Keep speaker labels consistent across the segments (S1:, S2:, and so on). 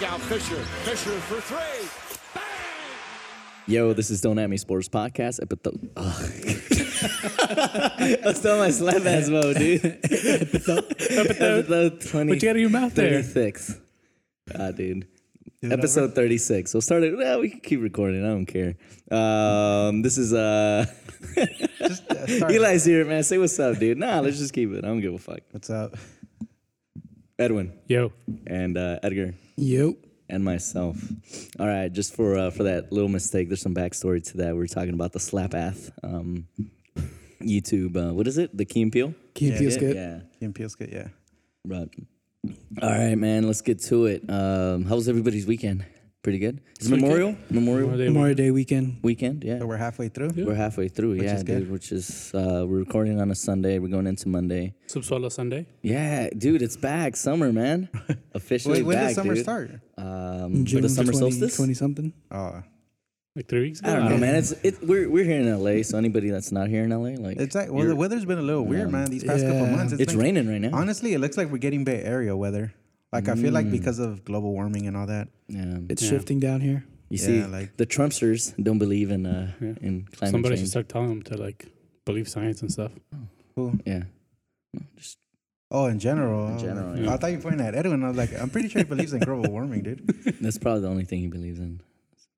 S1: Now Fisher. Fisher for three. Bang!
S2: Yo, this is Don't At Me Sports Podcast. Epitho- Ugh. I'm still in my slap ass mode, dude. Episode 20.
S3: What you got in your mouth there?
S2: 36. Ah, dude.
S3: it
S2: Episode 36. We'll start it. Well, we can keep recording. I don't care. Um, this is uh,
S3: uh,
S2: Eli's here, man. Say what's up, dude. Nah, let's just keep it. I don't give a fuck.
S4: What's up?
S2: Edwin
S3: Yo.
S2: and uh, Edgar.
S4: Yep.
S2: and myself. All right, just for uh, for that little mistake, there's some backstory to that. We are talking about the Slapath um, YouTube. Uh, what is it? The Key and Peele?
S4: Key and Peele's good.
S2: Yeah.
S4: Kim Peel's good, yeah.
S2: Right. All right, man. Let's get to it. Um, how was everybody's weekend? Pretty good. It's Memorial Memorial
S5: Memorial Day weekend.
S2: weekend. Yeah.
S4: So we're halfway through.
S2: We're halfway through. yeah,
S4: is good.
S2: dude. Which is uh, we're recording on a Sunday. We're going into Monday.
S3: Subsolo Sunday.
S2: Yeah, dude. It's back. Summer, man. Officially
S4: Wait, when
S2: back,
S4: does summer
S2: dude.
S4: start?
S2: Um, for the summer solstice.
S5: twenty something.
S4: Oh,
S3: Like three weeks ago.
S2: I don't know, man. It's it. We're we're here in LA, so anybody that's not here in LA, like
S4: it's like well, the weather's been a little weird, man. These past couple
S5: yeah.
S4: months,
S2: it's
S4: been-
S2: raining right now.
S4: Honestly, it looks like we're getting Bay Area weather. Like I feel
S2: Mm.
S4: like because of global warming and all that.
S2: yeah.
S5: It's shifting down here.
S2: you see,
S4: yeah, like-
S2: the Trumpsters don't believe in uh
S3: Yeah.
S2: in climate
S3: Somebody should
S2: change.
S3: start telling them to like believe science and stuff.
S4: Cool.
S2: Yeah, No, just
S4: Oh, in general. In
S2: general,
S3: yeah.
S4: I thought you were pointing at Edwin. I was like, I'm pretty sure he believes in global warming, dude.
S2: that's probably the only thing he believes in.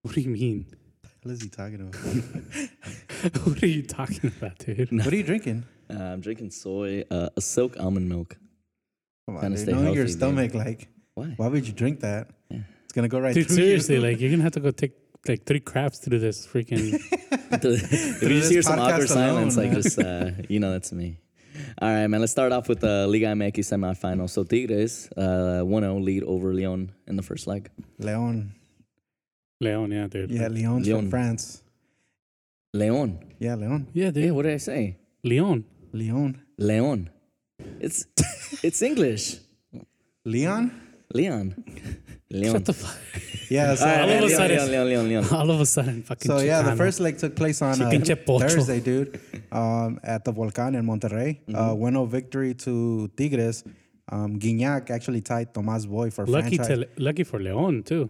S3: What do you mean?
S4: What is he talking about?
S3: what are you talking about, dude?
S4: What are you drinking?
S2: Uh, I'm drinking soy, uh, a silk almond milk.
S4: Come on,
S2: Trying to
S4: dude.
S2: stay
S4: Knowing your
S2: healthy, dude.
S4: stomach, like,
S2: Why?
S4: why would you drink that? It's gonna go right
S3: Dude,
S4: through
S3: seriously,
S4: you.
S3: like you're gonna have to go take like three craps through this freaking
S2: if you
S4: this
S2: just hear some
S4: podcast
S2: awkward
S4: alone,
S2: silence, like
S4: man.
S2: just uh, you know, that's me. All right, man. Let's start off with the Liga MX semifinal. So Tigres, uh, 1-0 lead over Leon in the first leg.
S4: Leon.
S3: Leon, yeah, dude.
S4: Yeah, Leon's
S2: Leon.
S4: from France.
S2: Leon.
S4: Yeah, Leon.
S3: Yeah,
S2: Yeah.
S3: dude.
S2: What did I say?
S3: Leon.
S4: Leon.
S2: Leon. It's it's English.
S4: Leon?
S2: Leon. Leon.
S3: Shut the fuck.
S4: Yeah, so,
S2: All right,
S3: All of a
S2: Leon,
S3: sudden-
S2: Leon, Leon, Leon, Leon.
S3: All of a sudden, fucking.
S4: so yeah, the
S3: Chicano.
S4: first leg took place on uh,
S3: Chicken chipotle.
S4: Thursday, dude, um, at the Volcan in Monterrey.
S3: Mm-hmm.
S4: Uh, 1 0 victory to Tigres. Um, Guignac actually tied Tomas Boy for
S3: Lucky
S4: franchise.
S3: to lucky for Leon too,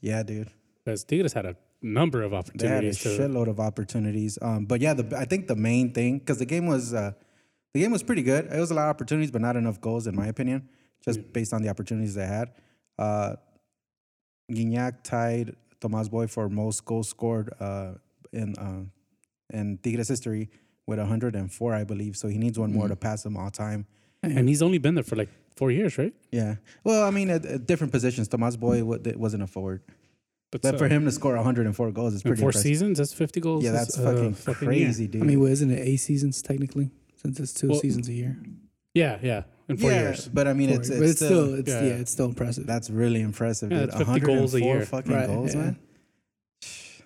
S4: yeah, dude.
S3: because Tigres had a number of
S4: They had a
S3: opportunities to.
S4: shitload of opportunities. Um, but yeah, the, I think the main thing because the game was uh, the game was pretty good. It was a lot of opportunities, but not enough goals, in my opinion, just
S3: Mm.
S4: based on the opportunities they had. Uh, Guignac tied Tomas Boy for most goals scored uh, in uh, in Tigres history with 104, I believe. So he needs one
S3: Mm.
S4: more to pass him all time.
S3: And he's only been there for like four years, right?
S4: Yeah. Well, I mean, at, at different positions, Tomas Boy wa- wasn't a forward, but
S3: so-
S4: for him to score 104 goals is
S3: in
S4: pretty
S3: four
S4: impressive.
S3: seasons, that's fifty goals.
S4: Yeah,
S3: That's,
S4: that's
S3: uh, yeah.
S4: fucking, crazy, dude.
S5: I mean, well, isn't it eight seasons technically? Since it's two
S3: Well,
S5: seasons a year.
S3: Yeah, yeah. In four
S4: yeah,
S3: years.
S4: But I mean,
S5: Four
S4: it's,
S5: years.
S4: it's,
S5: but it's still, it's
S3: yeah,
S5: yeah,
S3: yeah.
S5: it's still impressive.
S4: that's really impressive,
S3: Yeah,
S4: dude.
S3: that's 50 goals a
S4: 104
S3: year.
S4: fucking
S5: Right,
S4: goals,
S5: yeah.
S4: man.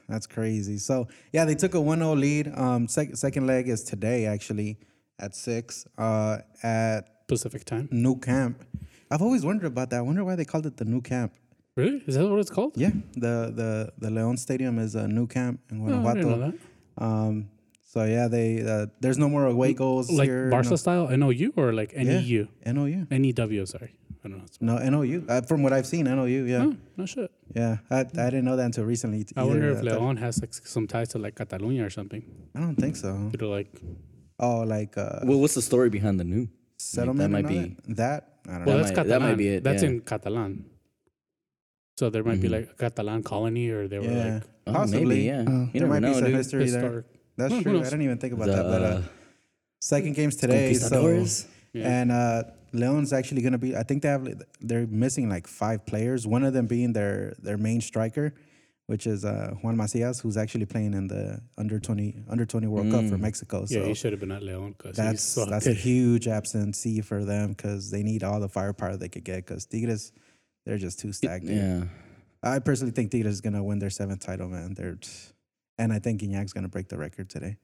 S4: That's crazy. So yeah, they took a 1-0 lead. Um, sec- second leg is today actually at six uh, at
S3: Pacific time.
S4: New Camp. I've always wondered about that. I wonder why they called it the New Camp.
S3: Really? Is that what it's called?
S4: Yeah, the the the León Stadium is a New Camp in
S3: Oh, I didn't know
S4: Guanajuato.
S3: that.
S4: um, so yeah, they uh, there's no more away goals
S3: Like
S4: here.
S3: Barca style NOU or like E
S4: no,
S3: NEU?
S4: yeah, NOU.
S3: NEW, E sorry. I don't know. It's,
S4: No, NOU. Uh, from what I've seen, NOU. Yeah.
S3: oh, no shit.
S4: Yeah, I, I didn't know that until recently. e-
S3: I wonder if
S4: either. I thought-
S3: Leon has like some ties to like Catalunya or something.
S4: I don't think so.
S3: To like,
S4: Oh, like uh,
S2: Well, what's the story behind the new?
S4: settlement.
S2: that
S4: and
S2: might
S4: all that. That, I don't
S3: well,
S4: know.
S3: that's
S2: might-
S3: Catalan.
S2: that might be it,
S3: That's
S2: yeah. Mm-hmm.
S3: in Catalan. So there might be like a Catalan colony or they were
S4: yeah,
S3: like
S2: Oh,
S4: possibly.
S2: Maybe, yeah. you
S4: There
S2: never
S4: might be
S2: know,
S4: some
S2: dude.
S4: history there.
S3: historic.
S4: That's
S3: Well, who
S4: true. I
S3: knows?
S4: didn't even think about
S2: The
S4: that. But uh,
S2: uh,
S4: second game's today, so
S2: conquistadores.
S3: Yeah.
S4: and uh, Leon's actually gonna be. I think they have. like, They're missing like five players. One of them being their their main striker, which is uh, Juan Macias, who's actually playing in the under twenty under twenty World Cup
S2: Mm.
S4: for Mexico. So
S3: Yeah, he should have been at Leon because he's
S4: that's
S3: so
S4: that's a huge absentee for them because they need all the firepower they could get because Tigres, they're just too stagnant.
S2: yeah.
S4: I personally think Tigres is gonna win their seventh title, man. They're, t- and I think Guignac's gonna break the record today.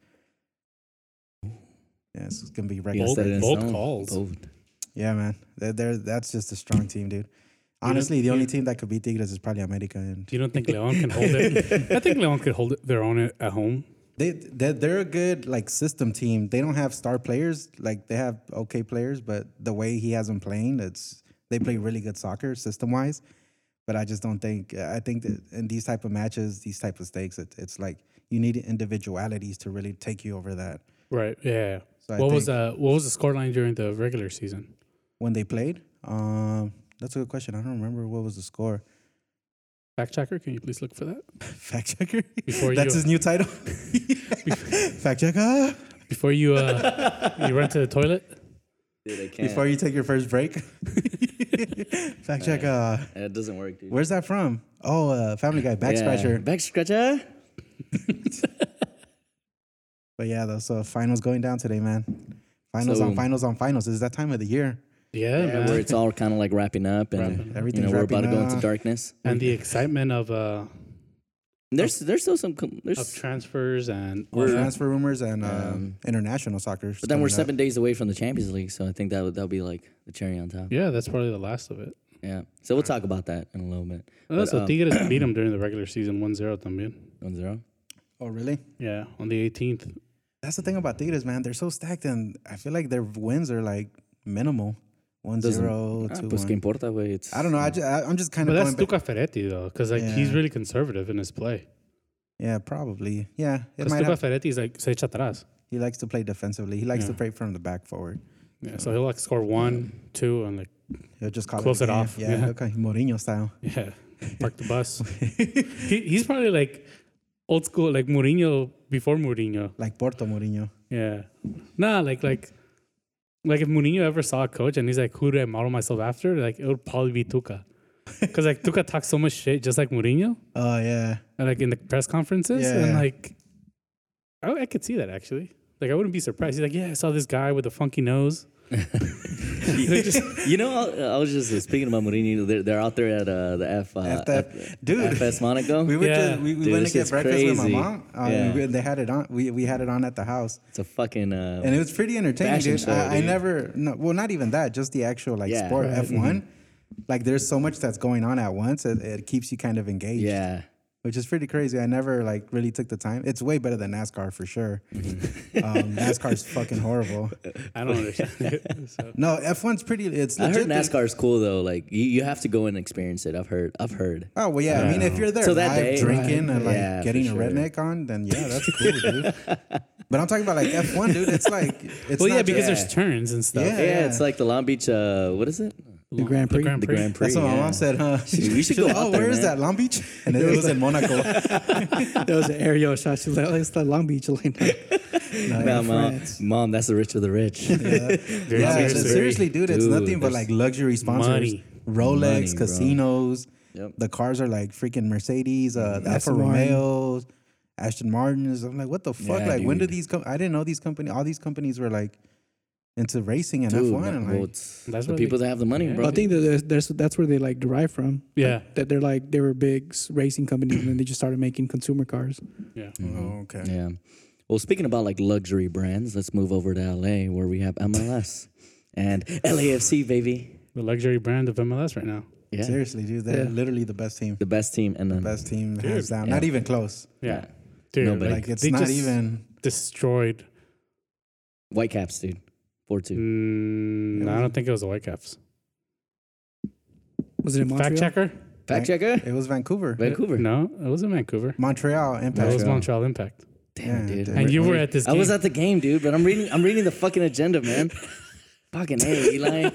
S4: Yeah, it's gonna be record.
S2: Yeah,
S3: Bold-
S2: set it in
S3: bold
S2: stone.
S3: calls.
S2: Bold.
S4: Yeah, man. They're, they're- that's just a strong team, dude.
S3: don't-
S4: Honestly, the
S3: you-
S4: only team that could beat Tigres is probably America, and
S3: You don't think Leon can hold it? I think Leon could hold it their own at at home.
S4: they they're, they're a good like system team. They don't have star players, like they have okay players, but the way he has them playing, it's they play really good soccer system wise. But I just don't think I think that in these type of matches, these type of stakes, it, it's like you need individualities to really take you over that.
S3: Right. Yeah.
S4: So I
S3: what was
S4: think-
S3: the what was the scoreline during the regular season?
S4: When they played, um, that's a good question. I don't remember what was the score.
S3: Fact checker, can you please look for that?
S4: Fact checker.
S3: Before
S4: that's
S3: you-
S4: his new title. Fact checker.
S3: Before you uh you run to the toilet?
S2: Dude, I can't.
S4: Before you take your first break. Fact checker.
S2: it doesn't work, dude.
S4: Where's that from? Oh, uh, Family Guy, back
S2: Yeah.
S4: scratcher.
S2: Back scratcher.
S4: But yeah, though, so finals going down today, man. Finals
S2: So-
S4: on finals on finals. It's that time of the year.
S3: Yeah, man.
S2: Where it's all kind of like wrapping up and
S3: Wrapping up.
S2: you
S4: Everything's
S2: know, we're about to
S4: wrapping
S2: go into
S4: up.
S2: darkness.
S3: And the excitement of uh
S2: There's there's still some com-
S3: of
S2: there's
S3: transfers and
S4: All transfer rumors and um,
S2: Um,
S4: international soccer.
S2: but then we're seven days away from the Champions League, so I think that would that'll be like the cherry on top. Yeah.
S3: yeah, that's probably the last of it.
S2: So we'll talk about that in a little bit.
S3: Oh, so
S2: um,
S3: Tigres beat them during the regular season 1-0 también.
S2: One zero.
S4: Oh, really?
S3: Yeah, on the 18th.
S4: That's the thing about Tigres, man. They're so stacked, and I feel like their wins are like minimal. One zero,
S2: Ah,
S4: two
S2: pues que
S4: one.
S2: importa, güey. It's
S4: I don't know. I just, I, I'm just kind
S3: But
S4: of
S3: that's
S4: going. Back.
S3: Tuca Ferretti though, because like he's
S4: Yeah.
S3: really conservative in his play.
S4: Yeah, probably. Yeah, it
S3: Because
S4: might.
S3: Tuca
S4: Have,
S3: Ferretti is like se echa atrás.
S4: he likes to play defensively. He likes to
S3: Yeah.
S4: play from the back forward.
S3: Yeah, so he'll like score one, two, and like
S4: He'll just call
S3: Close
S4: it, a
S3: it
S4: game.
S3: off.
S4: Yeah,
S3: Yeah.
S4: okay, Mourinho style.
S3: Yeah, park the bus. he, he's probably like old school, like Mourinho before Mourinho.
S4: Like Porto Mourinho.
S3: Yeah, nah, like like like if Mourinho ever saw a coach and he's like, who do I model myself after? Like it would probably be Tuca, because like Tuca talks so much shit, just like Mourinho,
S4: Oh yeah.
S3: and like in the press conferences, and
S4: Yeah.
S3: like I, I could see that actually. Like I wouldn't be surprised. He's like, yeah, I saw this guy with a funky nose.
S2: you know, I, I was just uh, speaking about Mourinho. They're, they're out there at uh, the F, uh,
S4: F that-
S2: F-
S4: dude.
S2: FS Monaco.
S4: We went
S3: Yeah.
S4: to we, we
S2: Dude,
S4: went
S2: this
S4: to get
S2: shit's
S4: breakfast with my
S2: crazy.
S4: mom. Um,
S2: Yeah.
S4: we- they had it on. We, we had it on at the house,
S2: it's a fucking. Uh,
S4: and it was pretty entertaining,
S2: Fashion
S4: dude.
S2: show,
S4: I, I
S2: dude.
S4: never, no, well, not even that. Just the actual like
S2: Yeah.
S4: sport
S2: Right. Mm-hmm.
S4: F one. Like there's so much that's going on at once. It, it keeps you kind of engaged,
S2: yeah.
S4: which is pretty crazy. I never like really took the time. It's way better than NASCAR for sure.
S2: Mm-hmm.
S4: um, NASCAR's fucking horrible.
S3: I don't understand. it. So,
S4: No, F one's pretty. It's
S2: I heard
S4: legit.
S2: NASCAR is cool though. Like you, you have to go and experience it. I've heard. I've heard.
S4: Oh well, yeah. I mean, if you're there
S2: So that
S4: live
S2: day-
S4: drinking
S2: Right.
S4: and like
S2: Yeah, for
S4: getting a
S2: sure.
S4: redneck on, then yeah, that's cool, dude. But I'm talking about like F1, dude. It's like it's
S3: well,
S4: not
S3: yeah, because
S4: just-
S3: there's turns and stuff.
S2: Yeah, it's like the Long Beach. Uh, what is it?
S3: The
S5: Grand Prix?
S2: The Grand Prix.
S4: that's what my
S2: yeah.
S4: mom said, huh?
S2: we should
S4: She's like,
S2: go out
S4: oh,
S2: there,
S4: where is
S2: man."
S4: that Long Beach? And it was in Monaco.
S5: That was an aerial shot. She's like, oh, it's the Long Beach line.
S2: Nah, mom,
S5: France.
S2: mom, that's the rich of the rich.
S3: Grand
S4: yeah,
S3: Prix.
S4: it's- seriously, dude. It's
S2: Dude,
S4: nothing but
S2: that's
S4: like luxury sponsors,
S3: money.
S4: Rolex,
S2: Money, bro.
S4: casinos.
S2: Yep. Mm-hmm.
S4: The cars are like freaking Mercedes, uh, the Alfa
S5: Aston Martin.
S4: Romeos, Ashton Martins. I'm like, what the fuck?
S2: Yeah,
S4: like, when did
S2: dude.
S4: these? Com- I didn't know these companies. All these companies were like into racing and
S2: Dude,
S4: F1.
S2: man,
S4: And, like,
S2: well, it's
S3: That's
S2: the
S3: what they-
S2: people that have the money,
S3: Yeah.
S2: bro.
S5: Well, I think that there's, there's, that's where they like derive from.
S3: Yeah.
S5: That they're like they were big s- racing companies and then they just started making consumer cars.
S3: Yeah.
S4: oh, okay.
S2: Yeah. Well, speaking about like luxury brands, let's move over to LA where we have MLS and LAFC, baby.
S3: The luxury brand of MLS right now.
S2: Yeah.
S4: Seriously, dude, they're
S5: Yeah.
S4: literally the best team.
S2: The best team and then
S4: Best team, hands down. Not even close.
S3: Yeah.
S2: Yeah.
S3: Dude,
S2: Nobody.
S4: Like, it's
S3: they
S4: not
S3: just
S4: even.
S3: destroyed.
S2: Whitecaps, dude. 4 2.
S3: Mm, I don't think it was the Whitecaps.
S5: Was it in Montreal?
S3: Fact checker?
S2: Fact checker?
S4: It was Vancouver,
S2: Vancouver.
S3: No, it was in Vancouver.
S4: Montreal,
S3: That was
S4: Impact.
S3: Montreal Impact.
S2: Damn
S4: Yeah,
S2: it, dude.
S4: dude.
S3: And you were at this
S2: I was
S3: game.
S2: at the game, dude, but I'm reading I'm reading the fucking agenda, man. fucking hey, Eli.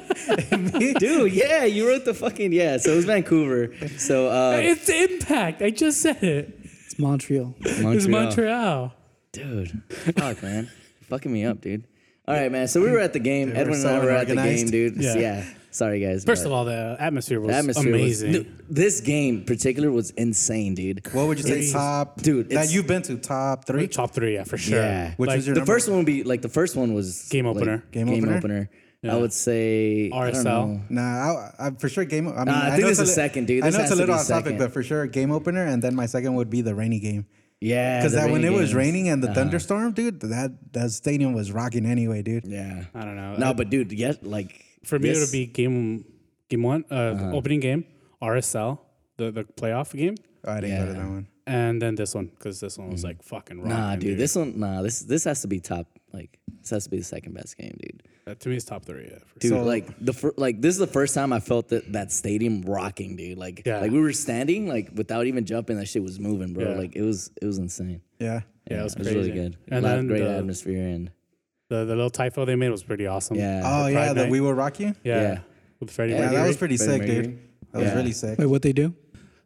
S2: dude, yeah, you wrote the fucking yeah, so it was Vancouver. So uh
S3: It's Impact. I just said it.
S5: It's Montreal.
S3: It's Montreal.
S2: Dude, fuck, man. You're fucking me up, dude. All right, man. So we were at the game.
S4: we're
S2: Edwin and
S4: so
S2: I were at the game,
S4: unorganized.
S2: dude.
S3: Yeah.
S2: Yeah. Sorry, guys.
S3: First of all, the atmosphere was amazing.
S2: this game in particular was insane, dude.
S4: What would you say,
S2: It's-
S4: top?
S2: Dude,
S4: that
S2: it's-
S4: you've been to top three.
S3: Top three, yeah, for sure.
S2: Yeah.
S4: Which
S3: Like,
S4: was your
S2: the
S4: number?
S2: first one would be like the first one was
S3: Game
S2: like,
S3: opener.
S4: Game
S2: Game,
S4: opener?
S2: opener.
S3: Yeah.
S2: I would say I don't
S3: RSL.
S2: know.
S4: Nah, I, I, for sure game. I, mean,
S2: Nah, I think
S4: know
S2: this
S4: it's
S2: is
S4: li-
S2: second, dude.
S4: I
S2: This
S4: know
S2: has
S4: it's a
S2: to be
S4: little off topic,
S2: second.
S4: but for sure game opener, and then my second would be the rainy game.
S2: Yeah,
S4: Because
S2: the
S4: that when it
S2: rainy
S4: was
S2: games. Uh-huh.
S4: raining and the thunderstorm, dude, that that stadium was rocking anyway, dude.
S2: Yeah,
S3: I don't know.
S2: No, but dude, yes, like
S3: For me, it
S2: this-
S3: would be game game one, uh, opening game, RSL, the, the playoff game,
S4: Oh, I didn't go to
S2: Yeah.
S4: that one.
S3: and then this one because this one was like fucking wrong.
S2: Nah, dude, this one. Nah, this this has to be top. Like this has to be the second best game, dude.
S3: That to me is top three. Yeah, for
S2: Dude,
S4: So-
S2: like the fir- like this is the first time I felt that that stadium rocking, dude. Like
S3: Yeah.
S2: like we were standing like without even jumping, that shit was moving, bro.
S3: Yeah.
S2: Like it was it was insane.
S4: Yeah.
S3: Yeah, it was crazy.
S2: really good.
S3: And
S2: Lot-
S3: then
S2: great
S3: the,
S2: atmosphere and
S3: the the little typo they made was pretty awesome.
S2: yeah.
S4: Oh yeah,
S3: Pride
S4: the
S3: Night.
S4: We Will Rock You.
S3: yeah,
S2: Yeah.
S3: with Freddie.
S4: Yeah, that
S3: Mercury.
S4: was pretty
S2: Freddie
S4: sick,
S2: Mercury.
S4: dude. That was
S2: Yeah.
S4: really sick.
S5: Wait, what they do?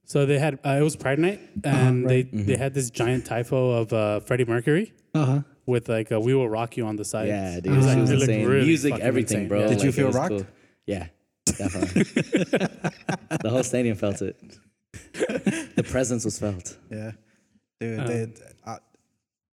S3: So they had uh, it was Pride Night,
S4: Uh-huh,
S3: and they they had this giant typo of uh, Freddie Mercury
S5: Uh
S4: Uh-huh.
S5: huh.
S3: with like a "We Will Rock You" on the side.
S2: Yeah, dude. It was,
S3: like, it looked
S2: insane.
S3: really
S2: Music,
S3: fucking
S2: everything,
S3: insane.
S2: bro.
S3: Yeah.
S4: Did
S2: Like, it
S4: you feel
S2: was
S4: rocked?
S2: Yeah, definitely. the whole stadium felt it. the presence was felt.
S4: Yeah, dude.
S3: Uh.
S4: they, I,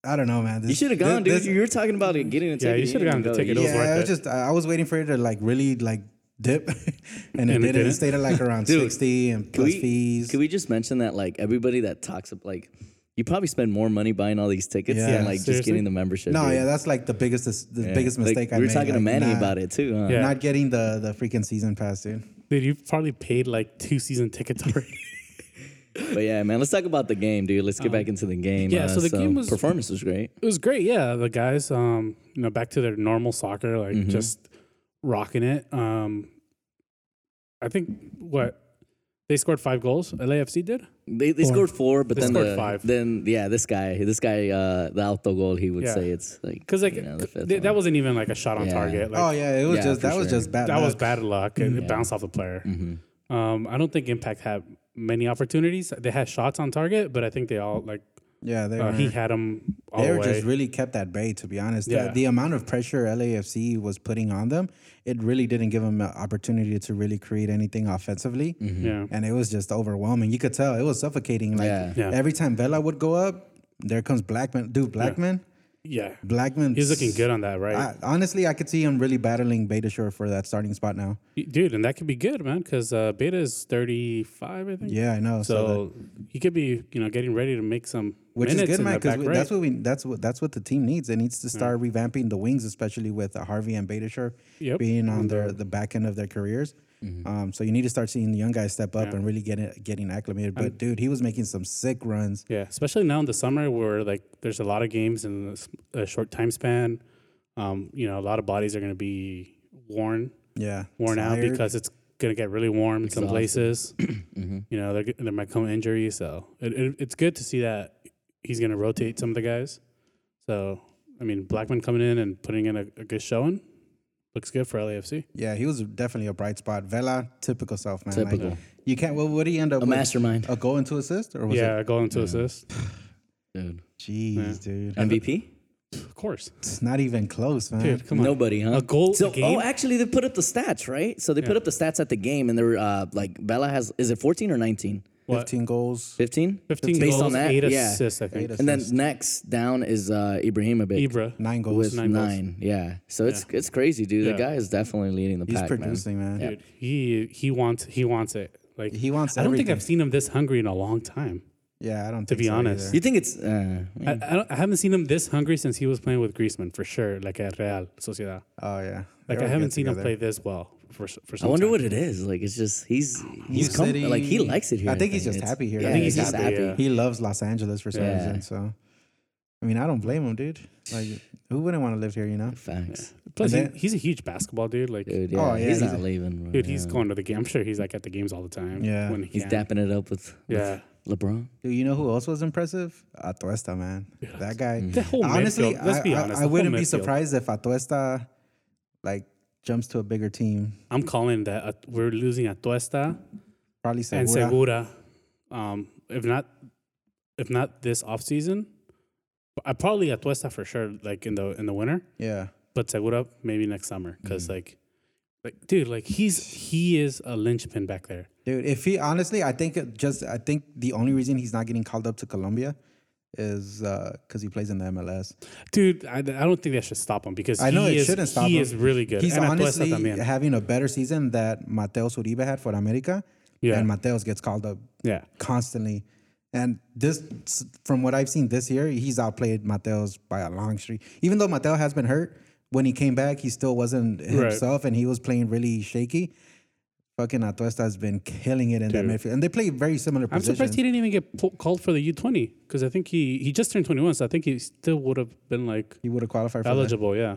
S4: I don't know, man. This,
S2: You should have gone,
S4: thi-
S2: dude.
S4: this-
S2: you were talking about it, getting a ticket.
S3: you
S2: didn't
S3: shoulda gotten the
S2: go.
S3: ticket. It
S2: You-
S3: was worth
S4: yeah, I was
S3: it.
S4: just I I was waiting for it to like really like dip, and it
S3: And it
S4: didn't. It
S3: didn't.
S4: stayed at like around
S2: Dude,
S4: sixty and
S2: Can
S4: plus
S2: we-
S4: fees.
S2: Can we just mention that, like, everybody that talks about, like, you probably spend more money buying all these tickets
S4: Yeah.
S2: than like just
S3: Seriously?
S2: getting the membership.
S4: no,
S2: dude.
S4: yeah, that's like the biggest dis- the
S2: Yeah.
S4: biggest
S2: Like,
S4: mistake I
S2: we were
S4: made.
S2: talking to
S4: like,
S2: Manny
S4: not-
S2: about it too. Huh?
S3: Yeah.
S4: Not getting the the freaking season pass, dude.
S3: Dude, you probably paid like two season tickets already.
S2: But yeah, man, let's talk about the game, dude. Let's get back into the game.
S3: Um,
S2: uh,
S3: yeah, so the game was-
S2: performance was great.
S3: it was great. Yeah, the guys, um, you know, back to their normal soccer, like
S2: Mm-hmm.
S3: just rocking it. Um, I think what they scored five goals. LAFC did.
S2: They, they scored four, but
S3: They
S2: then
S3: scored
S2: the,
S3: five.
S2: Then yeah, this guy, this guy, uh, the alto goal, he would
S3: Yeah.
S2: say it's like
S3: Because like
S2: you know, the fifth
S3: th- that
S2: one.
S3: wasn't even like a shot on
S2: Yeah.
S3: target. Like,
S4: oh yeah, it was
S2: yeah,
S4: just
S2: for
S4: that was
S2: sure.
S4: just bad.
S3: that
S4: luck.
S3: was bad luck and it bounced off the player.
S2: Mm-hmm.
S3: Um, I don't think Impact had many opportunities. They had shots on target, but I think they all like
S4: Yeah, they
S3: uh,
S4: were,
S3: he had them all
S4: they
S3: the
S4: were
S3: way.
S4: just really kept at bay. To be honest, The-
S3: Yeah.
S4: the, amount of pressure LAFC was putting on them, it really didn't give them an opportunity to really create anything offensively.
S2: Mm-hmm.
S3: yeah.
S4: and it was just overwhelming. You could tell it was suffocating. Like
S2: Yeah.
S3: Yeah.
S4: every time Vela would go up, there comes Blackman. Dude, Blackman,
S3: yeah.
S4: Blackman.
S3: He's looking good on that, right?
S4: I, honestly, I could see him really battling Beta Shore for that starting spot now.
S3: Dude, and that could be good, man, because uh, Beta is 35, I think.
S4: Yeah, I know.
S3: So,
S4: that-
S3: he could be, you know, getting ready to make some
S4: which is
S3: minutes
S4: good,
S3: in
S4: man,
S3: that
S4: because
S3: back right.
S4: that's what we that's what that's what the team needs. It needs to start revamping the wings, especially with uh, Harvey and Beta Shore
S3: Yep.
S4: being on their the back end of their careers. Um, so you need to start seeing the young guys step up and really get it, getting acclimated. But dude, he was making some sick runs.
S3: Yeah, especially now in the summer where like there's a lot of games in a s- a short time span. Um, you know, a lot of bodies are going to be worn
S4: Yeah,
S3: worn out
S4: tired.
S3: because it's going to get really warm in some places.
S4: Mm-hmm.
S3: You know, there, there might come injuries, so it, it, it's good to see that he's going to rotate some of the guys. So, I mean, Blackman coming in and putting in a, a good showing looks good for LAFC.
S4: Yeah, he was definitely a bright spot. Vela, typical self, man.
S2: Typical.
S4: Like, you can't. Well, what did he end up?
S2: a
S4: with?
S2: mastermind,
S4: A goal and two assists, or was
S3: yeah,
S4: it?
S3: a goal and two assists,
S2: dude.
S4: Jeez, dude,
S2: MVP?
S3: of course.
S4: it's not even close, man.
S3: Dude, come on.
S2: Nobody, huh?
S3: A goal
S2: So,
S3: a game?
S2: oh, actually, they put up the stats, right? So they put up the stats at the game, and they were uh, like Bella has is it 14 or 19?
S3: What?
S4: Fifteen goals.
S2: 15?
S3: 15
S2: Based
S3: goals,
S2: on that,
S3: eight
S2: yeah.
S3: assists, I think.
S2: And then next down is uh, Ibrahimovic
S3: Ibra.
S4: Nine goals.
S2: with nine.
S3: nine goals.
S2: Yeah, so it's it's crazy, dude. The
S3: Yeah.
S2: guy is definitely leading the
S4: He's
S2: pack, man.
S4: producing, man.
S3: Dude, he he wants he wants it. Like
S4: He wants
S3: I don't think I've
S4: everything.
S3: seen him this hungry in a long time.
S4: Yeah, I don't.
S3: To
S4: think
S3: be
S4: so
S3: honest.
S4: either.
S2: You think it's? Uh,
S3: I,
S4: Mm.
S3: I, don't, I haven't seen him this hungry since he was playing with Griezmann for sure. Like at Real Sociedad.
S4: Oh yeah. They
S3: Like
S4: were
S3: I
S4: good
S3: haven't seen him
S4: together.
S3: play this well for s-
S2: I
S3: for some
S2: wonder
S3: time.
S2: what it is. Like it's just he's he's
S4: New
S2: com-
S4: city.
S2: like he likes it here.
S4: I think he's just
S2: It's-
S4: happy here.
S2: Yeah,
S4: I
S3: think
S2: he's,
S3: he's
S2: just
S3: happy,
S2: happy.
S3: yeah.
S4: He loves Los Angeles for some
S2: Yeah.
S4: reason. So, I mean, I don't blame him, dude. Like, who wouldn't want to live here? You know.
S2: Facts,
S3: Plus,
S4: And
S3: he, he's a huge basketball dude. Like dude,
S2: dude. Yeah,
S4: Oh, yeah,
S2: he's,
S4: he's
S2: not
S4: a-
S2: leaving. Bro.
S3: he's
S2: Yeah.
S3: going to the game. I'm sure he's like at the games all the time.
S4: Yeah.
S3: when he
S2: He's
S3: can.
S2: dapping it up with, with
S3: Yeah.
S2: LeBron.
S4: Dude, you know who else was impressive? Atuesta, man.
S2: Mm-hmm.
S4: That guy.
S2: Mm.
S3: The whole
S4: Honestly,
S3: midfield. Let's
S4: I,
S3: be
S4: I-
S3: honest.
S4: I
S3: the whole
S4: wouldn't be
S3: midfield.
S4: surprised if Atuesta like jumps to a bigger team.
S3: I'm calling that uh, we're losing Atuesta
S4: Probably
S3: and
S4: Segura.
S3: Segura. Um, if not, if not this off season, I probably Atuesta for sure. Like in the in the winter.
S4: Yeah.
S3: but Segura maybe next summer because
S4: Mm.
S3: like, like dude, like he's he is a linchpin back there.
S4: Dude, if he honestly, I think it just I think the only reason he's not getting called up to Colombia is uh cuz he plays in the MLS.
S3: Dude, I, I don't think that should stop him because
S4: I know
S3: he
S4: it
S3: is,
S4: shouldn't stop
S3: he
S4: him.
S3: is really good.
S4: He's
S3: And Atuesta
S4: honestly
S3: también.
S4: having a better season that Mateos Uribe had for America.
S3: Yeah.
S4: And Mateos gets called up
S3: yeah,
S4: constantly. And this, from what I've seen this year, he's outplayed Mateos by a long streak. Even though Mateo has been hurt, when he came back, he still wasn't himself, and he was playing really shaky. Fucking Atuesta has been killing it in that midfield, and they play very similar
S3: I'm
S4: positions.
S3: surprised he didn't even get pull, called for the U20 because I think he he just turned 21, so I think he still would have been like
S4: he would have qualified for that.
S3: eligible. Yeah,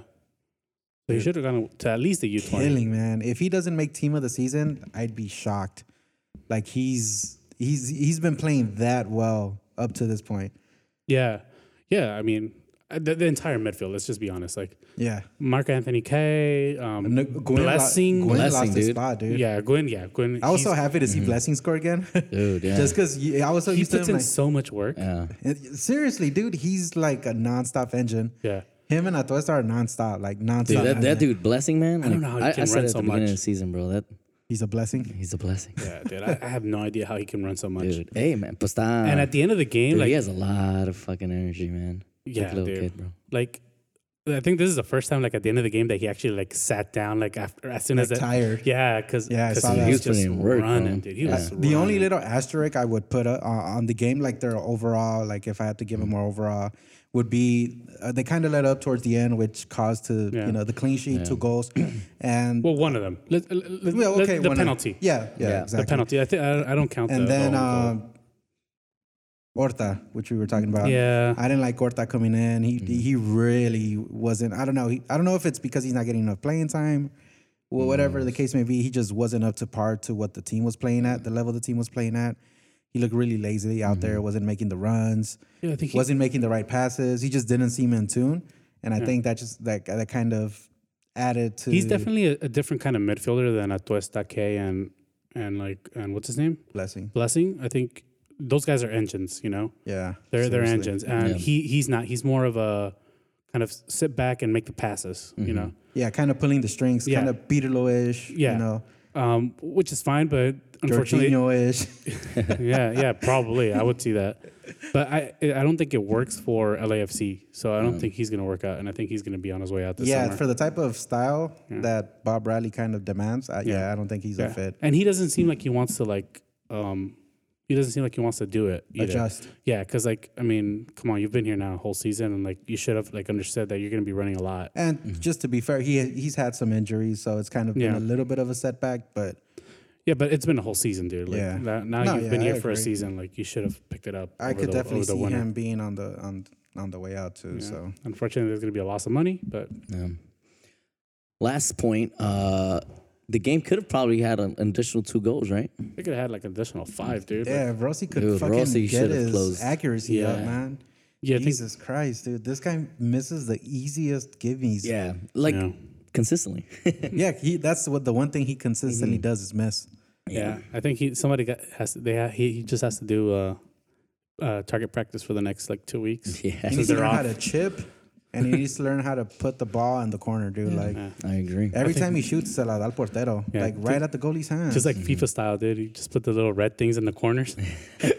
S3: So he should have gone to at least the U twenty.
S4: Killing, man. If he doesn't make team of the season, I'd be shocked. Like he's he's he's been playing that well up to this point.
S3: Yeah, yeah. I mean, uh, the, the entire midfield. Let's just be honest. Like
S4: Yeah.
S3: Mark Anthony K, um,
S4: No, Gwynn lo-
S3: Blessing.
S4: Gwynn
S2: Blessing,
S4: lost his
S2: dude.
S4: spot, dude.
S3: yeah, Gwen. Yeah, Gwen.
S4: I was so
S3: he's-
S4: happy to see Blessing score again.
S2: Dude, yeah.
S4: Just because I was so
S3: He
S4: used to
S3: puts
S4: him.
S3: in
S4: Like,
S3: so much work.
S2: yeah.
S4: seriously, dude, he's like a nonstop engine.
S3: Yeah.
S4: Him and Atuesta are nonstop, like nonstop.
S2: Dude, that, that
S4: engine.
S2: dude, blessing man. I
S3: don't know how he
S2: I,
S3: can
S2: said
S3: run
S2: it at
S3: so
S2: the beginning
S3: much.
S2: of the season, bro. That
S4: He's a blessing.
S2: he's a blessing,
S3: Yeah, dude. I, I have no idea how he can run so much.
S2: dude. Hey man, pues está.
S4: uh,
S3: And at the end of the game,
S2: dude,
S3: like
S2: he has a lot of fucking energy, man. Like
S3: Yeah,
S2: little
S3: dude.
S2: kid, bro.
S3: like I think this is the first time, like at the end of the game, that he actually like sat down, like after as soon as
S4: Like,
S3: it-
S4: tired.
S3: Yeah, because
S4: Yeah, I saw
S3: he
S4: that.
S3: was
S2: He was
S3: just
S2: putting in work,
S3: running,
S2: bro.
S3: dude. He was
S4: The only
S3: running.
S4: little asterisk I would put uh, on the game, like their overall, like if I had to give them
S3: Mm.
S4: more overall, would be uh, they kind of let up towards the end, which caused to
S3: Yeah.
S4: you know the clean sheet, two goals, and
S3: well, one of them. Let, let- let-
S4: well,
S3: let-
S4: okay,
S3: the
S4: one-
S3: penalty.
S4: yeah, yeah,
S2: Yeah. The
S4: exactly.
S3: the penalty. I think I, I don't count. the,
S4: and
S3: the
S4: then
S3: whole goal.
S4: um, Orta, which we were talking about.
S3: Yeah. Mm-hmm.
S4: I didn't like Orta coming in. He he really wasn't. I don't know. He, I don't know if it's because he's not getting enough playing time. Well, whatever
S3: Mm.
S4: the case may be, he just wasn't up to par to what the team was playing at, the level the team was playing at. He looked really lazy out there. wasn't making the runs.
S3: Mm-hmm. Yeah, I think he-
S4: wasn't making the right passes. He just didn't seem in tune, and I think that just that that kind of added to.
S3: he's definitely a, a different kind of midfielder than Atuesta K and and like and what's his name
S4: blessing.
S3: Blessing. I think those guys are engines. You know,
S4: Yeah,
S3: They're they're
S4: seriously.
S3: engines, and
S2: Yeah.
S3: he he's not. He's more of a kind of sit back and make the passes. You know,
S4: Yeah, kind of pulling the strings,
S3: Yeah.
S4: kind of Peterlo-ish.
S3: yeah,
S4: you know,
S3: um, which is fine, but unfortunately,
S4: Jorginho-ish.
S3: yeah, yeah, probably I would see that, but I I don't think it works for LAFC, so I don't think he's gonna work out, and I think he's gonna be on his way out this
S4: yeah,
S3: summer.
S4: for the type of style that Bob Bradley kind of demands, I, yeah.
S3: Yeah.
S4: I don't think he's a
S3: yeah.
S4: fit.
S3: and he doesn't seem like he wants to like um, he doesn't seem like he wants to do it either.
S4: Adjust.
S3: Yeah, because like I mean, come on, you've been here now a whole season, and like you should have like understood that you're gonna be running a lot.
S4: And just to be fair, he he's had some injuries, so it's kind of been
S3: Mm-hmm. Yeah.
S4: a little bit of a setback. But
S3: Yeah, but it's been a whole season, dude. Like
S4: Yeah.
S3: now, now
S4: No,
S3: you've
S4: yeah,
S3: been
S4: I
S3: here for a
S4: agree.
S3: season. Like you should have picked it up.
S4: I
S3: over
S4: could
S3: the-
S4: definitely
S3: over the
S4: see
S3: winter.
S4: him being on the on on the way out too.
S3: Yeah.
S4: So
S3: Unfortunately, there's going to be a loss of money, but
S2: Um, last point, uh, the game could have probably had an additional two goals, right?
S3: they could have had like an additional five, dude. Like,
S4: yeah, if Rossi could
S2: Dude,
S4: fucking
S2: Rossi
S4: get
S2: should've
S4: his
S2: closed.
S4: accuracy up,
S2: Yeah.
S4: man.
S3: yeah, I think-
S4: Jesus Christ, dude, this guy misses the easiest gimmies.
S2: Yeah, like
S3: Yeah.
S2: consistently.
S4: yeah, he that's what the one thing he consistently
S3: Mm-hmm.
S4: does is miss.
S3: yeah. I think he somebody got has to, they ha, he, he just has to do uh, uh, target practice for the next like two weeks.
S2: yeah,
S4: He
S3: Since
S4: needs to
S3: they're
S4: learn how
S3: off.
S4: to chip, and he needs to learn how to put the ball in the corner, dude. Like
S2: I agree.
S4: every time he shoots, se la da al portero,
S3: Yeah.
S4: like right at the goalie's hand.
S3: Just like FIFA style, dude. You just put the little red things in the corners.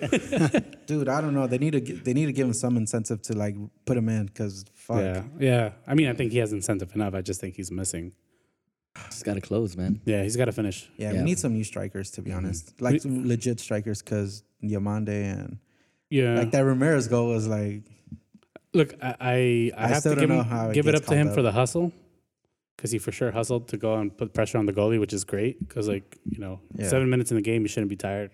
S4: dude, I don't know. They need to gi- they need to give him some incentive to like put him in because fuck.
S3: yeah, yeah. I mean, I think he has incentive enough. I just think he's missing.
S2: Just gotta close, man.
S3: Yeah, he's got to finish.
S4: Yeah,
S2: Yeah.
S4: we need some new strikers to be
S3: Mm-hmm.
S4: honest, like some legit strikers, because Diamande and
S3: Yeah.
S4: like that Ramirez goal was like
S3: Look, I I, I
S4: I
S3: have
S4: still
S3: to give,
S4: don't know
S3: him-
S4: how it
S3: give it
S4: gets
S3: up to him
S4: called
S3: for
S4: up.
S3: the hustle because he for sure hustled to go and put pressure on the goalie, which is great because like you know
S4: Yeah.
S3: seven minutes in the game, you shouldn't be tired.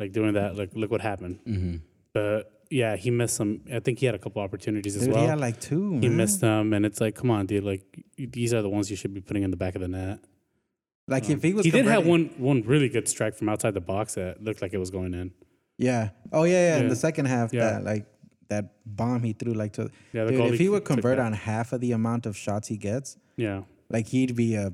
S3: Like doing that, like look what happened.
S2: Mm-hmm.
S3: But yeah, he missed some. I think he had a couple opportunities as
S4: dude,
S3: well.
S4: he had like two.
S3: he
S4: man.
S3: missed them, and it's like, come on, dude. Like y- these are the ones you should be putting in the back of the net.
S4: Like if he was
S3: Um, He did have
S4: converting-
S3: one one really good strike from outside the box that looked like it was going in.
S4: Yeah. Oh yeah, yeah. In
S3: Yeah.
S4: the second half,
S3: Yeah.
S4: that like that bomb he threw like to.
S3: Yeah, the
S4: dude,
S3: goalie
S4: if he would
S3: took that.
S4: convert on half of the amount of shots he gets,
S3: Yeah.
S4: like he'd be a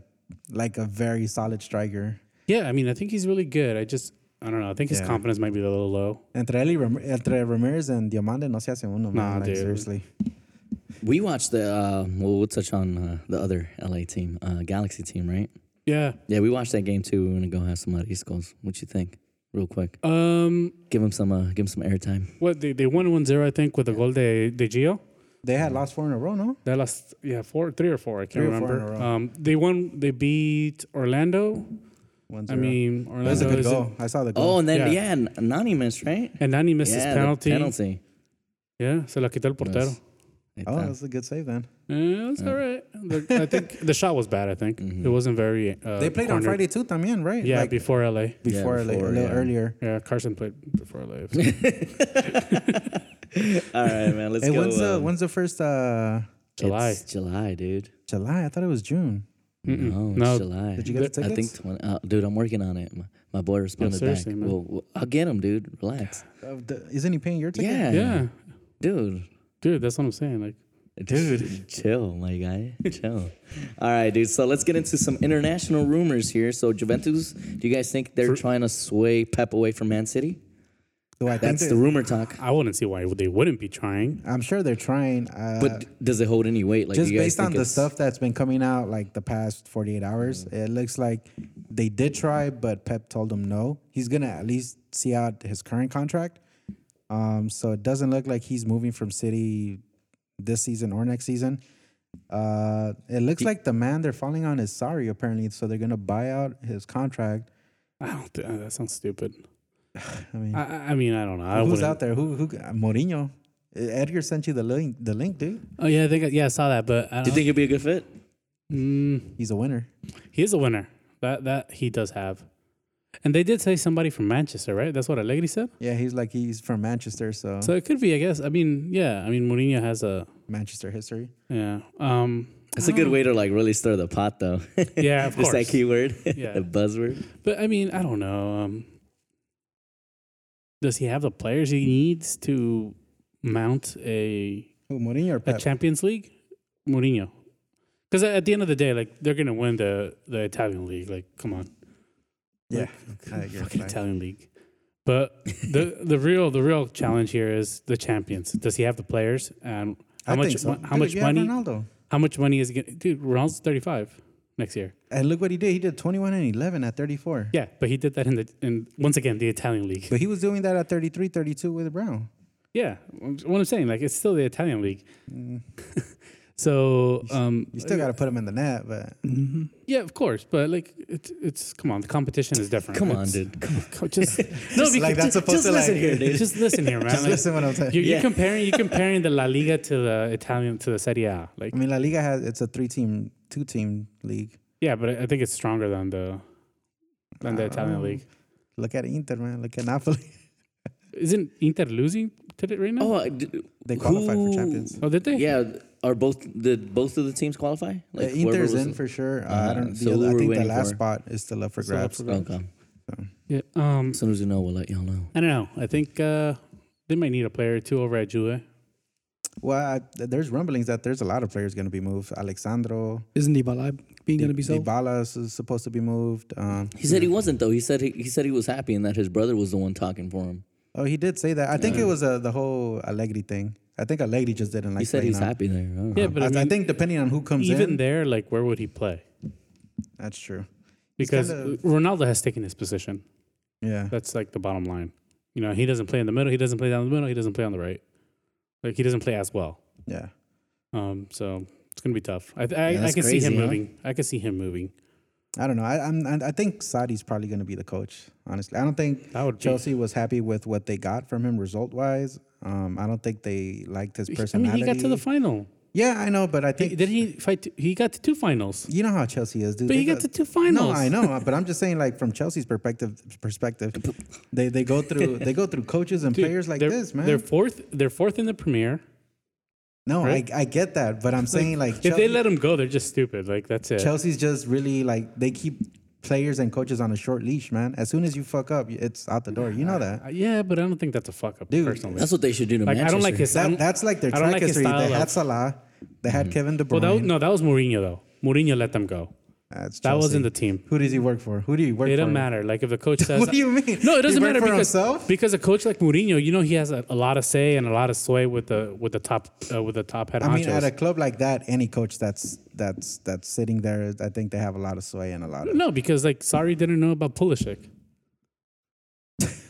S4: like a very solid striker.
S3: Yeah, I mean, I think he's really good. I just, I don't know. I think his
S4: Yeah.
S3: confidence might be a little low.
S4: Entre, él y Ram- entre Ramirez and Diamante no se hace uno, man.
S3: Nah,
S4: like,
S3: dude.
S4: Seriously.
S2: We watched the. Uh, well, we'll touch on uh, the other LA team, uh, Galaxy team, right?
S3: Yeah.
S2: Yeah, we watched that game too. We're gonna go have some Mariscos. What you think, real quick?
S3: Um,
S2: Give him some. Uh, give him some airtime.
S3: What they, they won 1 0, I think, with a goal de, de Gio.
S4: They had lost four in a row, no?
S3: They lost, yeah, four, three or four. I can't
S4: Three or four
S3: remember.
S4: in a row.
S3: Um, they won, they beat Orlando.
S4: One
S3: I
S4: zero.
S3: mean,
S4: it was
S3: Orlando.
S4: a good
S3: isn't-
S4: goal. I saw the
S2: Oh,
S4: goal.
S2: and then
S3: Yeah.
S2: yeah, N Nani missed, right?
S3: And Nani missed
S2: yeah,
S3: his
S2: the
S3: penalty.
S2: penalty.
S3: Yeah, se la quitó el portero.
S2: Yes. Ahí
S4: Oh,
S2: está.
S4: that was a good save then.
S3: Yeah, that's all right. The- I think the shot was bad, I think. It wasn't very. Uh,
S4: Mm-hmm. They played on
S3: cornered.
S4: Friday too, también, right?
S3: Yeah,
S4: Like,
S3: before LA.
S2: before,
S4: before, like, a little
S2: yeah.
S4: earlier.
S3: Yeah, Carson played before LA.
S2: All right, man. Let's
S4: Hey,
S2: go.
S4: when's the
S2: um,
S4: when's the first uh
S3: July.
S2: It's July, dude.
S4: July. I thought it was June.
S3: Mm-mm.
S2: No, it's July.
S4: Did you get the
S2: I
S4: tickets?
S2: think, 20, uh, dude, I'm working on it. My, my boy responded back.
S3: seriously, man.
S2: Well, well, I'll get him, dude. Relax.
S4: Of Uh, the- isn't he paying your ticket?
S2: Yeah,
S3: Yeah,
S2: dude.
S3: dude, that's what I'm saying. Like,
S2: Dude, chill, my guy. Chill. All right, dude. So let's get into some international rumors here. So Juventus, do you guys think they're trying to sway Pep away from Man City?
S4: So I think
S2: That's the
S4: they're-
S2: rumor talk.
S3: I wouldn't see why they wouldn't be trying.
S4: I'm sure they're trying. Uh,
S2: But does it hold any weight? Like
S4: just
S2: do you guys
S4: based on
S2: think
S4: the
S2: it's- Mm-hmm.
S4: stuff that's been coming out like the past 48 hours it looks like they did try but pep told him no he's gonna at least see out his current contract um, so it doesn't look like he's moving from city this season or next season uh, it looks like the man they're falling on is sorry apparently so they're gonna buy out his contract
S3: I don't. Th- uh, that sounds stupid.
S4: i mean
S3: I, I I mean, I don't know. I
S4: who's
S3: wouldn't.
S4: out there who who Mourinho. edgar sent you the link the link dude
S3: Oh yeah, I think I, yeah, I saw that. But I
S2: Do
S3: don't,
S2: you think it'd be a good fit?
S3: mm,
S4: he's a winner
S3: he is a winner. That that he does have. And they did say somebody from Manchester, right? That's what Allegri said.
S4: yeah he's like he's from manchester so
S3: So it could be, I guess. I mean, yeah. I mean, Mourinho has a
S4: manchester history
S3: yeah. Um,
S2: It's a good
S4: Uh,
S2: way to like really stir the pot, though.
S3: Yeah, of
S2: Just that
S3: course.
S2: keyword,
S3: Yeah.
S2: the buzzword.
S3: But I mean, I don't know. Um, does he have the players he needs to mount a
S4: Who, Mourinho or
S3: a
S4: Pep?
S3: Champions League? Mourinho. Because at the end of the day, like they're gonna win the the Italian league. Like, come on,
S4: yeah,
S3: fucking Italian league. But the the real the real challenge here is the champions. Does he have the players and how
S4: I
S3: much
S4: think so.
S3: how
S4: Dude,
S3: much
S4: yeah,
S3: money
S4: Ronaldo.
S3: how much money is he gonna dude? Ronaldo's thirty five next year.
S4: And look what he did. He did 21 and 11 at 34.
S3: Yeah, but he did that in the in once again the Italian league.
S4: But he was doing that at 33, 32 with Brown.
S3: Yeah, I'm- what I'm saying, like it's still the Italian league. so um,
S4: You still got to put him in the net, but
S3: yeah, of course, but like it's it's come on, the competition is different.
S2: Come on,
S3: It's-
S2: dude. Come on.
S3: co- Just no, because,
S4: like that's
S3: just,
S4: supposed
S3: just
S4: to,
S3: listen
S4: like-
S3: here, dude. Just listen here, man.
S4: just
S3: Like,
S4: listen what I'm saying.
S3: You're, you're
S2: Yeah.
S3: comparing you're comparing the La Liga to the Italian to the Serie A. Like
S4: I mean, La Liga has it's a three team, two team league.
S3: yeah, but I I think it's stronger than the than the
S4: I don't
S3: Italian
S4: know.
S3: league.
S4: Look at Inter, man. Look at Napoli.
S3: Isn't Inter losing today right now?
S2: Oh, I- d-
S4: They qualified
S2: Who-
S4: for champions.
S3: Oh, did they?
S2: yeah. Are both did both of the teams qualify?
S4: Uh,
S2: Like whoever
S4: Inter's
S2: was-
S4: in for sure. Uh, I
S2: Uh-huh.
S4: don't. The
S2: So who
S4: other, I
S2: we're
S4: think the
S2: waiting
S4: last
S2: for?
S4: spot is still up for
S3: Still up
S4: grabs.
S3: for grabs.
S2: Okay.
S3: Yeah. Um,
S2: As soon as we know, we'll let y'all know.
S3: I don't know. I think uh, they might need a player or two over at Juve.
S4: Well, I, there's rumblings that there's a lot of players going to be moved. Alexandro,
S5: Isn't Dybala being going to be sold?
S4: Dybala is supposed to be moved. Um,
S2: He said he wasn't though. He said he, he said he was happy and that his brother was the one talking for him.
S4: Oh, he did say that. I think it was uh, the whole Allegri thing. I think Allegri just didn't like.
S2: He said
S4: playing
S2: he's
S4: him.
S2: happy there. I don't know.
S3: Yeah, but
S4: Um, I,
S3: I,
S4: I
S3: mean,
S4: think depending on who comes
S3: even
S4: in,
S3: there, like where would he play?
S4: that's true. He's
S3: Because
S4: kinda-
S3: Ronaldo has taken his position.
S4: Yeah,
S3: That's like the bottom line. You know, he doesn't play in the middle. He doesn't play down the middle. He doesn't play on the right. Like he doesn't play as well.
S4: yeah.
S3: Um, so it's gonna be tough. I I, I
S2: that's
S3: can see
S2: crazy,
S3: him
S2: huh?
S3: moving. I can see him moving.
S4: I don't know. I, I'm. I I think Sadi's probably going to be the coach. Honestly, I don't think
S3: That would be-
S4: Chelsea was happy with what they got from him result wise. Um, I don't think they liked his
S3: I mean,
S4: personality.
S3: he got to the final.
S4: yeah, I know, but I
S3: He-
S4: think
S3: Did he fight? t- he got to two finals.
S4: you know how Chelsea is, dude.
S3: But
S4: They
S3: he got to two
S4: No,
S3: finals.
S4: I know, but I'm just saying, like from Chelsea's perspective, perspective, they they go through they go through coaches and
S3: Dude,
S4: players like
S3: they're-
S4: this, man.
S3: They're fourth. They're fourth in the Premier.
S4: No,
S3: Right?
S4: I, I get that, but I'm saying like,
S3: If they
S4: Chelsea,
S3: let him go, they're just stupid. Like that's it.
S4: Chelsea's just really like they keep players and coaches on a short leash, man. As soon as you fuck up, it's out the door. You know that.
S3: Uh, Yeah, but I don't think that's a fuck up
S4: Dude,
S3: personally.
S2: That's what they should do to
S3: Like
S2: Manchester.
S3: I don't like his. I
S4: that
S3: don't-
S4: that's like their
S3: I don't
S4: track
S3: like his
S4: history. They
S3: style
S4: had
S3: of-
S4: Salah, they had Kevin De Bruyne.
S3: Well, that, was- no, that was Mourinho though. Mourinho let them go.
S4: That's
S3: That
S4: Chelsea.
S3: wasn't the team.
S4: Who does he work for? Who do you work
S3: It
S4: for?
S3: doesn't matter. Like if the coach says,
S4: What do you mean?
S3: No,
S4: He
S3: it doesn't
S4: worked
S3: matter
S4: for
S3: because
S4: himself?
S3: because a coach like Mourinho, you know, he has a, a lot of say and a lot of sway with the with the top uh, with the top head
S4: I mean,
S3: honchos.
S4: at a club like that, any coach that's that's that's sitting there, I think they have a lot of sway and a lot of.
S3: no, because like Sari didn't know about Pulisic.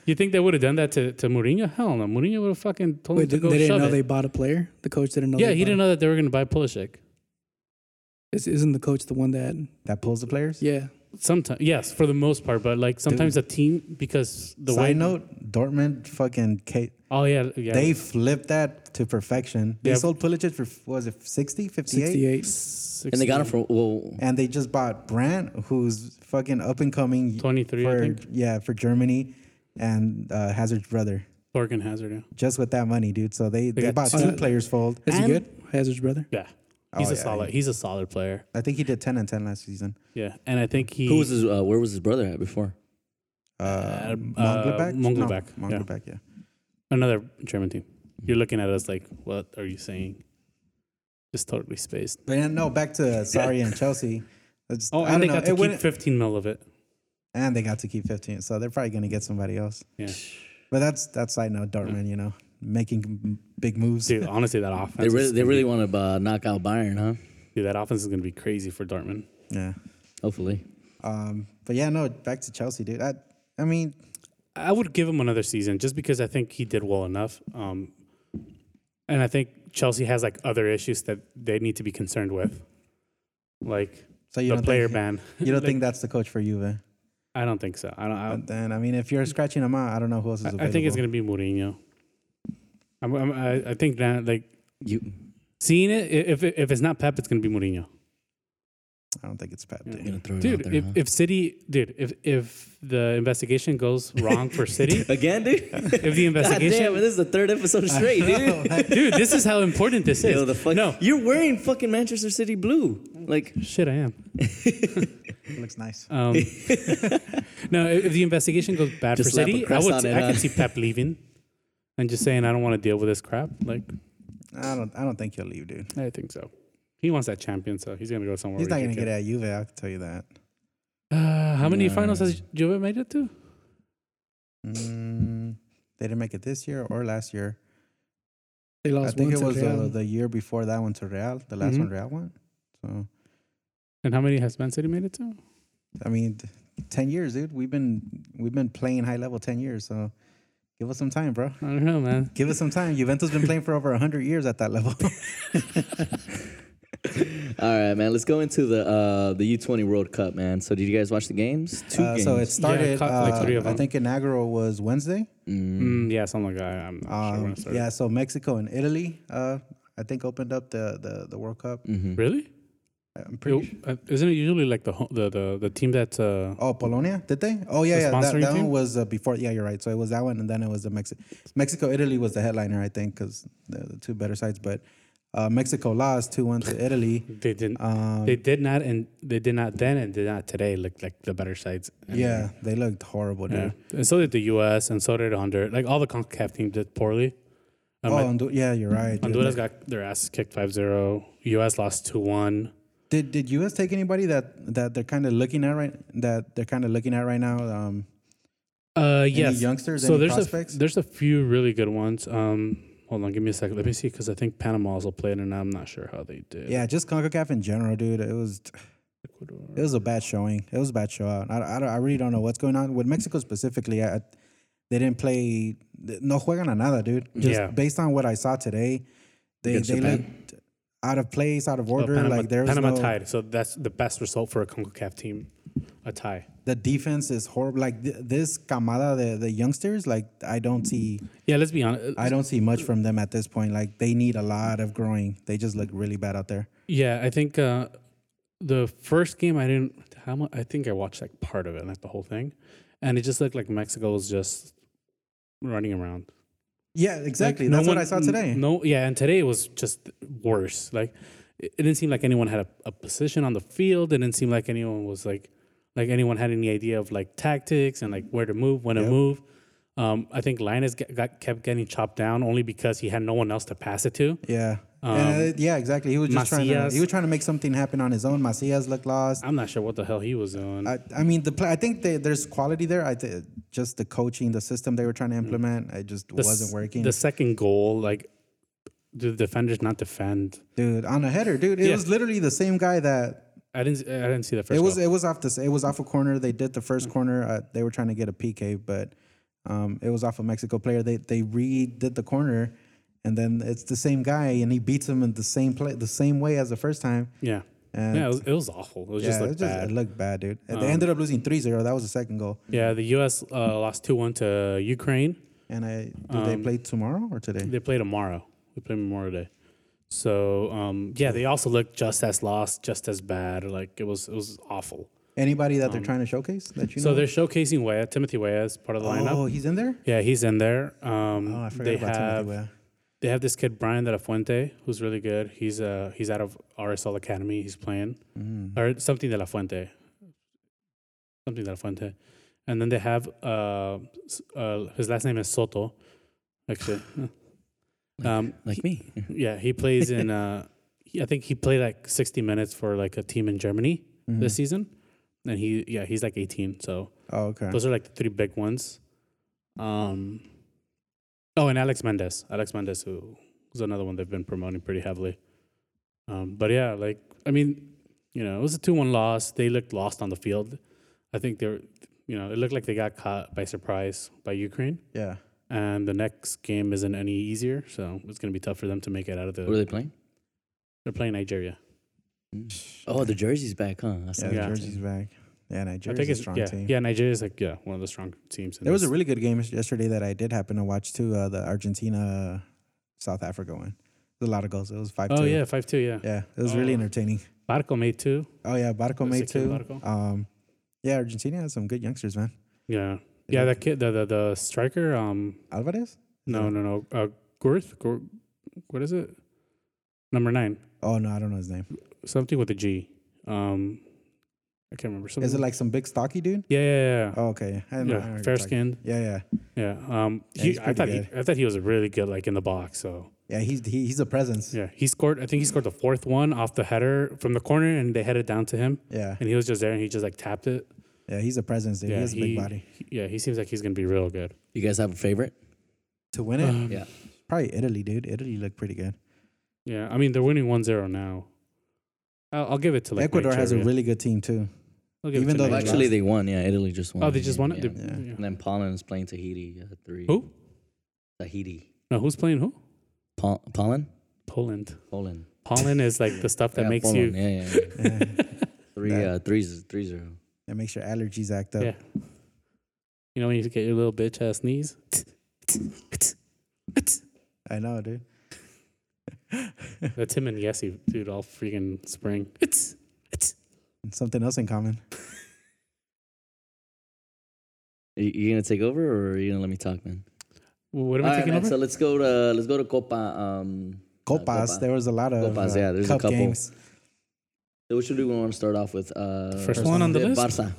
S3: you think they would have done that to to Mourinho? Hell no, Mourinho would have fucking told
S5: Wait,
S3: him to
S5: did,
S3: go
S5: they didn't
S3: shove
S5: know
S3: it.
S5: they bought a player. The coach didn't know.
S3: yeah,
S5: they
S3: he
S5: bought
S3: didn't
S5: him.
S3: know that they were going to buy Pulisic.
S5: Is- Isn't the coach the one that?
S4: That pulls the players.
S5: Yeah,
S3: Sometimes, yes, for the most part, but like sometimes a team because the
S4: Side
S3: way
S4: note: Dortmund, fucking, K-
S3: oh yeah, yeah,
S4: they flipped that to perfection. They
S3: Yeah.
S4: sold Pulisic for what was it 60, 58?
S5: sixty-eight.
S2: And they got him for well,
S4: and they just bought Brandt, who's fucking up and coming.
S3: 23, I
S4: for,
S3: think.
S4: Yeah, for Germany, and uh, Hazard's brother.
S3: Thorgan Hazard. Yeah.
S4: Just with that money, dude. So they, they,
S3: got
S4: bought
S3: two-
S4: two players fold.
S5: Is he
S3: And-
S5: good? Hazard's brother.
S3: Yeah. He's
S4: Oh,
S3: a
S4: yeah,
S3: solid. He's a solid player.
S4: I think he did ten and ten last season.
S3: Yeah, and I think he
S2: Who was his? Uh, where was his brother at before?
S4: Uh,
S3: uh,
S4: Mönchengladbach?
S3: Mönchengladbach, yeah.
S4: No, Mönchengladbach, yeah.
S3: another German team. You're looking at us like, what are you saying? Just totally spaced.
S4: But yeah, no, back to sorry and Chelsea. It's-
S3: Oh,
S4: I
S3: and they
S4: don't know.
S3: got
S4: It
S3: to keep
S4: wouldn't-
S3: 15 mil of it.
S4: and they got to keep 15, so they're probably going to get somebody else.
S3: Yeah,
S4: But that's that's I know Dortmund, you know, making m- big moves.
S3: dude. honestly, that offense.
S2: They really,
S3: is
S2: they
S3: gonna
S2: really
S3: be,
S2: want to uh, knock out Bayern, huh?
S3: dude, that offense is gonna be crazy for Dortmund.
S4: Yeah.
S2: Hopefully.
S4: Um, but yeah, no, back to Chelsea, dude. I, I mean,
S3: I would give him another season just because I think he did well enough. Um, and I think Chelsea has like other issues that they need to be concerned with, like
S4: so you
S3: the
S4: don't
S3: player
S4: think,
S3: ban.
S4: you don't
S3: Like,
S4: think that's the coach for Juve?
S3: I don't think so. I don't. I,
S4: But then I mean, if you're scratching him out, I don't know who else is
S3: I-
S4: available.
S3: I think it's gonna be Mourinho. I'm, I'm, I, I think that like
S2: You
S3: seeing it, i- if it- if it's not Pep, it's gonna be Mourinho.
S4: I don't think it's Pep.
S3: Yeah.
S4: Dude.
S2: gonna throw it
S3: Dude,
S2: out there,
S3: if,
S2: huh?
S3: if City, dude, if if the investigation goes wrong for City,
S2: again, dude. God
S3: if the
S2: damn,
S3: investigation,
S2: this is the third episode straight, dude.
S3: dude, this is how important this
S2: Yo,
S3: is.
S2: the fuck-
S3: No,
S2: you're wearing fucking Manchester City blue. Like,
S3: shit, I am.
S4: It looks nice.
S3: Um, no, if if the investigation goes bad
S2: Just
S3: for
S2: slap a
S3: City, I
S2: crest
S3: would,
S2: on it,
S3: I
S2: huh?
S3: can see Pep leaving and just saying, I don't want to deal with this crap. Like,
S4: I don't. I don't think he'll leave, dude.
S3: I think so. He wants that champion, so he's gonna go somewhere.
S4: He's not
S3: where
S4: gonna
S3: he
S4: get
S3: can
S4: at Juve. I can tell you that.
S3: Uh, how many finals has Juve made it to?
S4: Mm, they didn't make it this year or last year.
S5: They
S4: I
S5: lost
S4: think
S5: one
S4: it
S5: to
S4: was uh,
S5: Real. Mm-hmm.
S4: the, the year before that one to Real, the last
S3: Mhm.
S4: one Real one. So
S3: And how many has Man City made it to?
S4: I mean, th- ten years, dude. We've been we've been playing high level ten years. So give us some time, bro.
S3: I don't know, man.
S4: Give us some time. Juventus been playing for over hundred years at that level.
S2: all right, man. Let's go into the uh, the U20 World Cup, man. So, did you guys watch the games? Two
S4: Uh,
S2: games.
S4: so it started.
S3: caught, like,
S4: uh,
S3: three of
S4: I
S3: them.
S4: think inaugural was Wednesday.
S3: Mm, yeah, something like that. I'm not sure when
S4: Hmm. Um,
S3: it started.
S4: yeah, so Mexico and Italy, uh, I think opened up the the, the World Cup.
S2: mm-hmm.
S3: Really?
S4: I'm pretty.
S3: It, uh, isn't it usually like the ho- the the, the team that's uh,
S4: Oh, Polonia, did they? Oh yeah,
S3: The
S4: yeah. That,
S3: sponsoring
S4: that
S3: team?
S4: one was uh, before. Yeah, you're right. So it was that one, and then it was the Mexico. Mexico, Italy was the headliner, I think, because the, the two better sides. But uh, Mexico lost two one to Italy.
S3: they didn't
S4: Um,
S3: they did not and they did not then and did not today look like the better sides. And,
S4: yeah, they looked horrible, dude.
S3: yeah. And so did the U.S. and so did Honduras. Like all the Concacaf teams did poorly. Um,
S4: Oh,
S3: I-
S4: Hondu- yeah, you're right.
S3: mm-hmm.
S4: dude.
S3: Honduras got their asses kicked 5-0. U.S. lost two one.
S4: Did Did US take anybody that that they're kind of looking at right that they're kind of looking at right now? Um,
S3: Uh, yes.
S4: youngsters,
S3: So
S4: any
S3: there's
S4: prospects?
S3: a there's a few really good ones. Um, hold on, give me a second. Let me see because I think Panama also played and I'm not sure how they did.
S4: yeah, just Concacaf in general, dude. It was
S3: Ecuador.
S4: It was a bad showing. It was a bad show out. I, I, don't- I really don't know what's going on with Mexico specifically. I, I- they didn't play. No juegan a nada, dude. Just
S3: Yeah.
S4: based on what I saw today, they
S2: Against
S4: they
S2: Japan?
S4: looked out of place, out of
S3: Well,
S4: order.
S3: Oh, Panama,
S4: like there was
S3: Panama
S4: no,
S3: tied, so that's the best result for a CONCACAF team, a tie.
S4: The defense is horrible. Like th- this camada, the the youngsters, like I don't see,
S3: Yeah, let's be honest. Uh,
S4: I don't see much from them at this point. Like they need a lot of growing. They just look really bad out there.
S3: yeah, I think uh, the first game I didn't. How much? I think I watched like part of it, like the whole thing, and it just looked like Mexico was just running around.
S4: Yeah,
S3: Like,
S4: exactly.
S3: no
S4: That's
S3: one-
S4: what I saw
S3: n-
S4: today.
S3: No, yeah, and today was just worse. Like it, it didn't seem like anyone had a, a position on the field. It didn't seem like anyone was like like anyone had any idea of like tactics and like where to move, when to move. Um, I think Linus get, got kept getting chopped down only because he had no one else to pass it to.
S4: Yeah.
S3: Um,
S4: And, uh, yeah, exactly. He was just trying to
S3: Macias.
S4: he was trying to make something happen on his own. Macias looked lost.
S3: I'm not sure what the hell he was doing.
S4: I, I mean, the play, I think they, there's quality there. I th- just the coaching, the system they were trying to implement, it just
S3: Mm. The s-
S4: wasn't working.
S3: The second goal, like do the defenders not defend?
S4: dude, on a header, dude, it
S3: Yeah.
S4: was literally the same guy that
S3: I didn't. I didn't see the first.
S4: it was.
S3: goal. Mm.
S4: It was off the. It was off a corner. They did the first corner. Uh, they were trying to get a PK, but um, it was off a Mexico player. They they redid the corner, and then it's the same guy, and he beats him in the same play, the same way as the first time.
S3: yeah.
S4: And-
S3: yeah, it was, it was awful. It was just
S4: yeah,
S3: like
S4: it, just,
S3: bad. Um,
S4: it looked bad, dude. And they ended up losing 3-0. That was the second goal.
S3: Yeah, the U.S. Uh, lost two one to Ukraine.
S4: And I do they
S3: um,
S4: play tomorrow or today?
S3: They play tomorrow. We play Memorial Day. So um, yeah, they also looked just as lost, just as bad. Like it was, it was awful.
S4: Anybody that they're trying to showcase that you
S3: um, So
S4: know?
S3: they're showcasing Wea, Timothy Wea as part of the lineup.
S4: Oh, he's in there.
S3: Yeah, he's in there. Um,
S4: Oh, I forgot
S3: they
S4: about
S3: have
S4: Timothy Weah.
S3: they have this kid Brian De La Fuente who's really good. He's uh he's out of RSL Academy. He's playing
S4: Mm-hmm.
S3: or something De La Fuente, something De La Fuente, and then they have uh, s- uh his last name is Soto, actually. um,
S2: Like me.
S3: yeah, he plays in. Uh, he- I think he played like 60 minutes for like a team in Germany
S4: Mm-hmm.
S2: Mm-hmm.
S3: this season, and he yeah he's like 18. So
S4: Oh, okay.
S3: those are like the three big ones. Um, oh, and Alex Mendes, Alex Mendes, who was another one they've been promoting pretty heavily. Um, but yeah, like I mean, you know, it was a two-one loss. They looked lost on the field. I think they were, you know, it looked like they got caught by surprise by Ukraine.
S4: Yeah.
S3: And the next game isn't any easier, so it's going to be tough for them to make it out of the
S2: What are they playing?
S3: they're playing Nigeria.
S2: Oh, the jersey's back, huh? I saw
S4: Yeah,
S2: that.
S3: Yeah.
S4: Jersey's back. Yeah,
S3: I
S4: Nigeria's
S3: think
S4: a
S3: it's
S4: strong
S3: yeah,
S4: team.
S3: yeah. Nigeria's like yeah, one of the strong teams. in
S4: There was a
S3: this.
S4: really good game yesterday that I did happen to watch too. Uh, the Argentina, South Africa one. There's a lot of goals. It was five.
S3: oh
S4: two.
S3: yeah, five two yeah.
S4: Yeah, it was really
S3: Oh.
S4: entertaining.
S3: Barco made two.
S4: Oh yeah, Barco
S3: Was
S4: made
S3: it Kim
S4: two.
S3: Barco?
S4: Um, yeah, Argentina has some good youngsters, man.
S3: Yeah,
S4: They
S3: yeah.
S4: look-
S3: That kid, the the, the striker. Um,
S4: Alvarez.
S3: no,
S4: Yeah.
S3: no, no. Uh, Gorth, Gor- what is it? Number nine,
S4: Oh no, I don't know his name.
S3: something with a G. Um, I can't remember something.
S4: Is it like some big stocky dude?
S3: yeah, yeah, yeah.
S4: Oh, okay. I know- I know what
S3: yeah,
S4: you're
S3: fair
S4: talking-
S3: skinned.
S4: Yeah, yeah,
S3: Yeah. Um,
S4: Yeah,
S3: he,
S4: he's
S3: I
S4: pretty
S3: thought he,
S4: good.
S3: I thought he was really good, like in the box. So
S4: yeah. He's he, he's a presence. Yeah.
S3: Yeah, he scored. I think he scored the fourth one off the header from the corner, and they headed down to him,
S4: yeah,
S3: and he was just there, and he just like tapped it.
S4: He's a presence. Dude.
S3: Yeah,
S4: he has a
S3: he-
S4: big body.
S3: Yeah, he seems like he's gonna be real good. Um,
S2: You guys have a favorite?
S4: To win it,
S2: Yeah.
S4: probably Italy, dude. Italy looked pretty good.
S3: Yeah, I mean they're winning 1-0 now. I'll, I'll give it to like
S4: Ecuador has a
S3: Nigeria.
S4: really good team too.
S3: I'll give it
S4: even
S3: to
S2: Well,
S4: though they
S3: Nigeria.
S2: Oh, actually, they won. Yeah, Italy just won.
S3: oh they just won it.
S2: Yeah.
S3: They-
S4: Yeah.
S3: yeah.
S2: And then Poland is playing Tahiti. Uh, three.
S3: Who?
S2: Tahiti.
S3: No, who's playing who?
S2: Pol- Poland?
S3: Poland.
S2: Poland.
S3: Poland is like the stuff that
S2: Yeah,
S3: makes
S2: Poland.
S3: you.
S2: Yeah, yeah. yeah.
S4: Yeah.
S2: Three,
S4: That-
S2: uh, threes, three zero.
S4: that makes your allergies act up.
S3: Yeah. You know when you get your little bitch ass sneeze.
S4: I know, dude.
S3: That's him and Yessi, dude, all freaking spring.
S4: Something else in common.
S2: Uh, You, you gonna take over, or are you gonna let me talk, man?
S3: What am
S2: All
S3: I
S2: right,
S3: taking
S2: man,
S3: over?
S2: so let's go to let's go to Copa. Um,
S4: Copas.
S2: Copa.
S4: There was a lot of
S2: Copas,
S4: uh,
S2: yeah, there's a
S4: cup
S2: couple.
S4: games.
S2: which do we want to start off with? Uh,
S3: First one on the
S2: yeah,
S3: list?
S2: Barca.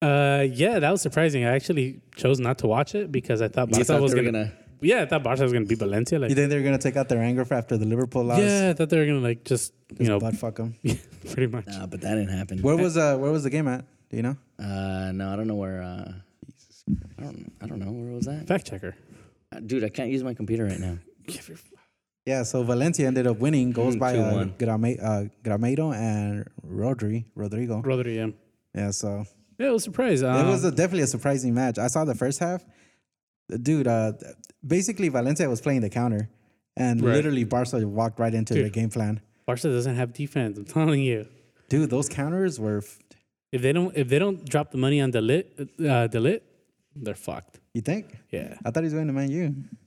S3: Uh, yeah, that was surprising. I actually chose not to watch it because I thought
S2: You
S3: Barca
S2: thought
S3: was
S2: they were
S3: gonna, Yeah, I thought Barca was gonna beat Valencia.
S4: You
S3: Like,
S4: think they're gonna take out their anger for after the Liverpool loss?
S3: yeah, I thought they were gonna like just you
S4: Just
S3: know
S4: butt fuck 'em.
S3: pretty much.
S2: Nah, but that didn't happen.
S4: Where was uh Where was the game at? Do you know?
S2: Uh, no, I don't know where. Uh, I don't. I don't know where was that,
S3: Fact checker.
S2: Uh, dude. I can't use my computer right now.
S4: Yeah, so Valencia ended up winning. Goes
S2: Mm,
S4: by uh,
S2: 2-1.
S4: Grame, uh, Grameiro and Rodri Rodrigo.
S3: Rodri, yeah.
S4: Yeah, so
S3: Yeah, it was a surprise. Um,
S4: it was a, definitely a surprising match. I saw the first half, dude. Uh, th- basically, Valencia was playing the counter, and
S3: Right.
S4: literally Barca walked right into
S3: Dude.
S4: their game plan.
S3: Barca doesn't have defense. I'm telling you.
S4: Dude, those counters were. F-
S3: If they don't, if they don't drop the money on Delit, uh, Delit, they're fucked.
S4: you think?
S3: Yeah.
S4: I thought he was going to Man U.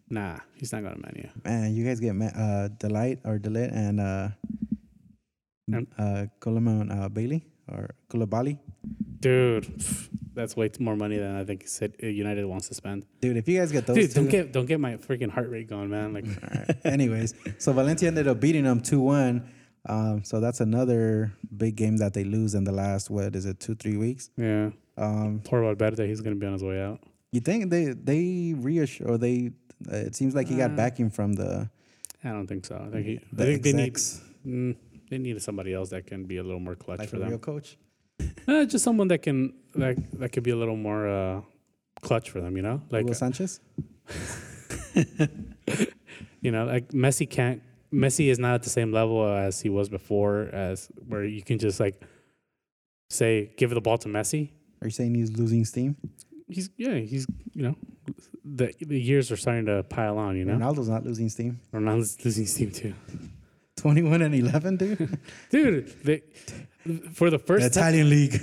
S3: Nah, he's not gonna man you.
S4: Man, you guys get Ma- uh, delight or delight and uh,
S3: Um,
S4: uh, Coleman uh, Bailey or Koulibaly.
S3: Dude, pff, that's way more money than I think said uh, United wants to spend.
S4: Dude, if you guys get those,
S3: Dude, don't
S4: two-
S3: get don't get my freaking heart rate going, man. Like,
S4: Anyways, so Valencia ended up beating them 2 1. Um, so that's another big game that they lose in the last, what is it, two, three weeks?
S3: yeah.
S4: Um,
S3: Poor Valverde, he's gonna be on his way out.
S4: you think they, they reassure, or they, uh, it seems like he got
S3: Uh,
S4: backing from the,
S3: I don't think so. I think he.
S4: the
S3: I think they need.
S4: execs,
S3: Mm, they need somebody else that can be a little more clutch
S4: like
S3: for
S4: a real
S3: them.
S4: coach.
S3: Uh, just someone that can that that could be a little more uh, clutch for them. You know, like uh,
S4: Hugo Sanchez?
S3: you know, like Messi can't. Messi is not at the same level as he was before, as where you can just like say give the ball to Messi.
S4: Are you saying he's losing steam?
S3: He's yeah, he's you know, the the years are starting to pile on. You know,
S4: Ronaldo's not losing steam.
S3: Ronaldo's losing steam too,
S4: 21 and 11, dude.
S3: dude. They, for the
S4: the
S3: first time.
S4: Italian league.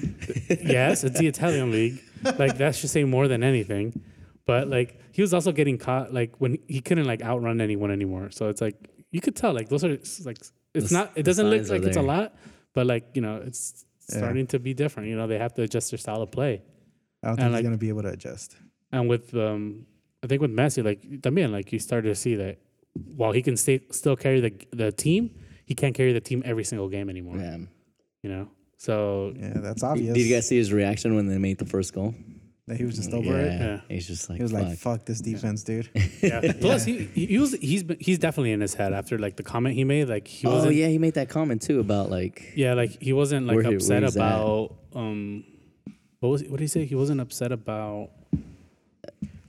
S3: yes, it's the Italian league. Like that should say more than anything. But like he was also getting caught like when he couldn't like outrun anyone anymore. So it's like you could tell like those are s- like it's
S2: The s-
S3: not
S2: the
S3: it doesn't look
S2: signs are
S3: like it's a
S2: there.
S3: lot, but like you know it's
S4: Yeah.
S3: starting to be different. You know they have to adjust their style of play.
S4: I don't
S3: And
S4: think he's
S3: like-
S4: going to be able to adjust.
S3: And with um I think with Messi, like también, like you started to see that while he can stay, still carry the the team, he can't carry the team every single game anymore.
S2: Yeah.
S3: You know, so
S4: Yeah, that's obvious.
S2: Did you guys see his reaction when they made the first goal?
S4: that he was just over
S2: Yeah.
S4: it.
S3: Yeah.
S2: He's just like,
S4: He was
S2: fuck.
S4: like, "Fuck this defense, dude."
S3: yeah. Plus, he, he he was he's been, he's definitely in his head after like the comment he made. Like he
S2: oh,
S3: wasn't.
S2: yeah. He made that comment too about like,
S3: Yeah, like he wasn't like
S2: Where he- where
S3: upset
S2: he's at.
S3: about um what was what did he say? He wasn't upset about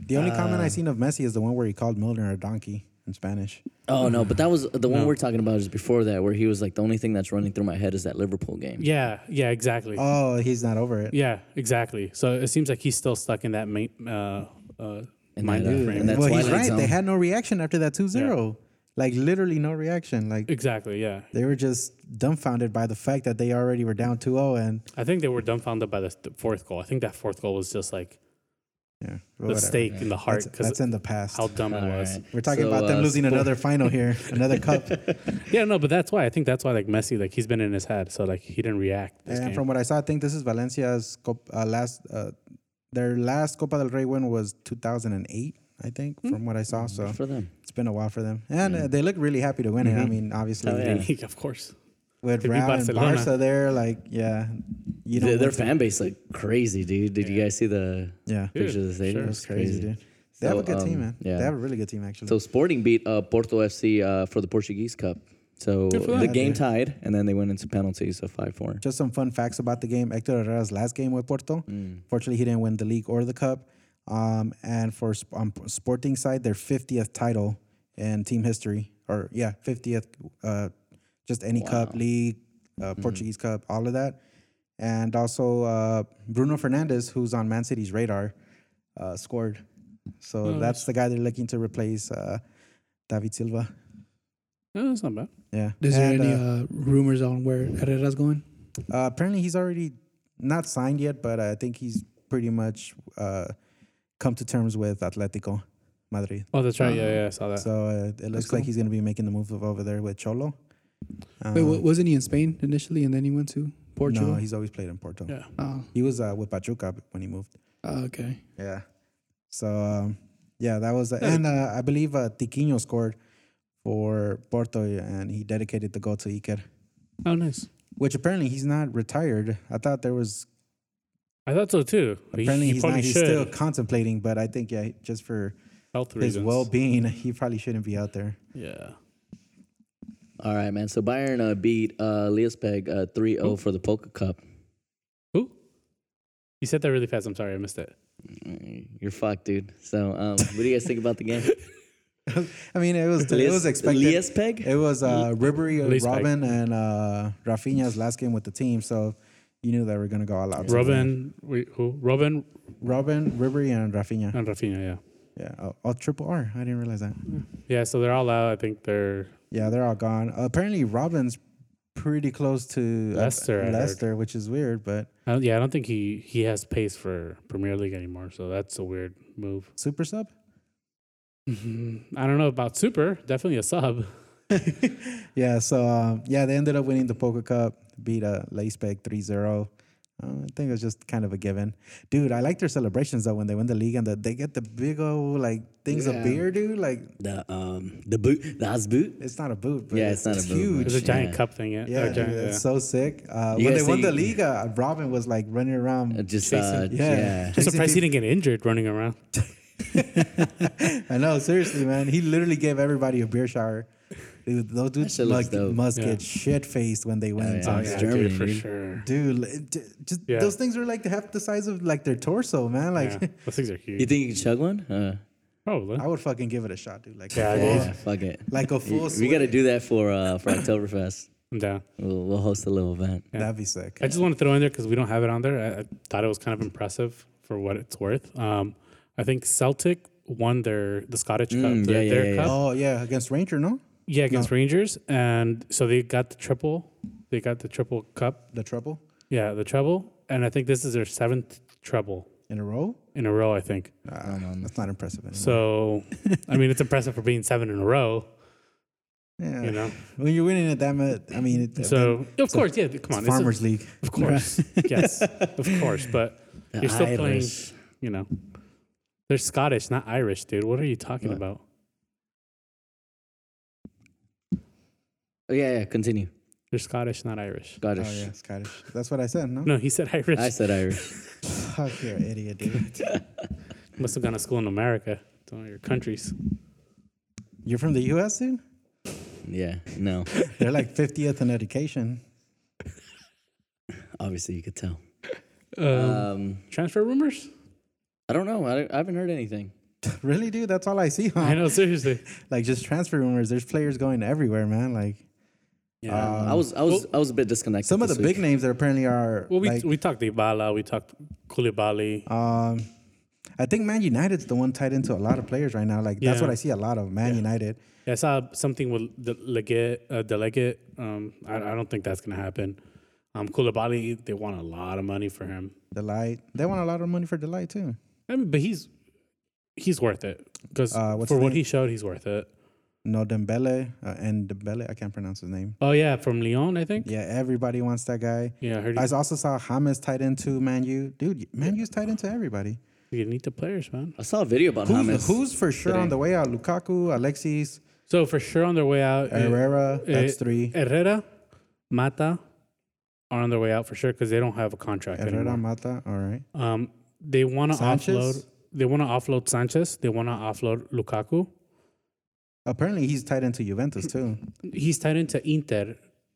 S4: The only comment I seen of Messi is the one where he called Milner a donkey in Spanish.
S2: oh, no. But that was the one we're talking about is before that, where he was like, the only thing that's running through my head is that Liverpool game.
S3: Yeah, yeah, exactly.
S4: Oh, he's not over it.
S3: yeah, exactly. So it seems like he's still stuck in that main uh uh
S2: And
S3: mind
S2: that, uh,
S3: frame.
S2: and that-
S4: well, he's
S2: Twilight
S4: right. They
S2: Zone.
S4: had no reaction after that 2-0. Like literally no reaction. Like
S3: exactly, yeah.
S4: they were just dumbfounded by the fact that they already were down 2-0 and
S3: I think they were dumbfounded by the, the fourth goal. I think that fourth goal was just like
S4: yeah,
S3: the
S4: whatever.
S3: stake in the heart
S4: That's, that's
S3: because
S4: in the past.
S3: how dumb it
S2: All
S3: was.
S2: right.
S4: We're talking
S2: So,
S4: about them
S2: uh,
S4: losing
S2: spo-
S4: another final here, another cup.
S3: Yeah, no, but that's why I think that's why like Messi, like he's been in his head, so like he didn't react. This
S4: and
S3: game.
S4: from what I saw, I think this is Valencia's cop- uh, last. Uh, their last Copa del Rey win was 2008, I think,
S2: Hmm.
S4: from what I saw. So
S2: For them.
S4: it's been a while for them, and uh, they look really happy to win it. I mean, obviously,
S2: Oh, yeah.
S3: of course.
S4: with
S3: To beat
S4: Real and
S3: Barcelona.
S4: Barca there, like, yeah, you
S2: Their,
S4: know,
S2: their fan base like crazy, dude. Did you guys see the
S4: yeah,
S3: Dude,
S2: picture of the stadium?
S3: sure.
S2: It
S4: it's crazy, dude. They have
S2: So,
S4: a good team,
S2: um,
S4: man.
S2: yeah.
S4: They have a really good team, actually.
S2: So Sporting beat uh, Porto FC uh, for the Portuguese Cup. So
S3: Good for them.
S2: the game tied, and then they went into penalties, so five four.
S4: Just some fun facts about the game. Hector Herrera's last game with Porto. Fortunately, he didn't win the league or the cup. Um, and for sp- um, Sporting side, their 50th title in team history, or yeah, 50th, uh, just any cup, league, uh, Portuguese cup, all of that. And also uh, Bruno Fernandez, who's on Man City's radar, uh, scored. So that's the guy they're looking to replace uh, David Silva.
S3: No, that's not bad.
S4: Yeah.
S5: Is there
S4: And,
S5: any
S4: uh,
S5: uh, rumors on where Herrera's going?
S4: Uh, apparently, he's already not signed yet, but I think he's pretty much uh, come to terms with Atletico Madrid.
S3: Oh, that's right. Yeah, yeah, I saw that.
S4: So uh, it looks like he's going to be making the move of over there with Cholo. Um,
S5: Wait, wa- wasn't he in Spain initially, and then he went to Portugal?
S4: No, he's always played in Porto.
S3: yeah.
S5: oh,
S4: He was uh, with Pachuca when he moved.
S5: oh, okay.
S4: Yeah. So um, yeah, that was the, and uh, I believe uh, Tiquinho scored for Porto, and he dedicated the goal to Iker.
S3: Oh, nice.
S4: Which apparently he's not retired. I thought there was
S3: I thought so too. He-
S4: apparently
S3: he
S4: he's
S3: probably
S4: not. He's
S3: should.
S4: still contemplating, but I think yeah, just for
S3: health
S4: his
S3: reasons.
S4: well-being, he probably shouldn't be out there.
S3: yeah.
S2: All right, man. So Bayern uh, beat uh, Leospeg uh, 3-0 for the Polka Cup.
S3: Who? You said that really fast. I'm sorry, I missed it.
S2: You're fucked, dude. So um, what do you guys think about the game?
S4: I mean, it was it
S2: Lies-
S4: was expected.
S2: Liespeg?
S4: It was uh, Ribery,
S3: Liespeg.
S4: Robin, and uh, Rafinha's last game with the team, so you knew they were gonna go all out.
S3: Robin, we, who? Robin
S4: Robin, Ribery, and Rafinha.
S3: and Rafinha.
S4: Yeah. Oh, oh, triple R. I didn't realize that.
S3: Yeah. Yeah. So they're all out. I think they're.
S4: Yeah, they're all gone. apparently, Robin's pretty close to uh,
S3: Leicester, I heard.
S4: Leicester, which is weird, but
S3: I don't- yeah, I don't think he he has pace for Premier League anymore. So that's a weird move.
S4: super sub.
S3: I don't know about super. Definitely a sub.
S4: Yeah, so um, yeah, they ended up winning the Poker Cup, beat uh, Lacebeg 3 0. Um, I think it was just kind of a given. Dude, I like their celebrations though when they win the league and the, they get the big old like things of
S2: Yeah.
S4: beer, dude. Like
S2: The um the boot the Asboot.
S4: it's not a boot, but
S2: Yeah, it's not a boot, man.
S4: huge.
S3: There's a giant
S2: Yeah.
S3: cup thing. Yeah.
S4: Yeah,
S3: a
S4: dude,
S3: giant- yeah.
S4: it's so sick. Uh,
S2: You
S4: when they
S2: guys
S4: won the
S2: think-
S4: league, uh, Robin was like running around.
S2: Just uh,
S4: Chasing- yeah.
S2: yeah.
S3: I'm
S4: Chasing
S3: surprised he didn't get injured running around.
S4: I know, seriously, man. He literally gave everybody a beer shower. Dude, those dudes
S2: shit looks
S4: must,
S2: dope. Oh,
S4: must
S3: Yeah. Oh,
S4: get shit faced when they win.
S2: yeah.
S4: sometimes.
S2: It's
S3: Yeah,
S2: Germany,
S3: dude, for
S2: dude.
S3: sure.
S4: dude like, d- just
S3: Yeah.
S4: those things are like half the size of like their torso man like
S3: yeah. Those things are
S2: You
S3: huge.
S2: think you can chug one? Uh,
S3: Probably.
S4: i would fucking give it a shot dude like
S3: Yeah,
S4: a
S3: I
S4: full-
S3: would.
S2: yeah, fuck it.
S4: like a full
S2: We got to
S4: swing.
S2: do that for uh, for Oktoberfest.
S3: I'm down.
S2: We'll, we'll host a little event.
S4: that'd be sick
S3: I just want to throw in there because we don't have it on there. I, I thought it was kind of impressive for what it's worth. Um, I think Celtic won their the Scottish
S2: Mm,
S3: Cup, their,
S2: yeah, yeah,
S3: their
S2: yeah, yeah.
S3: cup, yeah,
S4: oh yeah against ranger no
S3: against Rangers, and so they got the triple. They got the triple cup,
S4: the trouble
S3: yeah, the treble, and I think this is their seventh treble
S4: in a row
S3: in a row. I think
S2: Mm-hmm.
S4: uh, that's not impressive anymore.
S3: so. I mean, it's impressive for being seven in a row,
S4: yeah
S3: you know.
S4: when you're winning it that much i mean it,
S3: So of course, yeah, come on, this is-
S4: it's farmers league
S3: of course, yes, of course, but
S2: The
S3: you're still playing,
S2: Irish.
S3: you know. They're Scottish, not Irish, dude. What are you talking
S2: What?
S3: about?
S2: Oh, yeah, yeah. Continue.
S3: They're Scottish, not Irish.
S2: Scottish.
S4: Oh yeah, Scottish. That's what I said. No,
S3: No, he said Irish.
S2: I said Irish.
S4: fuck, you're an idiot, dude.
S3: Must have gone to school in America. It's one of your countries.
S4: You're from the U.S., dude.
S2: Yeah. No.
S4: They're like 50th in education.
S2: Obviously, you could tell.
S3: Um,
S2: Um,
S3: transfer rumors?
S2: I don't know. I, don't- I haven't heard anything.
S4: really, dude? That's all I see. Huh?
S3: I know, seriously.
S4: Like just transfer rumors. There's players going everywhere, man. Like
S3: Yeah.
S2: Uh, I was I was I was a bit disconnected.
S4: Um, some of the
S2: this
S4: big
S2: week.
S4: names that apparently are.
S3: well, we,
S4: like,
S3: we talked Ibala, we talked Koulibaly.
S4: um, I think Man United's the one tied into a lot of players right now. Like that's
S3: Yeah.
S4: what I see a lot of Man United.
S3: Yeah, I saw something with the legate, uh, delegate. Um, I, I don't think that's gonna happen. Um, Koulibaly, they want a lot of money for him.
S4: Delight. They want a lot of money for Delight too.
S3: I mean, but he's he's worth it because
S4: Uh, what's
S3: for
S4: his
S3: what
S4: name?
S3: he showed, he's worth it.
S4: No Dembele uh, and Dembele. I can't pronounce his name.
S3: Oh yeah, from Lyon, I think.
S4: Yeah, everybody wants that guy.
S3: Yeah, I heard
S4: I
S3: he's
S4: also saw Hamas tied into Man U. Dude, Man U's tied into everybody.
S3: you need the players, man.
S2: I saw a video about Hamas.
S4: Who's, who's for sure on the way out? Lukaku, Alexis,
S3: So for sure on their way out, eh,
S4: Herrera.
S3: eh,
S4: that's three.
S3: Herrera, Mata are on their way out for sure because they don't have a contract
S4: Herrera
S3: anymore.
S4: Mata. All right.
S3: Um, they want to
S4: Sanchez?
S3: offload. They want to offload Sanchez. They want to offload Lukaku.
S4: Apparently, he's tied into Juventus too.
S3: He's tied into Inter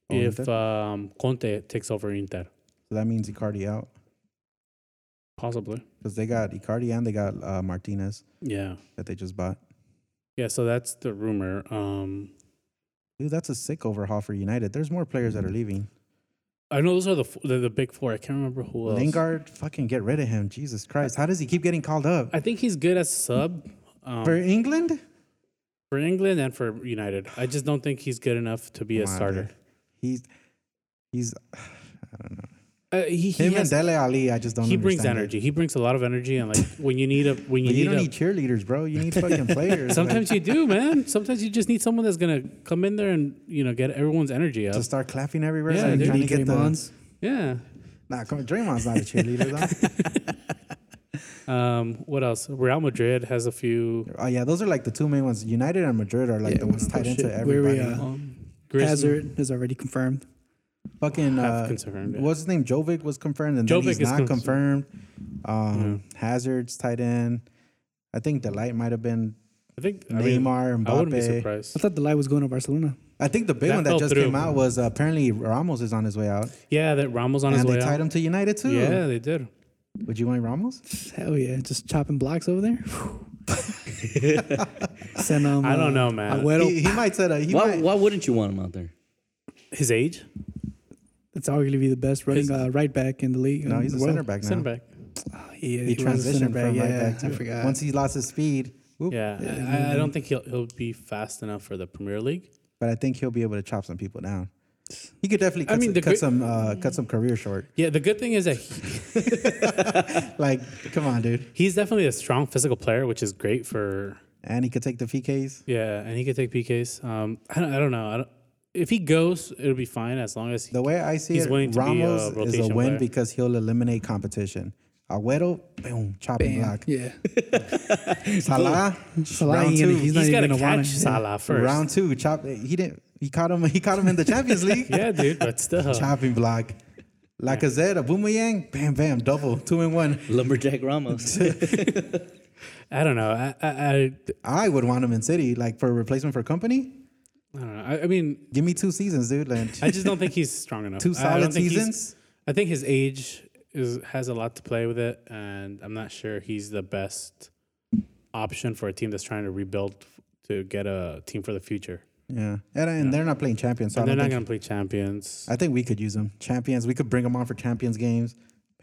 S4: Oh,
S3: if
S4: Inter?
S3: Um, Conte takes over Inter,
S4: So that means Icardi out
S3: possibly.
S4: because they got Icardi and they got uh, Martinez
S3: Yeah,
S4: that they just bought.
S3: yeah. So that's the rumor. Um,
S4: Dude, that's a sick overhaul for United. There's more players
S3: Mm.
S4: that are leaving.
S3: I know those are the f- the, the big four. I can't remember who else.
S4: Lingard, fucking get rid of him. Jesus Christ. How does he keep getting called up?
S3: I think he's good as a sub um,
S4: For
S3: for,
S4: England?
S3: England and for United. I just don't think he's good enough to be a
S4: Come on,
S3: starter.
S4: dude. He's, he's, I don't know.
S3: Uh, he he,
S4: Him
S3: has-
S4: and Dele Ali, I just don't
S3: he brings
S4: understand it.
S3: energy. He brings a lot of energy, and like when you need a when you,
S4: But you
S3: need,
S4: don't
S3: a,
S4: need cheerleaders, bro. You need fucking players.
S3: sometimes
S4: like,
S3: you do, man. Sometimes you just need someone that's gonna come in there and you know get everyone's energy up.
S4: to start clapping everywhere.
S3: Yeah,
S4: like,
S3: dude.
S4: trying
S5: Need
S4: to get the,
S5: Draymond's.
S3: yeah.
S4: Nah, come on. Draymond's not a cheerleader,
S3: Um, what else? Real Madrid has a few.
S4: though. oh, yeah, those are like the two main ones. United and Madrid are like the ones tied into
S5: Oh, Shit, where
S4: everybody.
S5: we, uh,
S3: Um, Griezmann-
S5: Hazard is already confirmed.
S4: fucking
S3: half
S4: uh,
S3: confirmed, yeah.
S4: what's his name? Jovic was confirmed, and then
S3: Jovic
S4: he's
S3: is
S4: not confirmed.
S3: confirmed.
S4: Um, Hazard's tight end. I think Delight might have been
S3: I think I mean,
S4: Neymar and
S3: I wouldn't be
S4: Mbappe.
S3: surprised.
S5: I thought the light was going to Barcelona.
S4: I, think the big
S3: That
S4: one that
S3: fell
S4: just
S3: through.
S4: came out was uh, apparently Ramos is on his way out,
S3: Yeah, that Ramos on
S4: and
S3: his
S4: they
S3: way
S4: tied
S3: out.
S4: him to United too.
S3: Yeah, they did.
S4: Would you want Ramos?
S5: Hell yeah, just chopping blocks over there. Send um,
S3: I don't
S5: uh,
S3: know, man.
S5: Agüero.
S4: He, he might set a. He
S2: Why,
S4: might,
S2: why wouldn't you want him out there?
S3: His age,
S5: That's arguably the best running
S3: Is-
S5: uh, right back in the league.
S4: No,
S5: in
S4: he's
S5: the
S4: a
S5: world.
S4: center back now.
S3: center back.
S4: He,
S5: Yeah, was a
S4: transitioned
S5: center
S4: from
S5: back.
S4: right
S5: yeah,
S4: back. To,
S5: I forgot.
S4: Once he lost his speed, whoop,
S3: Yeah, I, I don't think he'll he'll be fast enough for the Premier League.
S4: but I think he'll be able to chop some people down. He could definitely
S3: I
S4: cut,
S3: mean,
S4: some,
S3: the
S4: cut
S3: great-
S4: some uh, cut some career short.
S3: Yeah, the good thing is that he,
S4: Like, come on, dude.
S3: he's definitely a strong physical player, which is great for
S4: And he could take the PKs.
S3: yeah, and he could take PKs. Um, I don't, I don't know. I don't, if he goes, it'll be fine as long as he,
S4: The way I see
S3: He's
S4: it,
S3: willing to be a
S4: Ramos is a
S3: rotation
S4: win
S3: player.
S4: because he'll eliminate competition. Agüero, boom, chop and
S5: Bam.
S4: block.
S5: Yeah,
S4: Salah,
S5: Salah
S4: round
S5: ain't
S4: two.
S5: gonna- he's not
S3: he's got to
S5: even
S3: catch
S5: gonna want it.
S3: Salah first.
S4: round two, chop. He didn't. He caught him. He caught him in the Champions League.
S3: yeah, dude, but still,
S4: Chopping block. Lacazette, a boomerang, bam, bam, double, two and one.
S2: Lumberjack Ramos.
S3: I don't know. I I, I,
S4: I would want him in City, like for a replacement for company.
S3: I don't know. I, I mean,
S4: Give me two seasons, dude. Like,
S3: I just don't think he's strong enough.
S4: two
S3: I- I don't
S4: solid
S3: think he's-
S4: seasons.
S3: I think his age is has a lot to play with it, and I'm not sure he's the best option for a team that's trying to rebuild f- to get a team for the future.
S4: Yeah, and, and they're not playing champions, so
S3: and
S4: I
S3: they're
S4: don't
S3: not
S4: think.
S3: going to play champions.
S4: I think we could use them. Champions, we could bring them on for champions games.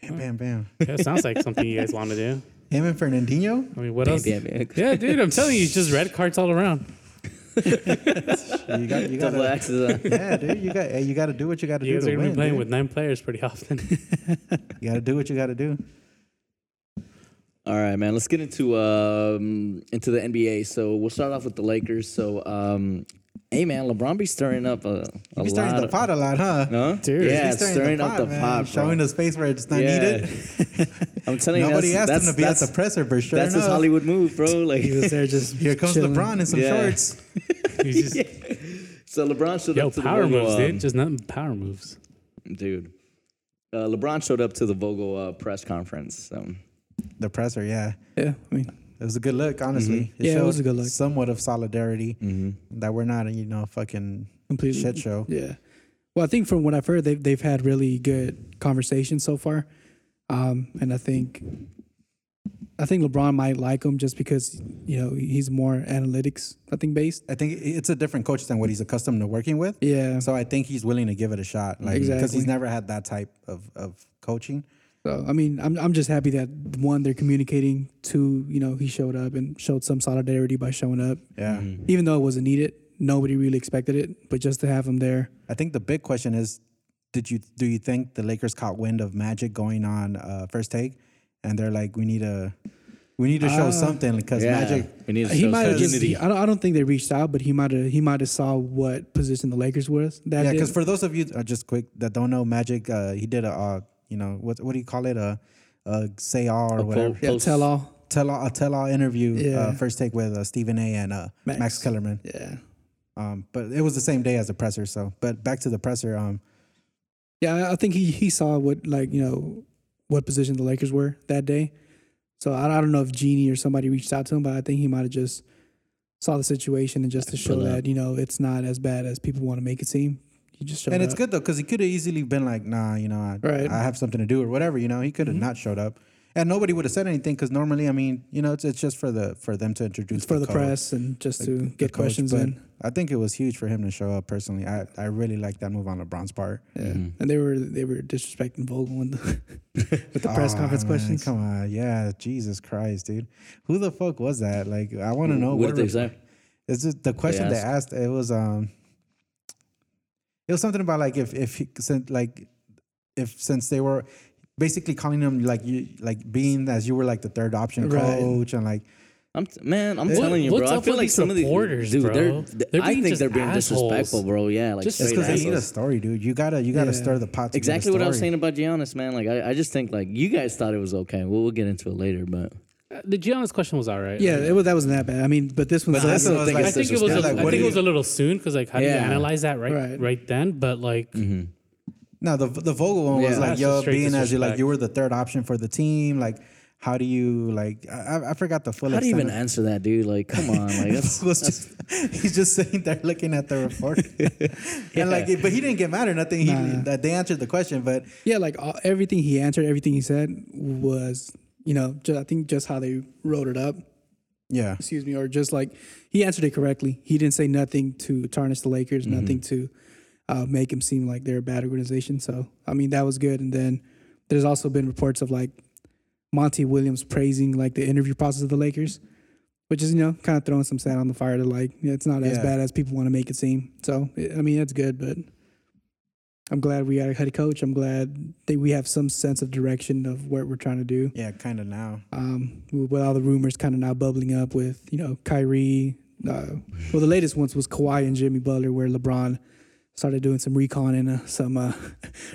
S2: Hmm.
S4: Bam, bam, bam.
S3: yeah, it sounds like something you guys want to do.
S4: Him and Fernandinho.
S3: I mean, what else?
S2: yeah, man.
S3: Yeah, dude, I'm telling you, it's just red cards all around.
S4: You got, you got
S2: Double
S4: to,
S2: axes. on.
S4: yeah, dude. You got, hey, you got to do what you got to
S3: You
S4: do
S3: guys
S4: to
S3: are going to
S4: win.
S3: be playing
S4: dude.
S3: with nine players pretty often.
S4: you got to do what you got to do.
S2: All right, man. Let's get into um, into the NBA. So we'll start off with the Lakers. So um, Hey man, LeBron be stirring up a, a
S4: You be
S2: lot.
S4: starting the
S2: of-
S4: pot a lot, huh?
S2: Huh?
S3: Dude.
S4: You be
S2: yeah,
S4: stirring
S2: stirring, up the
S4: man,
S2: pot, bro.
S4: showing the space where it's not needed.
S2: I'm telling you,
S4: Nobody
S2: that's,
S4: asked
S2: that's,
S4: him to be at
S2: that's,
S4: the presser, but sure
S2: that's his
S4: enough,
S2: Hollywood move, bro. Like,
S6: He was there just
S4: here comes
S6: chilling.
S4: LeBron in some
S2: Yeah.
S4: shorts.
S3: He's just,
S2: so LeBron showed
S3: yo,
S2: up to
S3: power
S2: the Vogel,
S3: moves,
S2: um,
S3: dude. Just nothing but power moves.
S2: dude. Uh, LeBron showed up to the Vogel uh, press conference. Um,
S4: The presser, yeah.
S5: Yeah, I mean,
S4: It was a good look, honestly.
S2: Mm-hmm.
S5: Yeah, it was
S4: showed
S5: a good look.
S4: Somewhat of solidarity that we're not, a, you know, fucking
S5: completely.
S4: shit show.
S5: Yeah. Well, I think from what I've heard, they've they've had really good conversations so far, um, and I think I think LeBron might like him just because you know he's more analytics I think based.
S4: I think it's a different coach than what he's accustomed to working with.
S5: Yeah.
S4: So I think he's willing to give it a shot, like because
S5: Exactly.
S4: he's never had that type of of coaching.
S5: So I mean, I'm I'm just happy that one they're communicating. Two, you know, he showed up and showed some solidarity by showing up,
S4: Yeah.
S5: even though it wasn't needed. Nobody really expected it, but just to have him there,
S4: I think the big question is, did you do you think the Lakers caught wind of Magic going on uh, first take, and they're like, we need to we need to show
S5: Ah,
S4: something because
S2: yeah,
S4: Magic.
S2: we need to
S5: he
S2: show
S5: might
S2: some
S5: have just.
S2: unity.
S5: I don't, I don't think they reached out, but he might have. He might have saw what position the Lakers was. That
S4: Yeah,
S5: did-
S4: because for those of you uh, just quick that don't know, Magic, uh, he did a uh, you know what what do you call it a, a say all or whatever
S5: yeah,
S2: Post-
S5: tell all.
S4: tell all, a tell all interview uh,
S5: Yeah.
S4: first take with uh, Stephen A. and uh, Max.
S5: Max.
S4: Kellerman.
S5: Yeah.
S4: Um, but it was the same day as the presser. So, but back to the presser. Um,
S5: Yeah, I- I think he he saw what like you know what position the Lakers were that day. So I, I don't know if Genie or somebody reached out to him, but I think he might have just saw the situation and just to show
S2: Pull up.
S5: that you know it's not as bad as people want to make it seem. He just showed
S4: and
S5: up.
S4: it's good though because he could have easily been like, nah, you know, I,
S5: Right. Mm-hmm.
S4: I have something to do or whatever. You know, he could have not showed up, and nobody would have said anything because normally, I mean, you know, it's, it's just for the for them to introduce
S5: It's for the
S4: coach,
S5: press and just to
S4: the
S5: get
S4: coach,
S5: questions
S4: but
S5: in.
S4: I think it was huge for him to show up personally. I I really like that move on LeBron's part.
S5: Yeah. And they were they were disrespecting Vogel in the, with the press
S4: Aw,
S5: conference
S4: man,
S5: questions.
S4: Come on, yeah, Jesus Christ, dude, who the fuck was that? Like, I want to know
S2: what did they
S4: rep-
S2: say?
S4: It's just the question they asked. It was um, it was something about like if if he, since like if since they were basically calling him like you like being as you were like the third option
S5: Right.
S4: coach and like
S2: I'm t- man, I'm
S3: What-
S2: telling you, bro.
S3: what's
S2: I
S3: up
S2: feel
S3: with
S2: like
S3: these
S2: some of these
S3: reporters,
S2: dude,
S3: bro?
S2: They're, th-
S3: They're
S2: I
S3: being
S2: think
S3: just
S2: they're being
S3: assholes.
S2: disrespectful, bro. Yeah, like
S3: Just-
S2: straight
S4: it's because they need a
S2: assholes.
S4: story, dude. You gotta you gotta
S5: Yeah.
S4: stir the pot. To get a
S2: Exactly what I was
S4: story.
S2: saying about Giannis, man. Like I, I just think like you guys thought it was okay. Well, we'll get into it later, but
S3: Uh, The Giannis question was all right.
S5: Yeah, it was, that wasn't that bad. I mean, but this one's
S4: But
S5: like,
S4: that's what I was
S2: think
S3: I
S4: like-
S3: think it was. A,
S4: Yeah, like,
S3: I
S4: what do
S3: think it
S4: you-
S3: was a little soon because like how do you
S2: Yeah.
S3: analyze that right,
S5: Right.
S3: right then? But like
S4: No, the the Vogel one was
S2: Yeah.
S4: like,
S3: That's
S4: yo,
S3: just straight
S4: being as you
S3: disrespect.
S4: like you were the third option for the team. Like, how do you like? I, I- I forgot the full.
S2: how do you
S4: extent
S2: even
S4: of-
S2: answer that, dude? Like, come on, like that's,
S4: It was just, he's just sitting there looking at the report, and like, but he didn't get mad or nothing. He, that They answered the question, but
S5: Yeah, like all, everything he answered, everything he said was, you know, ju- I think just how they wrote it up,
S4: yeah,
S5: excuse me, or just like he answered it correctly. He didn't say nothing to tarnish the Lakers, nothing to uh, make him seem like they're a bad organization. So, I mean, that was good. And then there's also been reports of like Monty Williams praising like the interview process of the Lakers, which is, you know, kind of throwing some sand on the fire to like, yeah, it's not as
S4: Yeah.
S5: bad as people want to make it seem. So, i I mean, that's good, but. I'm glad we got a head coach. I'm glad that we have some sense of direction of what we're trying to do.
S4: yeah, kind of now.
S5: Um, with all the rumors kind of now bubbling up with you know Kyrie. Uh, well, the latest ones was Kawhi and Jimmy Butler, where LeBron started doing some recon and uh, some uh,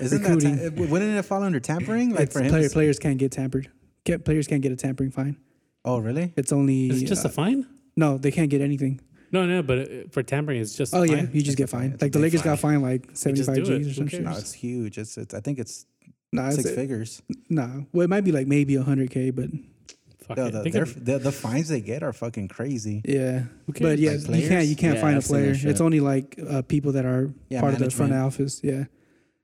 S4: Isn't
S5: recruiting.
S4: that ta- wouldn't it fall under tampering? Like
S5: It's
S4: for him?
S5: player,
S4: to-
S5: players can't get tampered. Can't, players can't get a tampering fine.
S4: oh, really?
S5: It's only
S3: it's just
S5: uh,
S3: a fine.
S5: no, they can't get anything.
S3: No, no, but uh, for tampering, it's just.
S5: Oh
S3: a
S5: yeah,
S3: fine.
S5: you just get fined. Like the Lakers got fined like seventy
S3: just
S5: five
S3: do it.
S5: G's or
S3: Who
S5: something.
S4: No,
S3: cares?
S4: Oh, it's huge. It's, it's I think it's
S5: No,
S4: six
S5: Uh, it's-
S4: figures.
S5: no. Well, it might be like maybe hundred k, but
S3: Fuck
S4: No,
S3: it.
S4: the,
S3: Think
S4: their-
S3: of-
S4: the the fines they get are fucking crazy.
S5: Yeah,
S4: cares?
S5: but
S4: Like
S5: yeah, you can't
S4: players?
S5: you can't
S2: Yeah,
S5: find a
S2: I've seen that
S5: player.
S2: shit.
S5: It's only like uh, people that are
S4: Yeah,
S5: part of the front
S4: management.
S5: office. Yeah,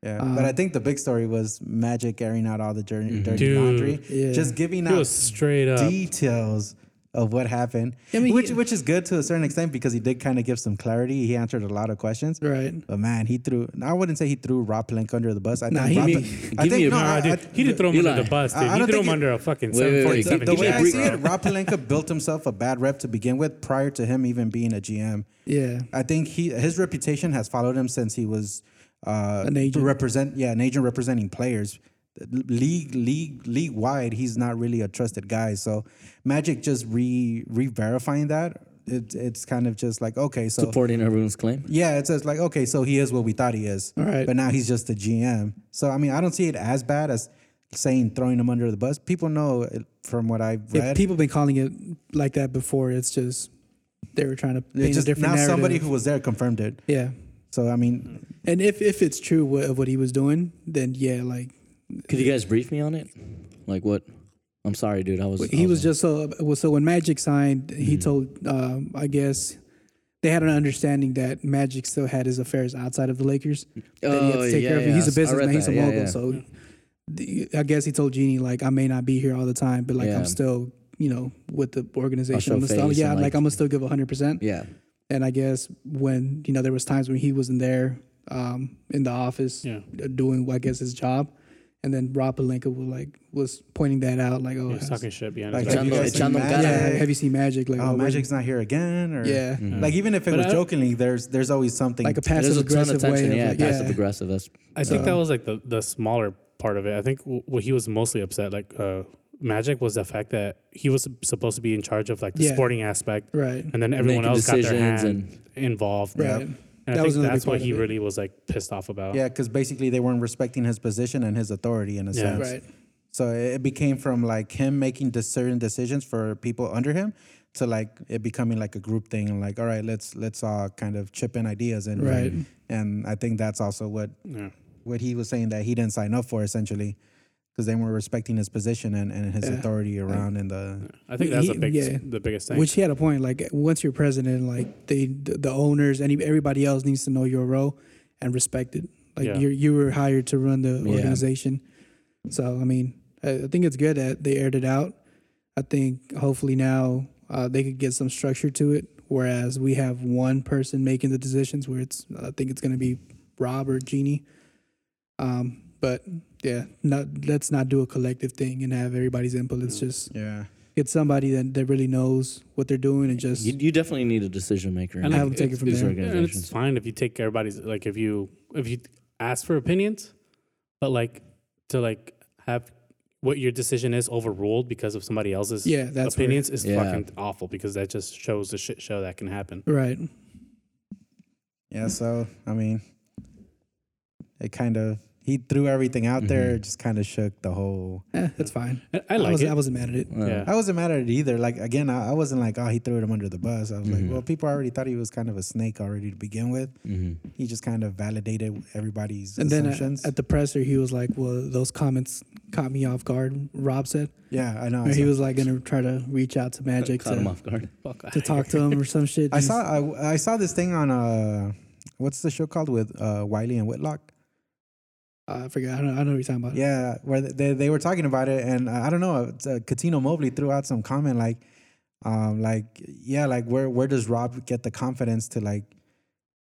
S4: Yeah, but I think the big story was Magic airing out all the dirty, dirty
S3: Dude.
S4: laundry,
S5: Yeah.
S4: just giving
S3: it
S4: out
S3: was straight up.
S4: details of what happened,
S5: I mean,
S4: which
S5: he-
S4: which is good to a certain extent because he did kind of give some clarity. He answered a lot of questions.
S5: right.
S4: But man, he threw. I wouldn't say he threw Rob Palenka under the bus. I
S5: Nah,
S4: think
S5: he
S4: Rob,
S5: be-
S4: I
S2: give
S4: think,
S2: me a-
S4: no,
S2: Nah,
S4: I-
S3: dude,
S4: I-
S3: he didn't throw him
S2: Eli.
S3: under the bus, dude.
S4: I- I
S3: He
S4: don't
S3: threw
S4: think
S3: him
S4: it-
S3: under a fucking
S2: Wait, wait, wait.
S3: 747.
S4: the
S3: He
S4: way I
S3: did,
S4: see it,
S3: bro.
S4: Rob Palenka built himself a bad rep to begin with, prior to him even being a GM.
S5: Yeah,
S4: I think he his reputation has followed him since he was uh,
S5: An agent.
S4: Represent yeah, an agent representing players. League league league wide, he's not really a trusted guy. So Magic just re re verifying that It, it's kind of just like okay, so
S2: Supporting everyone's claim.
S4: yeah, it's just like okay, so he is what we thought he is.
S5: All right.
S4: but now he's just the GM. So I mean, I don't see it as bad as saying throwing him under the bus. People know it- from what I've
S5: If
S4: read.
S5: people been calling it like that before, it's just they were trying to
S4: It's
S5: paint a
S4: just now
S5: different narrative.
S4: somebody who was there confirmed it.
S5: yeah.
S4: So I mean,
S5: And if if it's true what, of what he was doing, then yeah, like
S2: Could you guys brief me on it? Like what? I'm sorry, dude. I was. I
S5: he was just so well, so when Magic signed,
S2: Mm-hmm.
S5: he told um, I guess they had an understanding that Magic still had his affairs outside of the Lakers. that he had
S2: Oh,
S5: to take
S2: yeah,
S5: care of.
S2: yeah.
S5: He's
S2: I s-
S5: a
S2: I
S5: businessman.
S2: read
S5: He's a
S2: that. Yeah,
S5: mogul.
S2: yeah.
S5: So the, I guess he told Jeannie like I may not be here all the time, but like
S2: Yeah.
S5: I'm still you know with the organization.
S2: show
S5: I'm gonna still,
S2: face
S5: yeah,
S2: and,
S5: like,
S2: like-
S5: I'm gonna still give 100. percent
S2: Yeah.
S5: And I guess when you know there was times when he wasn't there um, in the office uh,
S3: Yeah.
S5: doing I guess his job. And then Rob Palenka was like was pointing that out, like, oh,
S3: He's talking shit behind
S4: like
S3: his
S2: Echando-
S4: have
S3: back.
S4: you guys seen
S2: echando
S4: Magic?
S2: cara.
S5: yeah, have you seen Magic? Like,
S4: Oh,
S5: oh,
S4: Magic's not here again, or
S5: yeah,
S4: Like even if it
S3: But
S4: was
S3: I-
S4: jokingly, there's there's always something.
S5: like a
S2: There's
S5: passive
S2: a ton of
S5: aggressive way
S2: tension.
S5: of
S2: Yeah,
S5: like,
S2: passive aggressive. That's
S3: I think that was like the, the smaller part of it. I think w- what he was mostly upset, like uh, Magic, was the fact that he was supposed to be in charge of like the
S5: Yeah.
S3: sporting aspect,
S5: right,
S3: and then everyone
S2: Making
S3: else got their
S2: decisions
S3: hand involved.
S5: right.
S3: And I
S5: That
S3: think
S5: was another
S3: that's
S5: big
S3: what
S5: part of
S3: he
S5: it.
S3: really was like pissed off about.
S4: yeah, because basically they weren't respecting his position and his authority in a
S3: Yeah.
S4: sense.
S5: right.
S4: So it became from like him making the certain decisions for people under him to like it becoming like a group thing and like all right, let's let's all kind of chip in ideas and
S5: Right.
S4: And I think that's also what
S3: Yeah.
S4: what he was saying that he didn't sign up for essentially because they weren't respecting his position and, and his
S5: Yeah.
S4: authority around in the
S3: I think that's
S5: He-
S3: the big,
S5: yeah.
S3: the biggest thing.
S5: Which he had a point. Like once you're president, like they, the, the owners, any everybody else needs to know your role and respect it. Like
S3: Yeah.
S5: you you were hired to run the
S2: Yeah.
S5: organization. So I mean, I, I think it's good that they aired it out. I think hopefully now uh, they could get some structure to it. Whereas we have one person making the decisions, where it's I think it's going to be Rob or Jeannie. Um, but yeah, not let's not do a collective thing and have everybody's input. It's just
S4: yeah.
S5: get somebody that, that really knows what they're doing and just
S2: you, you definitely need a decision maker. in
S3: And
S5: I
S2: these-
S5: have them take it from
S2: these
S5: there.
S3: Yeah, and it's
S2: organizations.
S3: fine if you take everybody's like if you if you ask for opinions, but like to like have what your decision is overruled because of somebody else's
S5: Yeah, that's where-
S3: opinions is
S2: Yeah.
S3: fucking awful because that just shows the shit show that can happen.
S5: right
S4: Yeah, so I mean, it kind of he threw everything out there. It
S5: Mm-hmm.
S4: just kind of shook the whole.
S5: eh, that's fine
S3: I, I
S5: I,
S3: like
S5: was,
S3: it.
S5: I wasn't mad at it
S3: yeah.
S4: I wasn't mad at it either. Like again, I, I wasn't like, oh, he threw him under the bus. I was
S5: Mm-hmm.
S4: like, well, people already thought he was kind of a snake already to begin with.
S2: Mm-hmm.
S4: He just kind of validated everybody's
S5: and then at,
S4: assumptions.
S5: at the presser he was like well those comments caught me off guard rob said
S4: Oh, yeah, I know. I
S5: Or he
S4: saw-
S5: was like gonna try to reach out to magic
S2: Caught him
S5: to,
S2: off guard.
S3: Fuck,
S5: to talk to him or some shit
S4: I saw. I, I saw this thing on uh, what's the show called with uh Wiley and Whitlock?
S5: Uh, i forgot I don't, I don't know what you're talking about
S4: Yeah, where they, they were talking about it, and uh, I don't know. it's, Uh, Katino Mobley threw out some comment like, um, like yeah, like where where does Rob get the confidence to like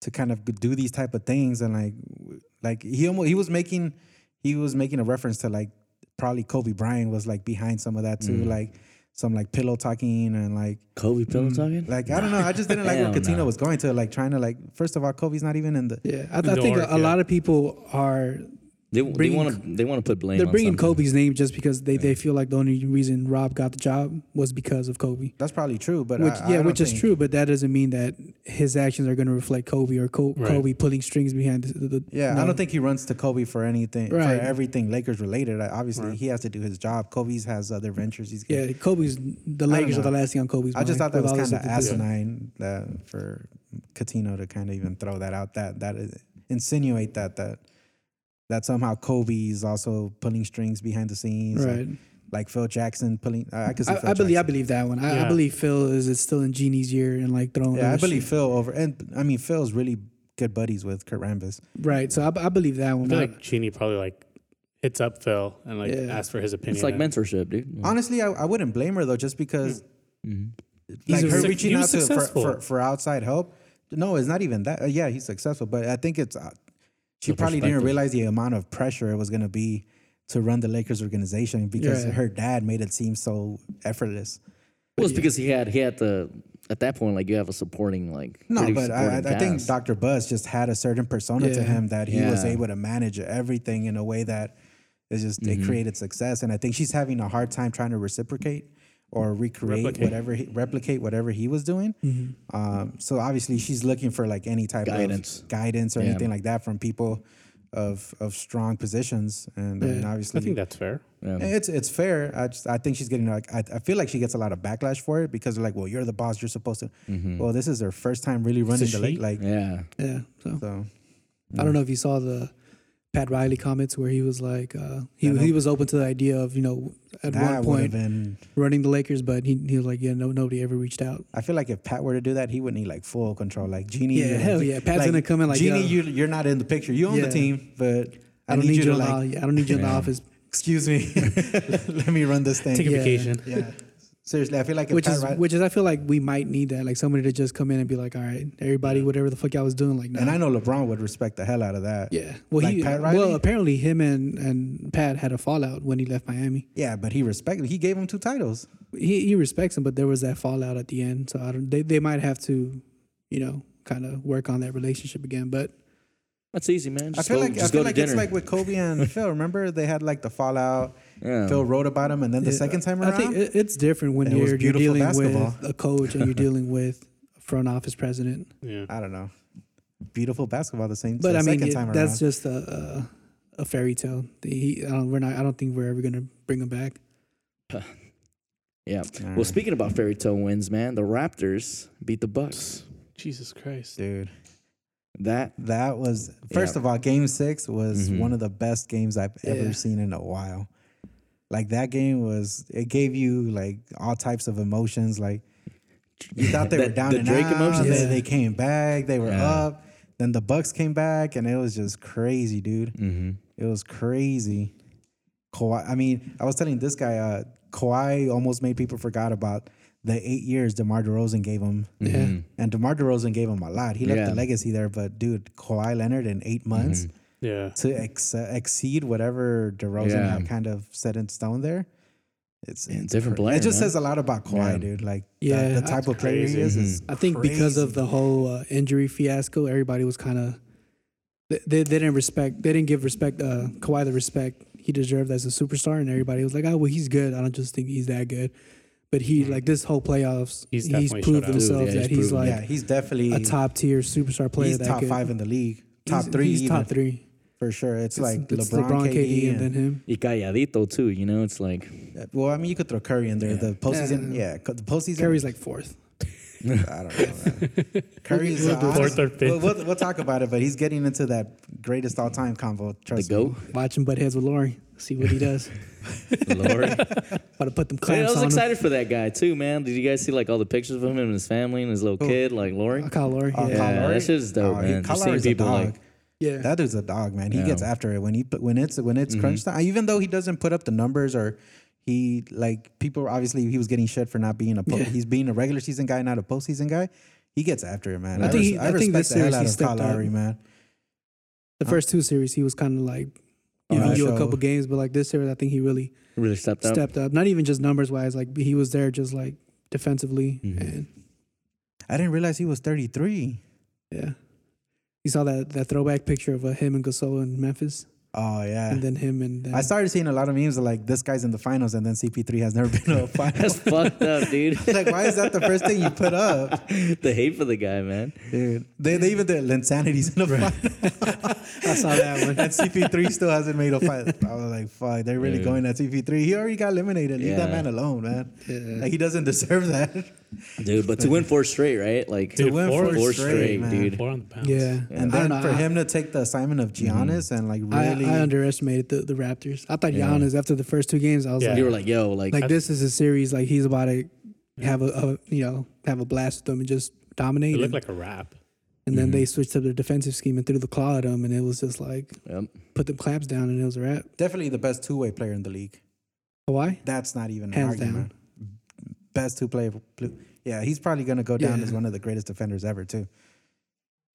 S4: to kind of do these type of things, and like w- like he almost he was making he was making a reference to like probably Kobe Bryant was like behind some of that too,
S5: Mm.
S4: like some like pillow talking and like
S2: Kobe pillow talking.
S4: Mm, like I don't know. I just didn't like where
S2: Hell
S4: Katino
S2: no.
S4: was going to like trying to like first of all, Kobe's not even in the
S5: yeah i, I
S3: The
S5: think
S3: org,
S5: a, a
S3: yeah.
S5: lot of people are
S2: They
S5: bringing-
S2: want to they want to put blame.
S5: they're
S2: on
S5: bringing
S2: something.
S5: kobe's name just because they, they feel like the only reason rob got the job was because of kobe
S4: That's probably true, but I-
S5: Which,
S4: I
S5: yeah,
S4: don't
S5: which is
S4: think-
S5: true, but that doesn't mean that his actions are going to reflect Kobe or Co-
S3: Right.
S5: Kobe pulling strings behind the. the
S4: Yeah, I
S5: no.
S4: don't think he runs to Kobe for anything
S5: Right.
S4: for everything Lakers related. I- Obviously, he has to do his job. Kobe's has other ventures. He's
S5: Yeah, Kobe's the
S4: don't
S5: Lakers are the
S4: know.
S5: last thing on Kobe's.
S4: I just
S5: mind
S4: thought that was
S5: with all this
S4: kind of
S5: stuff that they
S4: asinine uh, for Catino to kind of even throw that out. That that is- insinuate that that that somehow Kobe's also pulling strings behind the scenes,
S5: do.
S4: like-
S5: Right.
S4: Like Phil Jackson pulling. I, I could see. Phil
S5: I, I believe I
S4: Jackson.
S5: believe that one. I, I
S3: Yeah.
S5: believe Phil is it's still in Genie's year and like throwing.
S4: Yeah, I
S5: other
S4: believe
S5: shit.
S4: Phil over, and I mean Phil's really good buddies with Kurt Rambis.
S5: Right, so I, I believe that
S3: I
S5: one.
S3: feel
S5: but
S3: like Cheney probably like hits up Phil and like
S5: Yeah.
S3: asks for his opinion.
S2: It's like
S3: and-
S2: mentorship, dude.
S4: Honestly, I, I wouldn't blame her though, just because
S2: Mm-hmm.
S5: He's
S4: like
S5: a
S4: her
S5: suc-
S4: reaching
S3: he
S4: out
S3: was
S4: to for,
S3: successful.
S4: for, for outside help. No, it's not even that. Uh, yeah, he's successful, but I think it's uh, she
S2: The
S4: probably didn't
S2: perspective.
S4: realize the amount of pressure it was going to be to run the Lakers organization because
S5: Yeah.
S4: her dad made it seem so effortless.
S2: Well, it's because he had he had to at that point like you have a supporting like
S4: No,
S2: pretty
S4: but I,
S2: supporting
S4: I think
S2: cast.
S4: Dr. Buzz just had a certain persona to
S5: Yeah.
S4: him that he was
S2: Yeah.
S4: able to manage everything
S2: Mm-hmm.
S4: in a way that is just it created success, and I think she's having a hard time trying to reciprocate or recreate
S3: Replicate.
S4: whatever he, replicate whatever he was doing. Um, so obviously she's looking for like any type
S2: Mm-hmm. Guidance.
S4: of guidance or
S2: Yeah.
S4: anything like that from people of of strong positions, and, and obviously
S3: I think that's fair.
S4: it's it's fair. I just I think she's getting like I, I feel like she gets a lot of backlash for it because they're like, well, you're the boss, you're supposed to.
S5: Mm-hmm.
S4: Well, this is her first time really running the
S3: she.
S4: late like
S2: Yeah.
S5: Yeah. So
S4: so.
S5: I don't know if you saw the Pat Riley comments where he was like, uh, he he was open to the idea of you know at
S4: That
S5: one
S4: would have
S5: point
S4: been.
S5: running the Lakers, but he, he was like, yeah, no, nobody ever reached out.
S4: I feel like if Pat were to do that, he would need like full control. Like Genie,
S5: Yeah,
S4: you're-
S5: hell yeah. Pat's gonna come in like,
S4: Genie.
S5: yo.
S4: You, you're not in the picture. You own
S5: Yeah.
S4: the team, but I,
S5: I don't
S4: need, you to
S5: in the
S4: like.
S5: o- I don't need you in the office.
S4: Excuse me. Let me run this thing.
S3: Take a
S5: Yeah.
S3: vacation.
S4: yeah. Seriously, I feel like if
S5: Which
S4: Pat
S5: is
S4: Riley-
S5: which is I feel like we might need that like somebody to just come in and be like all right everybody whatever the fuck I was doing like nah.
S4: and I know LeBron would respect the hell out of that.
S5: yeah well
S4: Like
S5: he
S4: Pat Riley?
S5: well apparently him and and Pat had a fallout when he left Miami
S4: Yeah, but he respected. He gave him two titles.
S5: he he respects him but there was that fallout at the end so I don't they they might have to you know kind of work on that relationship again but
S2: That's easy, man. Just
S4: I feel
S2: go,
S4: like
S2: just
S4: I feel
S2: go
S4: like
S2: to
S4: it's
S2: dinner.
S4: like with Kobe and Phil. Remember they had like the fallout.
S2: Yeah.
S4: Phil wrote about him, and then the
S5: Yeah,
S4: second time
S5: uh, I
S4: around,
S5: think it, it's different when
S4: it was
S5: you're, you're
S4: beautiful
S5: dealing with
S4: basketball.
S5: a coach and you're dealing with a front office president
S3: Yeah.
S4: I don't know. Beautiful basketball. The same.
S5: but
S4: the
S5: I mean
S4: second
S5: it-
S4: time around.
S5: that's just a, a a fairy tale The- he, I don't, we're not I don't think we're ever gonna bring him back.
S2: yeah. Well, speaking about fairy tale wins, man, the Raptors beat the Bucks.
S3: Jesus Christ.
S4: dude.
S2: That
S4: That was first
S2: Yeah.
S4: of all, game six was
S2: Mhm.
S4: one of the best games I've ever
S5: Yeah.
S4: seen in a while. Like that game was it gave you like all types of emotions. Like you thought they
S2: The-
S4: were down
S2: the
S4: and
S2: Drake
S4: out,
S2: emotions?
S4: then
S5: Yeah.
S4: they came back, they were
S2: Yeah.
S4: up. Then the Bucks came back, and it was just crazy, dude.
S2: Mm-hmm.
S4: It was crazy. Kawhi, I mean, I was telling this guy, uh, Kawhi almost made people forgot about the eight years DeMar DeRozan gave him.
S2: Mm-hmm.
S5: Yeah.
S4: And DeMar DeRozan gave him a lot. He left
S2: Yeah. Mm-hmm.
S4: a legacy there, but dude, Kawhi Leonard in eight months
S3: Yeah.
S4: to ex- exceed whatever DeRozan
S2: Yeah.
S4: had kind of set in stone there. It's, it's
S2: different
S4: cra-
S2: player,
S4: It just
S2: man.
S4: says a lot about Kawhi,
S2: Yeah. Mm-hmm.
S4: dude. Like
S5: Yeah,
S4: the, the
S5: that's
S4: type of player he is. is
S5: I think because of
S4: crazy.
S5: the whole uh, injury fiasco, everybody was kind of they, they they didn't respect they didn't give respect uh, Kawhi the respect he deserved as a superstar, and everybody was like, oh well, he's good. I don't just think he's that good, but he
S2: Mm-hmm.
S5: like this whole playoffs
S3: He's
S5: he's,
S3: definitely shut
S5: proved
S3: out.
S5: himself
S2: Dude, yeah, he's
S5: that he's
S2: proven
S5: like
S4: yeah, he's definitely
S5: a top tier superstar player.
S4: he's
S5: that
S4: top
S5: could-
S4: five in the league, top
S5: he's-
S4: three,
S5: He's
S4: even,
S5: top three.
S4: for sure. It's,
S5: It's-
S4: like
S5: it's
S4: LeBron, KD, and, uh,
S5: then him.
S2: y calladito too. You know, it's like
S4: well, I mean, you could throw Curry in there. The postseason,
S5: Yeah.
S4: yeah, co- the postseason.
S5: Curry's like fourth.
S4: I don't know. man. Curry's uh,
S3: Fourth or
S4: We'll,
S3: fifth.
S4: we'll, we'll talk about it, but he's getting into that greatest all time convo.
S2: the
S4: Trust me.
S2: go.
S5: Watch him butt heads with Laurie. See what he does.
S2: Lord.
S5: About to put them
S2: Man,
S5: clamps
S2: I was
S5: on
S2: excited for that guy too, man. Did you guys see like all the pictures of him and his family and his little kid, like Lori?
S5: him. I call Laurie.
S4: Oh,
S5: yeah.
S2: Yeah,
S4: Kyle
S2: that shit is dope,
S4: Oh,
S2: man.
S4: Kyle
S2: Just
S4: Lowry's
S2: seeing
S4: a
S2: people
S4: dog.
S2: like
S5: yeah.
S4: that dude's a dog, man. He gets
S2: Yeah.
S4: after it when he put- when it's when it's crunch time. Even though he doesn't put up the numbers or he like people obviously he was getting shit for not being a po-
S5: Yeah.
S4: he's being a regular season guy, not a postseason guy. He gets after it, man.
S5: I
S4: I,
S5: think
S4: res-
S5: he-
S4: I
S5: I think
S4: respect
S5: this
S4: the hell
S5: series
S4: out
S5: he
S4: of Kyle
S5: stepped up.
S4: Lowry, man.
S5: The first two series, he was kind of like
S4: Oh,
S5: giving
S4: I
S5: you
S4: Uh, show.
S5: a couple games, but like this series, I think he really
S2: really stepped up.
S5: stepped up. Not even just numbers wise, like he was there just like defensively,
S4: Mm-hmm.
S5: and
S4: I didn't realize he was 33.
S5: yeah, you saw that that throwback picture of uh, him and Gasol in Memphis,
S4: Oh yeah.
S5: and then him and then
S4: I started seeing a lot of memes of like this guy's in the finals and then CP3 has never been to a final.
S2: That's fucked up, dude.
S4: like why is that the first thing you put up?
S2: the hate for the guy, man.
S4: Dude, they, they even did insanities in the final.
S5: I saw that one.
S4: and CP3 still hasn't made a fight. I was like, fuck, they're really
S2: Yeah.
S4: going at CP3. He already got eliminated. Leave that
S2: Yeah.
S4: man alone, man.
S5: Yeah.
S4: Like, he doesn't deserve that.
S2: Dude, but to win four straight, right? Like
S3: Dude,
S4: win
S3: four
S2: four
S3: is
S2: straight,
S4: straight, man.
S2: dude.
S3: Four on the pounds.
S5: yeah,
S4: And
S5: I
S4: then
S5: don't know.
S4: for
S5: I- Mm-hmm.
S4: him to take the assignment of Giannis and like
S5: I,
S4: really,
S5: I underestimated the, the Raptors. I thought Giannis after the first two games, I was
S3: Yeah.
S5: like,
S2: You were like, yo, like,
S5: like this is a series like he's about to have a, a you know have a blast with them and just dominate.
S3: It
S5: and-
S3: looked like a wrap.
S5: And
S2: Mm-hmm.
S5: then they switched up their defensive scheme and threw the claw at him, and it was just like
S2: yep.
S5: put the clamps down, and it was a wrap.
S4: definitely the best two way player in the league.
S5: Kawhi,
S4: That's not even an
S5: Hands
S4: argument. Best two player. Yeah, he's probably going to go down
S5: Yeah.
S4: as one of the greatest defenders ever, too.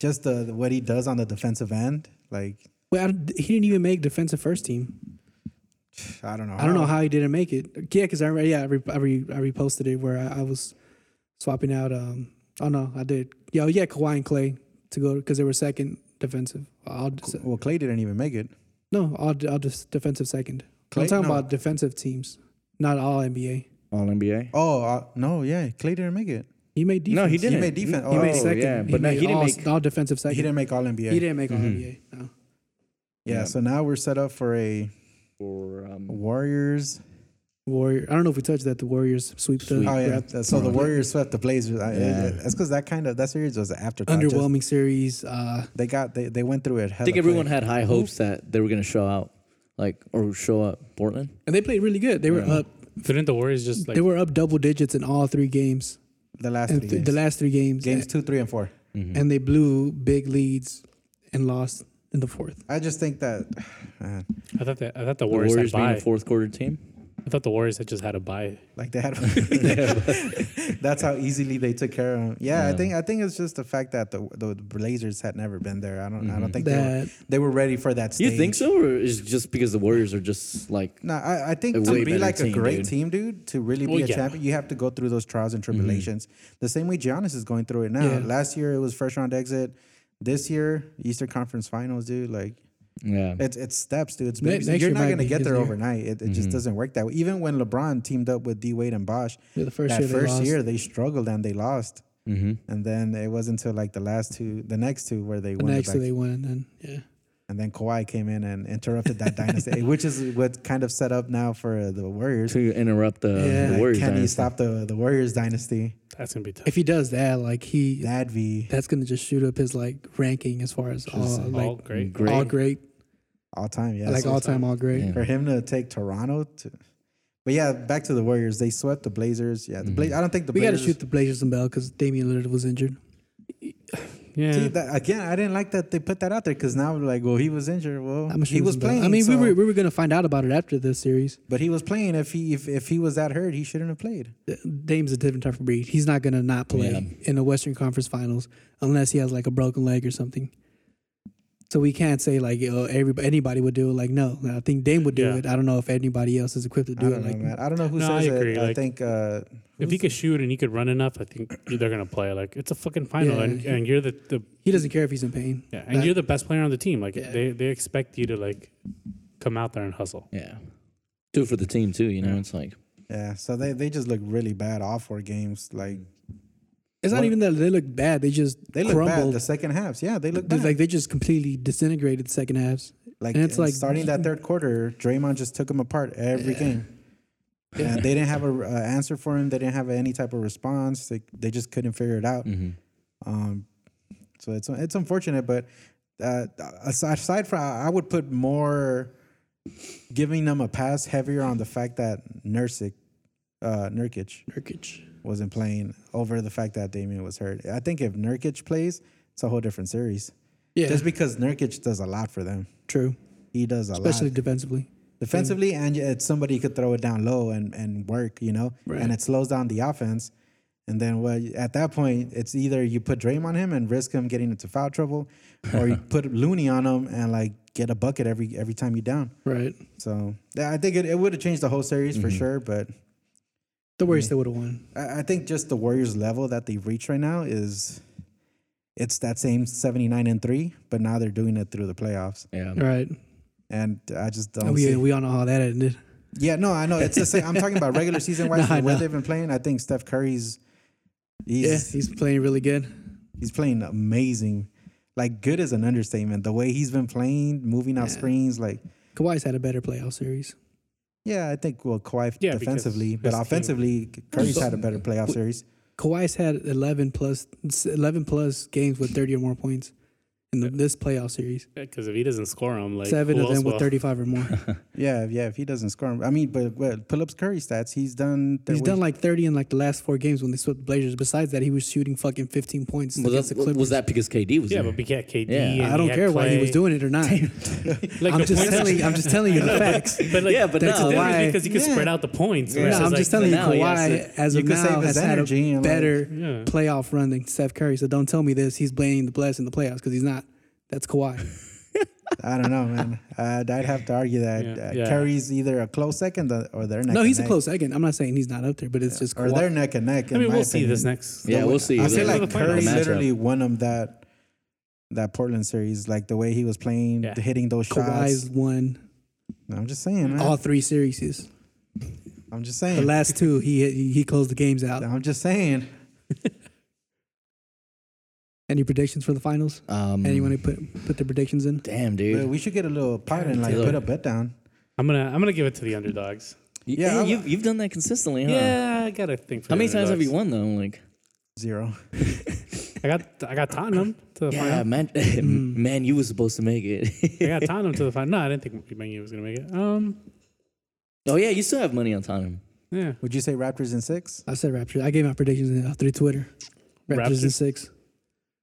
S4: Just the, the- what he does on the defensive end, like,
S5: well, I don't- he didn't even make defensive first team.
S4: I don't know.
S5: I don't know how he didn't make it. Yeah, because I re- yeah I, re- I, re- I reposted it where I, I was swapping out. um Oh no, I did. Yeah, oh, yeah, Kawhi and Clay to go because they were second defensive. All de-
S4: Well, Clay didn't even make it.
S5: no, all, de- all de- defensive second.
S4: Clay?
S5: I'm talking
S4: No.
S5: about defensive teams, not all NBA.
S2: All NBA.
S4: Oh uh, no, yeah, Clay didn't make it.
S5: He made defense.
S2: no, he didn't.
S4: He made defense.
S2: He
S4: oh,
S2: made
S4: oh,
S2: second. Yeah, but no, he didn't
S5: all,
S2: make. Mm-hmm.
S5: all defensive second.
S4: He didn't make All NBA.
S5: He didn't make all NBA. No.
S4: Yeah, so now we're set up for a
S2: Or, um,
S4: Warriors.
S5: Warrior. I don't know if we touched that. The Warriors sweep the
S4: Oh yeah,
S5: wrap-
S4: that's- so the Warriors swept the Blazers. I-
S2: Yeah.
S4: That's because that kind of that series was an afterthought. Just-
S5: underwhelming series. Uh,
S4: They got they, they went through it.
S2: I think everyone had high hopes that they were going to show out, like or show up Portland.
S5: and they played really good. They were
S2: Yeah.
S5: up.
S3: Didn't the Warriors just like
S5: they were up double digits in all three games.
S4: the last
S5: And
S4: three
S5: th-
S4: games.
S5: the last three games.
S4: games two, three, and four.
S5: and they blew big leads and lost in the fourth.
S4: I just think that man,
S3: I thought that I thought the
S2: The
S3: Warriors,
S2: Warriors
S3: had
S2: being a
S3: bye.
S2: fourth quarter team.
S3: I thought the Warriors had just had a bye.
S4: like they had that's how easily they took care of him. Yeah, I think I think it's just the fact that the the Blazers had never been there. I don't I don't think they were,
S5: That-
S4: they were ready for that
S2: You
S4: stage.
S2: think so, or is it just because the Warriors are just like
S4: No, I, I
S2: A
S4: think to
S2: way
S4: be
S2: better
S4: like
S2: team,
S4: a great
S2: dude. Mm-hmm.
S4: team, dude, to really be
S3: Well,
S4: a
S3: yeah.
S4: champion, you have to go through those trials and tribulations. The same way Giannis is going through it now.
S5: Yeah.
S4: Last year it was first round exit. This year, Eastern Conference Finals, dude. Like
S2: yeah?
S4: It's it's steps, dude. It's
S5: Ne-
S4: baby
S5: next
S4: steps. You're
S5: year
S4: not
S5: might
S4: gonna
S5: be
S4: get
S5: his
S4: there
S5: year.
S4: overnight. It, it just
S2: Mm-hmm.
S4: doesn't work that way. Even when LeBron teamed up with D Wade and Bosch,
S5: Yeah, the first
S4: that
S5: year they
S4: first
S5: lost.
S4: year they struggled and they lost.
S2: Mm-hmm.
S4: And then it wasn't until like the last two, the next two, where they
S5: The
S4: won. it
S5: next
S4: back.
S5: they won, and yeah,
S4: and then Kawhi came in and interrupted that dynasty, which is what kind of set up now for the Warriors.
S2: to interrupt the,
S5: Yeah,
S2: the
S4: Like,
S2: Warriors.
S4: can he
S2: dynasty.
S4: stop the, the Warriors dynasty?
S3: That's gonna be tough.
S5: if he does that, like he,
S4: Nadvi,
S5: that's gonna just shoot up his like ranking as far as all Oh, like
S3: all great.
S2: Great.
S5: all great,
S4: all time, yeah.
S5: like all time all great.
S2: Yeah.
S4: for him to take Toronto to. But yeah, back to the Warriors. They swept the Blazers. Yeah, the Blazers. I don't think the
S5: Mm-hmm. We got to
S4: Blazers.
S5: shoot the Blazers some bell because Damian Lillard was injured.
S3: Yeah.
S4: See, that, again, I didn't like that they put that out there because now we're like, well, he was injured. Well,
S5: I'm sure
S4: he was
S5: some bell.
S4: playing.
S5: I mean,
S4: so-
S5: we were we were gonna find out about it after this series.
S4: but he was playing. If he if, if he was that hurt, he shouldn't have played.
S5: D- Dame's a different type of breed. He's not gonna not play
S2: Yeah.
S5: in the Western Conference Finals unless he has like a broken leg or something. So we can't say like oh, everybody anybody would do it. Like no, I think Dame would do
S3: Yeah.
S5: it. I don't know if anybody else is equipped to
S4: I
S5: do it.
S4: don't
S5: Like
S4: know, man. I don't know who
S3: No, I
S4: says
S3: agree,
S4: it. I
S3: like-
S4: think uh,
S3: if he could shoot and he could run enough, I think they're gonna play. Like it's a fucking final,
S5: Yeah.
S3: and, and you're the, the
S5: he doesn't care if he's in pain.
S3: yeah, and you're the best player on the team. Like
S5: Yeah.
S3: they, they expect you to like come out there and hustle.
S2: Yeah, do it for the team too. You know, it's like
S4: yeah. So they they just look really bad all four games. Like
S5: It's not even that they look bad. They just
S4: they look bad
S5: crumbled.
S4: the second halves. Yeah, they look
S5: They-
S4: bad.
S5: like they just completely disintegrated the second halves.
S4: Like
S5: and it's
S4: and
S5: like-
S4: starting that third quarter, Draymond just took him apart every game. And they didn't have a uh, answer for him. They didn't have any type of response. They they just couldn't figure it out. Um, so it's it's unfortunate, but uh, aside, aside from I would put more giving them a pass heavier on the fact that Nurkic, uh, Nurkic
S5: Nurkic.
S4: wasn't playing over the fact that Damian was hurt. I think if Nurkic plays, it's a whole different series.
S5: Yeah,
S4: Just because Nurkic does a lot for them.
S5: true.
S4: He does a
S5: Especially
S4: lot
S5: defensively.
S4: defensively, and it's somebody who could throw it down low and, and work, you know,
S5: Right.
S4: and it slows down the offense. And then well, at that point, it's either you put Draymond on him and risk him getting into foul trouble, or you put Looney on him and like get a bucket every every time you down.
S5: Right.
S4: So yeah, I think it, it would have changed the whole series for sure. But
S5: The worst they would have won.
S4: I, I think just the Warriors level that they've reached right now is it's that same seventy nine and three, but now they're doing it through the playoffs.
S2: yeah,
S5: Right.
S4: And I just don't.
S5: And
S4: see.
S5: we we all know how that ended.
S4: Yeah, no, I know. It's the same. I'm talking about regular season wise,
S5: No, I
S4: the way
S5: know.
S4: they've been playing. I think Steph Curry's
S5: Yeah,
S4: he's
S5: he's playing really good.
S4: he's playing amazing. Like good is an understatement. The way he's been playing, moving off screens, like
S5: Kawhi's had a better playoff series.
S4: yeah, I think well Kawhi
S3: Yeah, because
S4: defensively,
S3: his
S4: but
S3: team-
S4: offensively, Curry's had a better playoff series.
S5: Kawhi's had 11 plus 11 plus games with 30 or more points in the, this playoff series.
S3: Because if he doesn't score them, like
S5: Seven
S3: who
S5: of them
S3: else
S5: with
S3: will?
S5: 35 or more.
S4: Yeah, yeah. If he doesn't score, I mean, but well, pull up Curry stats. He's done.
S5: He's done like 30 in like the last four games when they swept the Blazers. Besides that, he was shooting fucking 15 points
S2: was
S5: against the
S2: that,
S5: Clippers.
S2: was that because KD was
S3: Yeah,
S2: there?
S3: but we got KD.
S2: Yeah.
S3: and
S5: I don't
S3: he had
S5: care why he
S3: Clay.
S5: was doing it or not.
S3: Like,
S5: I'm
S3: the
S5: just
S3: points-
S5: telling you, I'm just telling you the facts.
S3: But like,
S2: Yeah, but
S3: that's
S2: no,
S3: the difference
S5: why-
S3: because he could
S4: Yeah.
S3: spread out the points.
S5: No,
S3: versus,
S5: I'm
S3: like,
S5: just telling you,
S2: now
S5: Kawhi
S2: he has
S5: as
S4: you
S5: of
S4: could
S5: now
S4: save his
S5: has had a
S4: energy and, like-
S5: better
S3: Yeah.
S5: playoff run than Steph Curry. So don't tell me this. He's blaming the bless in the playoffs because he's not. That's Kawhi.
S4: I don't know, man. I'd, I'd have to argue that
S3: Yeah.
S4: uh,
S3: Yeah.
S4: Curry's either a close second or or they're neck
S5: No,
S4: and
S5: he's a
S4: neck.
S5: close second. I'm not saying he's not up there, but it's just
S4: or
S5: Kawhi.
S4: they're neck and neck.
S3: I mean, we'll see this next.
S2: yeah, we'll see.
S4: I
S2: It's
S4: feel
S3: Yeah.
S4: like
S3: Another
S4: Curry
S2: matchup.
S4: literally won him that that Portland series, like the way he was playing,
S3: Yeah.
S4: hitting those shots.
S5: Kawhi's won
S4: I'm just saying, man.
S5: all three series.
S4: I'm just
S5: The
S4: saying.
S5: last two, he he- he closed the games out.
S4: I'm just saying.
S5: Any predictions for the finals?
S4: Mm.
S2: Um,
S5: Anyone who put put their predictions in?
S2: Damn,
S4: But
S2: dude.
S4: we should get a little pot and like
S2: Damn.
S4: put a bet down.
S3: I'm gonna I'm gonna give it to the underdogs.
S4: yeah,
S2: Yeah,
S4: I'm-
S2: you've, you've done that consistently, huh?
S3: Yeah, I gotta think. For
S2: How
S3: the
S2: many times have
S3: underdogs.
S2: you won though? Like,
S4: Zero.
S3: I got I got Tottenham to the
S2: yeah,
S3: final.
S2: man,
S4: Mm.
S2: man, you were supposed to make
S3: I
S2: it.
S3: got Tottenham to the final. No, I didn't think Man U was gonna make it. Um,
S2: oh yeah, you still have money on Tottenham.
S3: yeah,
S4: Would you say Raptors in six?
S5: I said Raptors. I gave my predictions in- uh, through Twitter. Raptors in
S3: Raptors.
S5: six.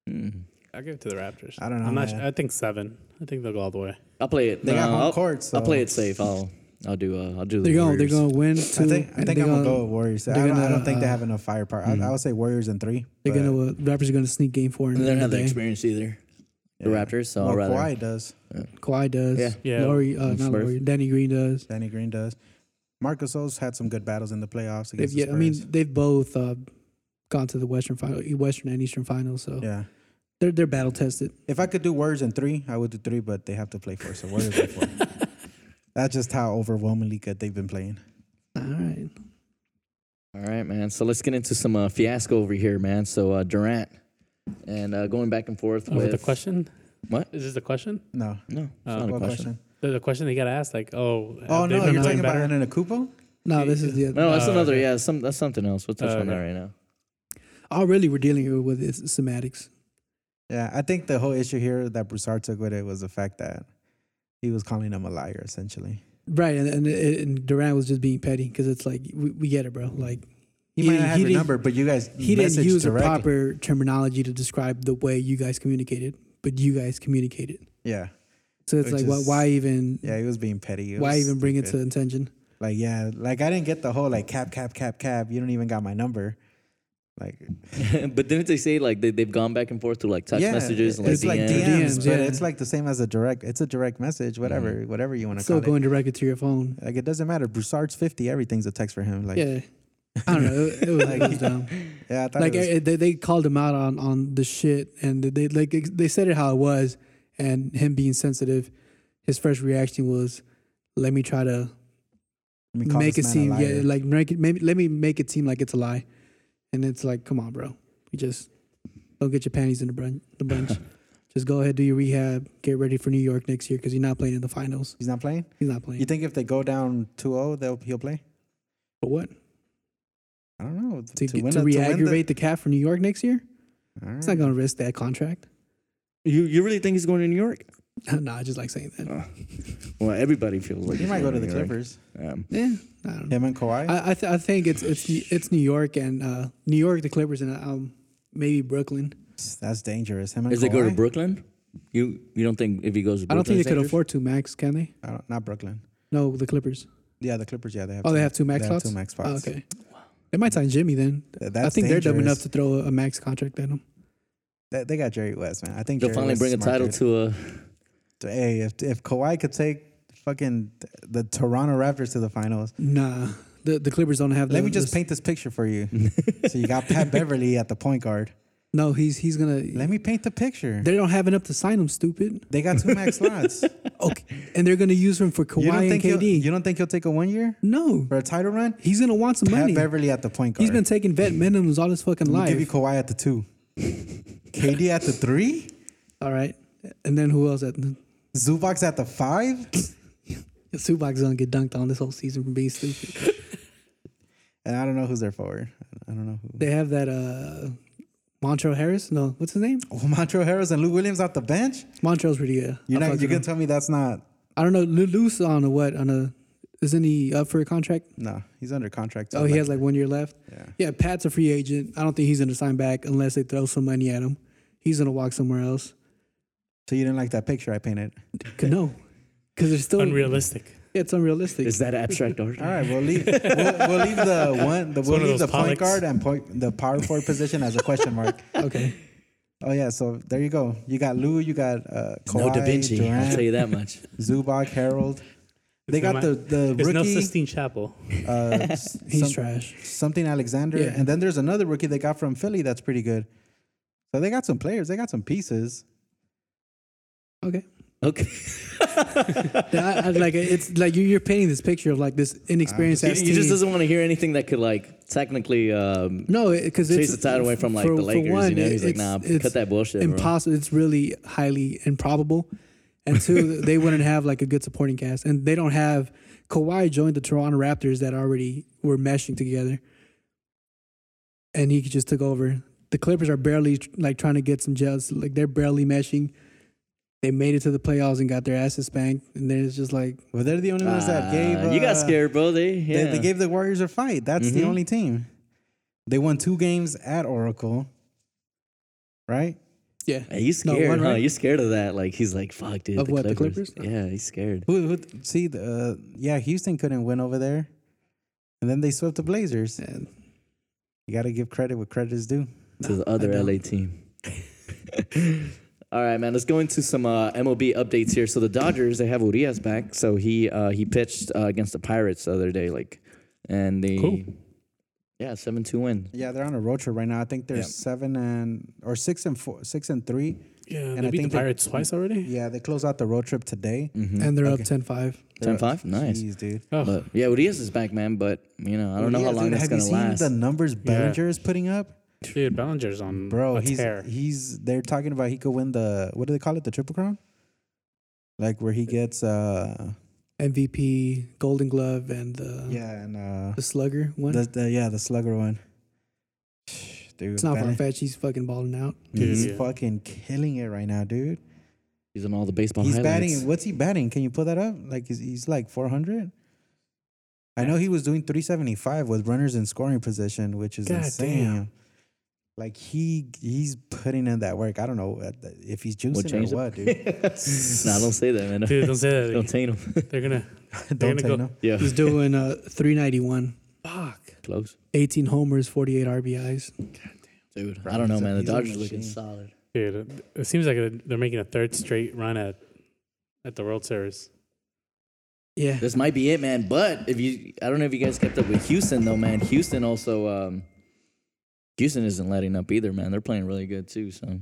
S2: Mm.
S3: I give it to the Raptors.
S4: I don't know,
S3: I'm not.
S4: man.
S3: Sure. I think seven. I think they'll go all the way.
S2: I'll play it.
S4: They got
S2: No,
S4: home
S2: I'll,
S4: court. So
S2: I'll play it safe. I'll I'll do uh, I'll do.
S5: They're
S2: the
S5: going. They're
S2: Warriors.
S5: going to win two.
S4: I think I think
S5: and they're
S4: I'm gonna
S5: gonna-
S4: go with Warriors. I
S5: they're
S4: don't, I
S5: gonna,
S4: don't think they
S5: uh,
S4: have enough firepower.
S2: Hmm.
S4: I, I would say Warriors in three.
S5: They're
S4: but-
S5: gonna. Uh, Raptors are gonna sneak game four. in
S2: They don't
S5: the
S2: have the
S5: day.
S2: experience either. The
S4: Yeah.
S2: Raptors. So
S4: Well,
S2: I'd rather.
S4: Kawhi does.
S5: Kawhi does.
S2: Yeah.
S3: Yeah.
S5: Laurie, uh,
S2: And
S5: not
S2: Smurf.
S5: Laurie. Danny Green does.
S4: Danny Green does. Marcus O's had some good battles in the playoffs
S5: They've,
S4: against
S5: yeah,
S4: the
S5: I mean,
S4: Spurs.
S5: they've both uh, gone to the Western final, Western and Eastern finals. So
S4: yeah.
S5: they're they're battle tested.
S4: If I could do Warriors in three, I would do three, but they have to play four. So Warriors in four. That's just how overwhelmingly good they've been playing.
S5: All right.
S2: All right, man. So let's get into some uh, fiasco over here, man. So uh, Durant and uh, going back and forth
S3: Over
S2: with
S3: the Oh, question.
S2: What?
S3: is this? The question?
S4: No.
S2: No, it's
S3: Uh,
S2: not a
S4: What
S2: question.
S4: question?
S3: The, the question they gotta ask, like, oh, have
S4: Oh
S3: they
S4: no,
S3: been
S4: you're
S3: playing
S4: talking about
S3: better?
S4: Ananakupo?
S5: No, this is the.
S2: No, that's
S3: Oh,
S2: another.
S3: okay.
S2: Yeah, some that's something else. We'll touch
S3: Oh,
S2: on that
S3: okay.
S2: right now.
S5: All really we're dealing here with is semantics.
S4: Yeah, I think the whole issue here that Broussard took with it was the fact that he was calling him a liar, essentially.
S5: Right, and and, and Durant was just being petty because it's like we, we get it, bro. Like
S4: He, might not have your
S5: didn't-
S4: number, but you guys
S5: He didn't
S4: messaged
S5: use the
S4: directly.
S5: proper terminology to describe the way you guys communicated, but you guys communicated.
S4: Yeah,
S5: So it's
S4: Which
S5: like, why,
S4: is-
S5: why even?
S4: yeah, he was being petty. It
S5: why
S4: was
S5: even bring it to
S4: stupid.
S5: attention?
S4: like yeah, like I didn't get the whole like cap cap cap cap. You don't even got my number. Like
S2: but didn't they say like they they've gone back and forth through like text
S4: yeah,
S2: messages and like
S4: it's like
S2: DMs?
S4: DMs,
S5: DMs,
S4: but
S5: yeah.
S4: it's like the same as a direct. It's a direct message, whatever, whatever you want to
S5: Still
S4: call
S5: going directly to your phone.
S4: it. Like it doesn't matter. Broussard's fifty. Everything's a text for him. Like yeah,
S5: Yeah, I don't know. It, it was, it was dumb.
S4: I thought
S5: like
S4: it was,
S5: eh, they, they called him out on on the shit and they like ex- they said it how it was and him being sensitive his first reaction was let me try to
S4: let me call
S5: make it
S4: this man a
S5: seem yeah
S4: liar.
S5: like make it, maybe, let me make it seem like it's a lie and it's like come on bro you just don't get your panties in the brunch the bunch just go ahead do your rehab get ready for new york next year because you're not playing in the finals
S4: he's not playing.
S5: he's not playing
S4: You think if they go down 2-0, they'll he'll play?
S5: for what
S4: I don't know.
S5: to, get-
S4: win
S5: to
S4: a- win Mm. the-
S5: re-aggravate the cap for new york next year
S4: All
S5: he's
S4: right.
S5: not gonna risk that contract
S2: You you really think he's going to New York?
S5: nah i just like saying that
S2: Well, everybody feels like
S4: He
S2: he's
S4: might go
S2: going
S4: to the
S2: New York.
S4: Clippers.
S2: Um,
S5: yeah i don't know
S4: Him and Kawhi.
S5: I I, th- I think it's it's it's New York and uh, New York, the Clippers, and um, maybe Brooklyn.
S4: That's dangerous. Him and
S2: Does it go to
S4: Kawhi?
S2: Brooklyn? You you don't think if he goes to
S5: I don't
S2: Brooklyn?
S5: think they could
S4: Lakers?
S5: afford two max, can they?
S4: I don't, not Brooklyn.
S5: No, the Clippers.
S4: Yeah, the Clippers. Yeah, they have.
S5: Oh, they have two max
S4: they
S5: slots.
S4: Have two max spots.
S5: Oh, okay, they might sign Jimmy then.
S4: Th- That's
S5: I think they're dumb
S4: dangerous.
S5: enough to throw a, a max contract at him.
S4: They, they got Jerry West, man. I think
S2: They'll
S4: Jerry
S2: finally
S4: West
S2: bring
S4: is
S2: a
S4: smart,
S2: title
S4: dude.
S2: to a.
S4: Hey, if if Kawhi could take fucking the Toronto Raptors to the finals,
S5: Nah, the the Clippers don't have.
S4: let
S5: the-
S4: me just
S5: the-
S4: paint this picture for you. so you got Pat Beverly at the point guard.
S5: No, he's he's gonna.
S4: Let me paint the picture.
S5: They don't have enough to sign him. Stupid.
S4: They got two max slots.
S5: Okay, and they're gonna use him for
S4: You don't
S5: Kawhi and
S4: think he'll,
S5: KD.
S4: you don't think he'll take a one year
S5: no,
S4: for a title run?
S5: he's gonna want some
S4: Pat
S5: money.
S4: Beverly at the point guard.
S5: He's been taking vet minimums all his fucking
S4: We'll
S5: life.
S4: give you Kawhi at the two, KD at the three,
S5: all right, and then who else at
S4: Zubox at the five.
S5: Subac's gonna get dunked on this whole season for being stupid.
S4: And I don't know who's their forward. I don't know who.
S5: They have that uh Montreal Harris. No, what's his name?
S4: Oh, Montreal Harris and Lou Williams off the bench.
S5: Montreal's pretty good.
S4: You're
S5: I
S4: not.
S5: fuck
S4: You
S5: with
S4: can
S5: him.
S4: tell me that's not.
S5: I don't know. Lu- Luce on a what? On a isn't he up for a contract?
S4: No, he's under contract. till,
S5: Oh, he has like one year left.
S4: Yeah.
S5: Yeah, Pat's a free agent. I don't think he's gonna sign back unless they throw some money at him. He's gonna walk somewhere else.
S4: So you didn't like that picture I painted.
S5: 'Cause No, because it's still
S3: Unrealistic.
S5: Yeah, it's unrealistic.
S2: Is that abstract art?
S4: All right, we'll leave. we'll, we'll leave the one. The, we'll
S3: one of
S4: leave the
S3: those
S4: point
S3: Pollock's.
S4: guard and point the power forward position as a question mark.
S5: okay?
S4: Oh yeah, so there you go. You got Lou. You got uh, Kawhi,
S2: No Da Vinci. I'll
S4: Durant,
S2: tell you that much.
S4: Zubac, Harold. They
S3: It's
S4: got
S3: not
S4: the
S3: my-
S4: the
S3: It's no
S4: rookie.
S3: Sistine Chapel.
S4: uh, s-
S5: He's
S4: some-
S5: trash.
S4: something Alexander,
S5: Yeah.
S4: and then there's another rookie they got from Philly that's pretty good. So they got some players, they got some pieces.
S5: Okay.
S2: Okay.
S5: I, I- like it's like you- you're painting this picture of like this inexperienced
S2: He,
S5: ass
S2: he Ah, just
S5: team.
S2: doesn't want to hear anything that could like technically. Um,
S5: No, because
S2: Chase
S5: it's
S2: the title away from, like, the Lakers, you know? He's like,
S5: it's-
S2: nah,
S5: it's
S2: cut that bullshit, bro.
S5: Impossible. It's really highly improbable. And two, they wouldn't have like a good supporting cast, and they don't have Kawhi joined the Toronto Raptors that already were meshing together, and he just took over. The Clippers are barely like trying to get some gels, like they're barely meshing. They made it to the playoffs and got their asses spanked, and then it's just like
S4: Well, they're the only ones that
S2: ah,
S4: gave. Uh,
S2: you got scared, bro. They, yeah.
S4: They, they gave the Warriors a fight. That's the
S2: Mhm.
S4: only team. They won two games at Oracle, right?
S5: yeah,
S2: Hey, you
S5: No,
S2: scared,
S5: one,
S2: huh?
S5: right?
S2: You scared of that? Like he's like, fuck, dude.
S5: Of what, the Clippers?
S2: Yeah, he's scared.
S4: Who, who see the uh, yeah Houston couldn't win over there, and then they swept the Blazers.
S5: And
S4: You got to give credit where credit is due.
S2: to the other LA team. All right, man. Let's go into some uh, MOB updates here. So the Dodgers, they have Urias back. So he uh, he pitched uh, against the Pirates the other day, like, and they,
S3: Cool.
S2: yeah, seven two win.
S4: Yeah, they're on a road trip right now. I think they're
S2: Yeah.
S4: seven and or six and four, six and three.
S3: Yeah,
S4: And
S3: they
S4: I
S3: beat the
S4: think they-
S3: Pirates twice already.
S4: Yeah, they close out the road trip today.
S2: Mm-hmm.
S5: and they're
S4: Okay.
S5: up 10-5.
S4: They're-
S2: 10-5? Nice.
S4: Jeez, dude.
S3: Oh,
S2: But yeah, Urias is back, man. But you know, I don't know
S4: Yeah,
S2: how long
S4: dude,
S2: that's
S4: have you
S2: gonna
S4: seen
S2: last.
S4: The numbers Bellinger is putting up,
S3: dude, Bellinger's on
S4: bro.
S3: a
S4: he's
S3: tear.
S4: he's they're talking about he could win the what do they call it the triple crown, like where he gets uh
S5: MVP, Golden Glove, and the
S4: yeah and uh
S5: the Slugger one.
S4: the, the- yeah the slugger one. Dude,
S5: it's not far
S4: Belli-
S5: fetched. He's fucking balling out.
S3: Dude,
S4: He's
S3: yeah.
S4: fucking killing it right now, dude.
S2: he's on all the baseball
S4: He's
S2: highlights.
S4: batting. What's he batting? Can you pull that up? Like he's, he's like 400. I know he was doing 375 with runners in scoring position, which is
S3: God
S4: insane.
S3: damn.
S4: Like he he's putting in that work. I don't know uh, th- if he's
S2: We'll
S4: juicing
S2: change
S4: or
S2: it.
S4: what, dude.
S2: nah, don't say that, man.
S3: Dude, don't say that.
S2: don't taint him.
S3: They're gonna
S4: don't
S3: gonna
S4: take
S3: go-
S4: no.
S2: yeah,
S5: He's doing uh, 391,
S3: fuck.
S2: close,
S5: 18 homers, 48 RBIs.
S2: dude.
S4: Bro,
S2: I don't know,
S4: he's a-
S2: man. The
S4: he's a
S2: Dodgers looking
S4: machine.
S2: solid.
S3: Dude, it- it seems like it- they're making a third straight run at at the World Series.
S5: Yeah.
S2: This might be it, man. But if you, I don't know if you guys kept up with Houston though, man. Houston also, um, Houston isn't letting up either, man. They're playing really good too. So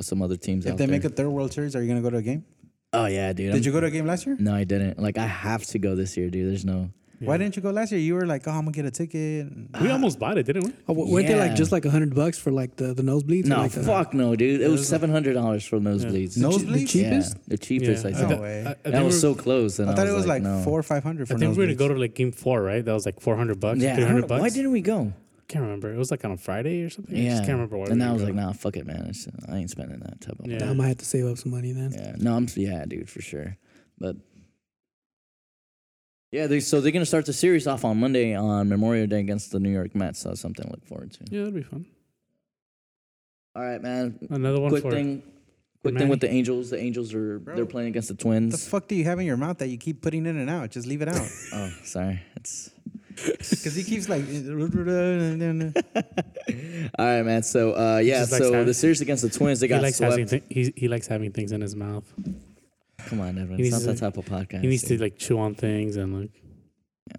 S2: some other teams
S4: If
S2: out
S4: they
S2: there.
S4: make a third World Series, are you gonna go to a game?
S2: oh yeah, dude. I'm-
S4: Did you go to a game last year?
S2: no, I didn't. Like I have to go this year, dude. There's no.
S4: Why didn't Ah. you go last year? You were like, oh, I'm gonna get a ticket.
S3: We almost bought it, didn't we?
S5: Oh, w- weren't they
S2: Yeah.
S5: like just like 100 bucks for like the, the nosebleeds? or,
S2: No,
S5: like uh, the-
S2: fuck no, dude. It was seven hundred dollars for nosebleeds.
S4: No
S5: the
S4: bleeds?
S5: cheapest?
S2: Yeah, the cheapest, I think.
S4: No way.
S3: I, I
S2: that
S3: think
S2: was so
S3: we're-
S2: close. And
S4: I
S2: I,
S4: thought it was like
S2: no.
S4: four or five hundred for
S3: I think we were gonna
S4: nosebleeds.
S3: go to like game four, right? That was like four hundred bucks,
S2: Yeah, I
S3: three
S2: don't know.
S3: hundred bucks.
S2: Why didn't we go?
S3: can't remember. It was like on a Friday or something. I
S2: Yeah,
S3: just can't remember what.
S2: And I was like, nah, fuck it, man. It's- I ain't spending that type of money.
S3: Yeah.
S5: Nah, I might have to save up some money then.
S2: Yeah. No, I'm yeah, dude, for sure. But yeah, they so they're gonna start the series off on Monday on Memorial Day against the New York Mets. So that's something to look forward to.
S3: yeah, that'd be fun.
S2: All right, man.
S3: Another one
S2: Quick
S3: for
S2: thing. Quick thing
S3: Manny?
S2: with the Angels. The Angels are they're playing against the Twins.
S4: What the fuck do you have in your mouth that you keep putting in and out? Just leave it out.
S2: oh, sorry. It's
S4: Because he keeps like. Wait,
S2: all right, man. So uh, yeah,
S3: just likes
S2: so
S3: having-
S2: the series against the Twins, they
S3: He
S2: got
S3: likes having
S2: swept.
S3: thi- he he likes having things in his mouth.
S2: Come on, everyone.
S3: He
S2: It's not
S3: needs
S2: that
S3: to-
S2: type of podcast.
S3: He needs to
S2: dude.
S3: like chew on things and like.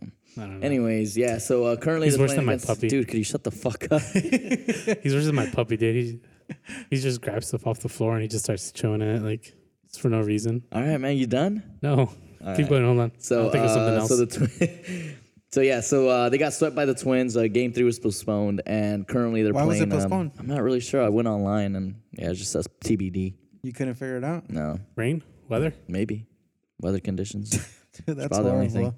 S3: I don't know.
S2: Anyways, yeah. So uh, currently
S3: He's
S2: they're
S3: worse
S2: playing
S3: than my
S2: against-
S3: puppy.
S2: Dude, could you shut the fuck up?
S3: he's versus my puppy, dude. He he just grabs stuff off the floor and he just starts chewing at it like it's for no reason.
S2: all right, man. You done?
S3: No,
S2: All
S3: keep
S2: right.
S3: going. Hold on.
S2: So,
S3: I'll think of something
S2: uh,
S3: else.
S2: so the twi- so yeah, so uh, they got swept by the Twins. Uh, game three was postponed, and currently they're
S4: Why was
S2: playing.
S4: it postponed?
S2: Um, I'm not really sure. I went online, and yeah, it just says TBD.
S4: you couldn't figure it out.
S2: No,
S3: Rain, weather.
S2: maybe weather conditions.
S4: That's
S2: probably the only
S4: horrible.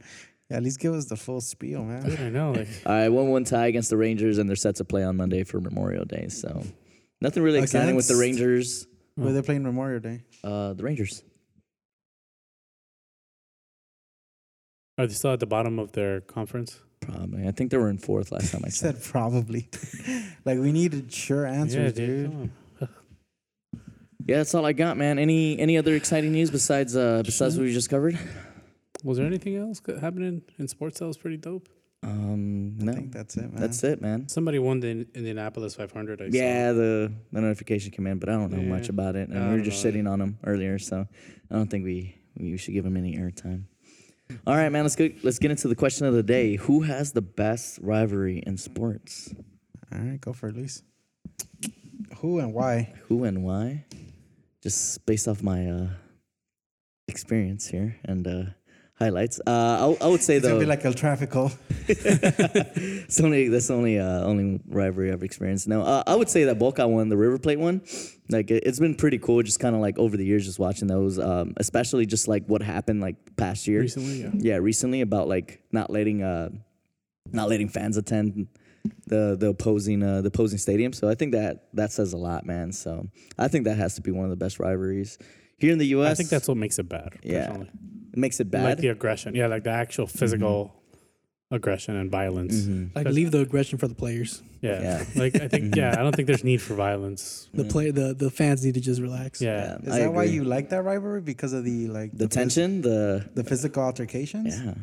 S4: Yeah, at least give us the full spiel, man.
S3: I know. Like
S2: All right, one-one tie against the Rangers, and they're set to play on Monday for Memorial Day. So nothing really exciting with the
S4: Against-
S2: Rangers.
S4: Where they're playing Memorial Day.
S2: Uh, the Rangers.
S3: oh. are they still at the bottom of their conference?
S2: Probably. I think they were in fourth last time I
S4: I
S2: said.
S4: said probably. like we needed sure answers, dude.
S3: come on.
S2: Yeah, that's all I got, man. Any any other exciting news besides uh, besides what we just covered?
S3: Was there anything else co- happening in sports that was pretty dope?
S2: Um,
S4: I
S2: no,
S4: think that's it, man.
S2: that's it, man.
S3: Somebody won the In- Indianapolis 500. I saw.
S2: Yeah, the, the notification came in, but I don't know much
S3: Yeah.
S2: about it, and
S3: I
S2: we were
S3: don't
S2: just
S3: know
S2: sitting on them earlier, so I don't think we we should give them any airtime. All right, man, let's go. Let's get into the question of the day: Who has the best rivalry in sports?
S4: All right, go for it, Luis. Who and why?
S2: Who and why? Just based off my uh, experience here and uh, highlights. Uh, I, I would say
S4: It's
S2: though,
S4: gonna be like El Tráfico.
S2: it's only that's the only uh, only rivalry I've experienced. Now, uh, I would say that Boca won the River Plate one. Like it, it's been pretty cool, just kind of like over the years, just watching those, um, especially just like what happened like past year
S3: Recently, yeah.
S2: yeah, recently about like not letting uh not letting fans attend the the opposing uh, the opposing stadium. So I think that that says a lot, man. So I think that has to be one of the best rivalries here in the U.S.
S3: I think that's what makes it bad.
S2: yeah,
S3: Personally.
S2: it makes it
S3: Like
S2: bad. Mm-hmm.
S3: the aggression. Yeah, like the actual physical aggression and violence.
S5: Like leave the aggression for the players.
S3: Yeah.
S2: Yeah. Mm-hmm.
S3: Like I think yeah, I don't think there's need for violence.
S5: The play the the fans need to just relax.
S3: Yeah.
S4: Is
S2: I
S4: that why
S2: agree.
S4: you like that rivalry? Because of the like
S2: the
S4: phys-
S2: tension, the
S4: the physical altercations.
S2: yeah.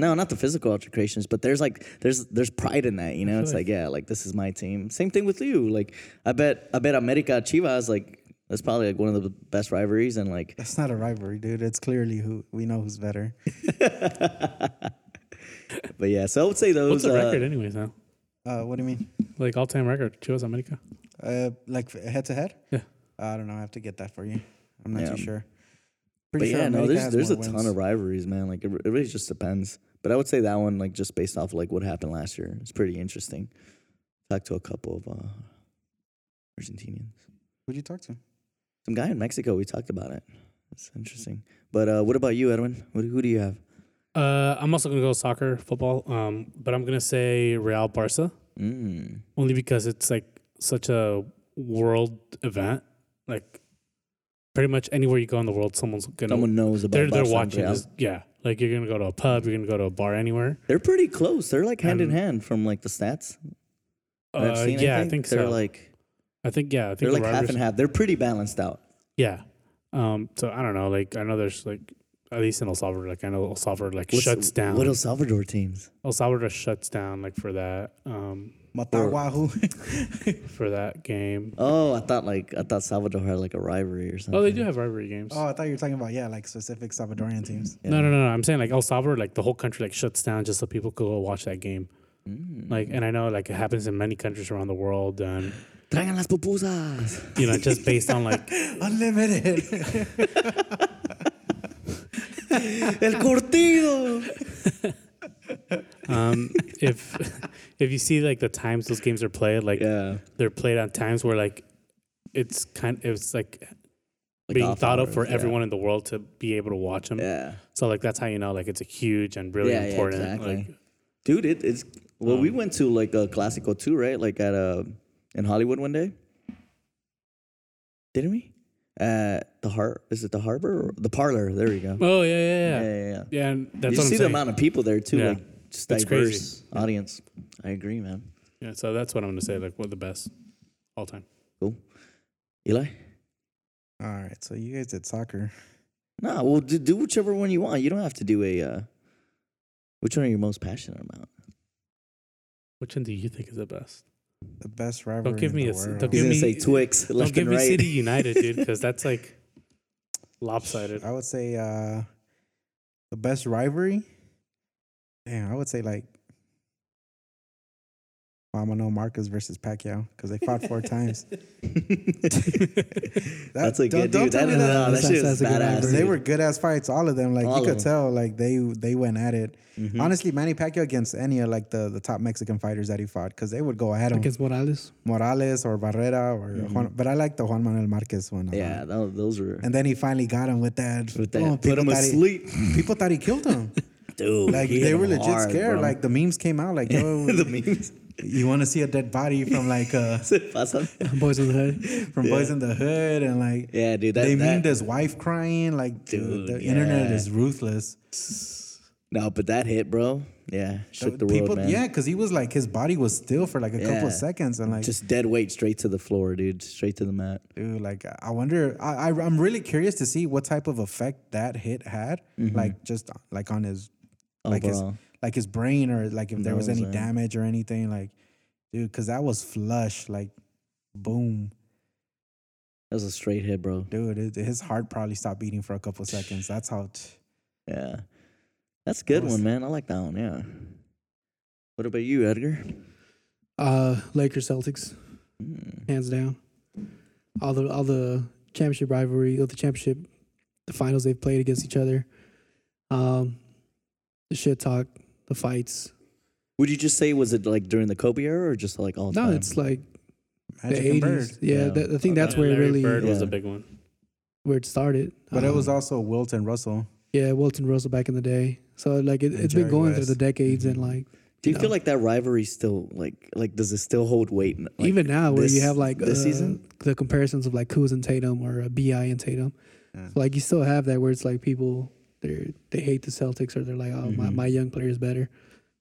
S2: No, not the physical altercations, but there's like there's there's pride in that, you know. It's like yeah, like this is my team. Same thing with you. Like I bet I bet America Chivas like that's probably like one of the best rivalries, and like
S4: That's not a rivalry, dude. It's clearly who we know who's better.
S2: but yeah. So I would say those.
S3: What's the
S2: uh,
S3: record anyways now?
S4: Uh, what do you mean?
S3: Like all time record, Chivas America.
S4: Uh, like head to head?
S3: Yeah.
S4: I don't know. I have to get that for you. I'm not
S2: Yeah.
S4: too sure.
S2: But
S4: Pretty
S2: yeah, no,
S4: America
S2: there's
S4: has
S2: there's a
S4: more
S2: ton
S4: wins.
S2: of rivalries, man. Like it, it really just depends. But I would say that one, like just based off like what happened last year, it's pretty interesting. Talked to a couple of uh, Argentinians,
S4: Who'd you talk to?
S2: some guy in Mexico. We talked about it. It's interesting. But uh, what about you, Edwin? What, who do you have?
S3: Uh, I'm also gonna go soccer, football. Um, but I'm gonna say Real Barca
S2: Mm.
S3: only because it's like such a world event. Like pretty much anywhere you go in the world, someone's gonna
S2: Someone knows about.
S3: they're they're
S2: Barca and
S3: watching.
S2: Real.
S3: This, yeah, like you're gonna go to a pub, you're gonna go to a bar anywhere.
S2: They're pretty close. They're like hand in
S3: Um,
S2: hand from like the stats. that
S3: Uh, yeah, I think,
S2: they're
S3: so.
S2: like
S3: I think yeah, I think
S2: they're
S3: the
S2: like half
S3: Riders-
S2: and half. They're pretty balanced out.
S3: Yeah. Um, so I don't know. Like I know there's like at least in El Salvador, like I know El Salvador like
S2: What's-
S3: shuts down.
S2: What El Salvador teams?
S3: El Salvador shuts down like for that um,
S4: Matawahu.
S3: for that game.
S2: Oh, I thought like I thought Salvador had like a rivalry or something.
S3: Oh, they do have rivalry games.
S4: oh, I thought you were talking about yeah, like specific Salvadorian teams.
S3: No, no, no, no. I'm saying like El Salvador, like the whole country like shuts down just so people could go watch that game.
S2: Mm.
S3: Like, and I know like it happens in many countries around the world, and
S2: Traigan las pupusas.
S3: you know just based on like
S4: Unlimited.
S2: El cortido.
S3: um, if if you see like the times those games are played, like
S2: Yeah.
S3: they're played on times where like it's kind it's like
S2: Like
S3: being
S2: off
S3: thought up
S2: hours,
S3: for
S2: yeah.
S3: everyone in the world to be able to watch them.
S2: Yeah.
S3: So like that's how you know like it's a huge and really
S2: Yeah, yeah,
S3: important.
S2: exactly.
S3: Like um,
S2: Dude, it, it's well, we went to like a classical too, right? Like at uh in Hollywood one day. Didn't we? At the har is it the harbor or the parlor? There we go.
S3: oh yeah yeah yeah
S2: Yeah,
S3: yeah.
S2: yeah, yeah.
S3: and that's
S2: you
S3: what
S2: see
S3: I'm
S2: the
S3: saying.
S2: amount of people there too,
S3: Yeah.
S2: like just
S3: It's
S2: diverse
S3: crazy.
S2: audience. I agree, man.
S3: yeah, so that's what I'm gonna say. Like we're the best all time.
S2: Cool. Eli?
S4: All right, so you guys did soccer.
S2: Nah, well do, do whichever one you want. You don't have to do a uh which one are you most passionate about?
S3: Which one do you think is the best?
S4: The best rivalry.
S3: give
S4: in
S3: me
S4: the
S3: a s-
S4: world.
S3: don't
S2: He's
S3: give
S2: gonna say
S3: me-
S2: Twix
S3: Don't
S2: left
S3: give
S2: and
S3: me
S2: right.
S3: City United, dude, because that's like lopsided.
S4: I would say uh, the best rivalry. Damn, I would say like Mamano Marcus versus Pacquiao because they fought four times.
S2: That's a
S4: don't-
S2: good
S4: don't
S2: dude.
S4: tell
S2: That,
S4: me
S2: no, no, that
S4: that-
S5: that's-
S2: shit
S5: that's
S2: is
S5: a good
S2: badass.
S5: rivalry.
S4: They were good ass fights, all of them. Like
S2: All of
S4: you could
S2: them. Hmm.
S4: tell, like they they went at it.
S2: Mm-hmm.
S4: Honestly, Manny Pacquiao against any of like the, the top Mexican fighters that he fought because they would go at him.
S5: Against Morales.
S4: Morales or Barrera or Juan, but I like the Juan Manuel Marquez one. a lot.
S2: Mm-hmm. Yeah, tho- those were.
S4: And then he finally got him with that.
S2: With that,
S4: boom,
S2: put
S4: people
S2: him
S4: thought he-
S2: asleep,
S4: People thought he killed him.
S2: dude.
S4: Like
S2: he
S4: they
S2: hit
S4: were
S2: him
S4: legit
S2: hard,
S4: scared.
S2: bro.
S4: Like the memes came out. Like yo,
S2: the memes.
S4: you want to see a dead body from like uh
S2: Pasa-
S5: Boys in the Hood.
S4: from Boys in the Hood and like
S2: yeah, dude. That,
S4: they
S2: that,
S4: memed his wife crying. Like dude, the
S2: Dude,
S4: internet
S2: yeah.
S4: is ruthless.
S2: No, but that hit, bro. Yeah, shook the
S4: People,
S2: world, man.
S4: yeah, because he was like his body was still for like a couple
S2: Yeah.
S4: of seconds and like
S2: just dead weight straight to the floor, dude. Straight to the mat.
S4: Dude, like I wonder. I, I I'm really curious to see what type of effect that hit had,
S2: Mm-hmm.
S4: like just like on his, like his,
S2: Overall.
S4: like his brain or like if there was any
S2: Nose, yeah.
S4: damage or anything, like, dude, because that was flush, like, boom,
S2: That was a straight hit, bro.
S4: dude, it, his heart probably stopped beating for a couple seconds. That's how. T-
S2: Yeah, that's a good
S4: was-
S2: one, man. I like that one. Yeah. What about you, Edgar?
S5: Uh Lakers Celtics.
S2: Mm.
S5: hands down. All the all the championship rivalry, all the championship the finals they've played against each other, um, the shit talk, the fights.
S2: Would you just say was it like during the Kobe era or just like all
S5: No,
S2: time?
S5: it's like
S4: Magic
S5: the
S4: and Bird. Oh,
S5: eighties. Yeah,
S2: Yeah.
S5: that, I think that's
S3: And
S5: where it
S3: Larry
S5: really
S3: Bird was
S2: Yeah.
S3: a big one.
S5: where it started.
S4: But it
S5: Um,
S4: was also Wilt and Russell.
S5: yeah, Wilton Russell back in the day. So like it,
S4: And
S5: it's been
S4: Jerry
S5: going
S4: West.
S5: through the decades and
S4: Mm-hmm.
S5: like
S2: Do you
S5: No.
S2: feel like that rivalry still like like does it still hold weight? n- like,
S5: even now where you
S2: this-
S5: have like
S2: this
S5: uh,
S2: season?
S5: the comparisons of like Kuz and Tatum or uh, Bi and Tatum,
S4: Yeah.
S5: so, like you still have that where it's like people they they hate the Celtics or they're like oh my, my young player is better.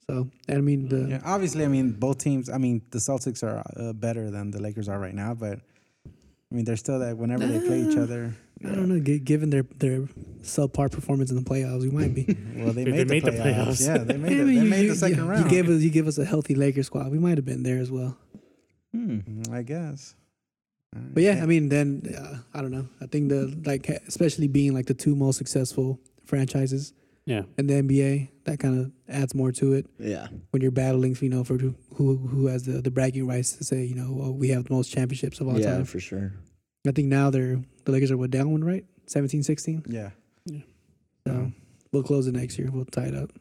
S5: So and I mean the
S4: Mm-hmm. Yeah, obviously, I mean, both teams. I mean, the Celtics are uh, better than the Lakers are right now, but I mean, they're still that whenever they play each other. um,
S5: I don't know gi- given their their subpar performance in the playoffs we might be.
S4: Well, they
S3: They
S4: made,
S3: made
S4: the,
S3: the
S4: playoffs.
S3: playoffs.
S4: Yeah, they made,
S5: I
S4: it.
S5: mean,
S4: they
S5: you-
S4: made
S5: you-
S4: the second
S5: you,
S4: round.
S5: You gave us you gave us a healthy Lakers squad. We might have been there as well.
S2: hmm.
S4: Mm, I guess. All right.
S5: But yeah, I mean, then uh, I don't know. I think the like especially being like the two most successful franchises
S3: Yeah.
S5: in the NBA that kind of adds more to it.
S2: Yeah.
S5: when you're battling, you know, for who who has the, the bragging rights to say, you know, oh, we have the most championships of all
S2: Yeah,
S5: time.
S2: for sure.
S5: I think now they're the Lakers are what down one, right? 17, 16.
S4: yeah.
S5: So we'll close it next year. We'll tie it up.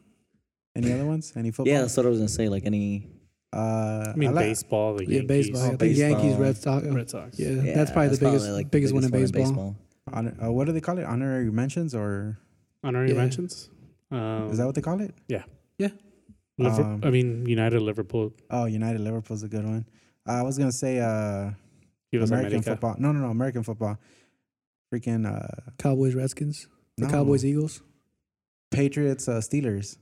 S4: Any other ones? Any football?
S2: Yeah, that's what I was gonna say. Like any
S4: Uh,
S3: I mean,
S4: like-
S3: baseball, the
S5: yeah,
S3: Yankees,
S5: baseball. I think
S4: Baseball.
S5: Yankees, Red Sox.
S3: Red Sox.
S5: Yeah, that's probably the biggest
S2: like,
S5: biggest, one in baseball.
S4: honor- uh, what do they call it? Honorary mentions, or
S3: Honorary
S5: Yeah.
S3: mentions. Um,
S4: is that what they call it?
S3: Liver-
S4: um,
S3: I mean, United, Liverpool,
S4: Oh, United Liverpool's a good one. Uh, I was gonna say uh,
S3: Chivas
S4: American
S3: America.
S4: football. No, no, no, American football. Freaking uh,
S5: Cowboys, Redskins. The
S4: no.
S5: Cowboys,
S2: e-
S5: Eagles.
S4: Patriots, uh, Steelers.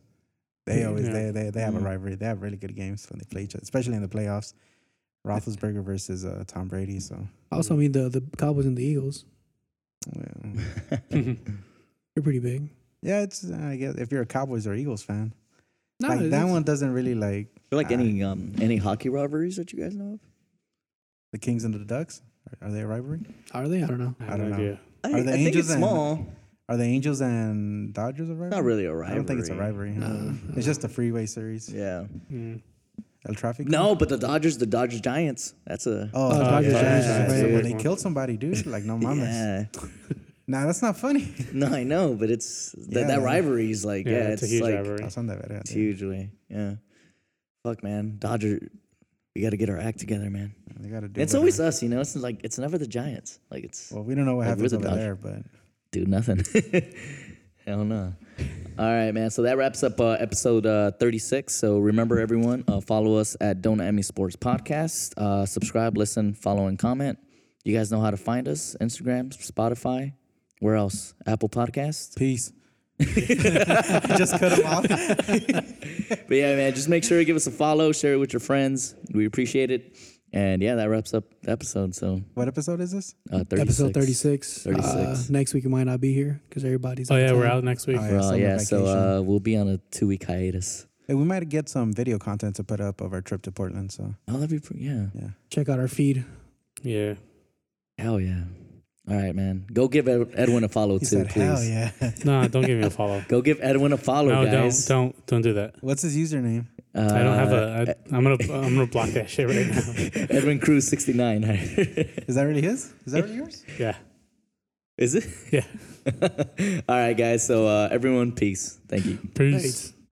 S4: They always
S3: Yeah.
S4: they they they have a
S2: Mm.
S4: rivalry. They have really good games when they play each other, especially in the playoffs. Roethlisberger versus uh, Tom Brady. So
S5: Also,
S3: Mm.
S5: I mean, the, the Cowboys and the Eagles.
S4: yeah.
S5: They're pretty big.
S4: yeah, it's uh, I guess if you're a Cowboys or Eagles fan,
S5: No,
S4: like that
S5: it's-
S4: one doesn't really like
S2: Or like any um any hockey rivalries that you guys know of?
S4: the Kings and the Ducks. Are, are they a rivalry?
S5: Are they? I don't know.
S3: I, have
S4: I
S3: no
S4: don't know.
S3: idea.
S2: I,
S4: Are the
S2: I think
S4: Angels
S2: it's
S4: and-
S2: small.
S4: Are the Angels and Dodgers a rivalry?
S2: Not really a rivalry.
S4: I don't think it's a rivalry. huh?
S5: No.
S4: It's just a freeway series.
S2: Yeah.
S3: Mm.
S4: El Tráfico.
S2: No, but the Dodgers, the Dodgers Giants. That's a
S4: Oh,
S5: Oh, Dodgers,
S4: yeah.
S5: Giants,
S4: Yeah.
S5: right,
S4: When
S5: yeah.
S4: they killed somebody, dude. Like no mames.
S2: yeah.
S4: Nah, that's not funny.
S2: No, I know, but it's th-
S4: Yeah,
S2: that
S4: man.
S2: rivalry is like
S3: Yeah,
S2: yeah,
S3: it's, a huge
S2: like
S3: rivalry.
S4: That's on that verga,
S2: it's
S4: dude.
S2: hugely yeah. Fuck man, Dodger, we got to get our act together, man.
S4: They gotta do
S2: It's
S4: better.
S2: always us, you know. It's like it's never the Giants. Like it's
S4: Well, we don't know what
S2: Like, we're
S4: happens
S2: the
S4: over
S2: Dodgers.
S4: there, but
S2: do nothing. Hell no. All right, man. So that wraps up uh, episode uh, 36. So remember, everyone, uh, follow us at Don't At Me Sports Podcast. Uh, subscribe, listen, follow, and comment. You guys know how to find us Instagram, Spotify. Where else? Apple Podcast.
S4: peace. Just cut him off.
S2: But yeah, man, just make sure to give us a follow, share it with your friends. We appreciate it. And yeah, that wraps up the episode. So
S4: What episode is this?
S2: uh, 36.
S5: Episode 36.
S2: 36.
S5: Uh, next week, we might not be here because everybody's.
S3: Oh yeah, we're
S5: town.
S3: out next week.
S4: Oh,
S2: Well,
S4: summer
S2: yeah, so
S4: vacation.
S2: uh, we'll be on a two week hiatus.
S4: Hey, we might get some video content to put up of our trip to Portland. So
S2: Oh, that'd be pretty, yeah.
S4: yeah,
S5: Check out our feed.
S3: Yeah.
S2: Hell yeah. All right, man. Go give Ed- Edwin a follow
S4: he
S2: too,
S4: said,
S2: please.
S4: "Hell yeah."
S3: No, don't give me a follow.
S2: Go give Edwin a follow,
S3: no,
S2: guys.
S3: don't don't don't do that.
S4: What's his username?
S2: don't.
S3: I don't have a.
S2: Uh,
S3: I, I'm gonna I'm gonna block that shit right now.
S2: Edwin Cruz 69.
S4: Is that really his? Is that really yours?
S3: Yeah.
S2: Is it?
S3: Yeah.
S2: All right, guys. So, uh, everyone, peace. Thank you.
S3: Peace.
S5: Thanks.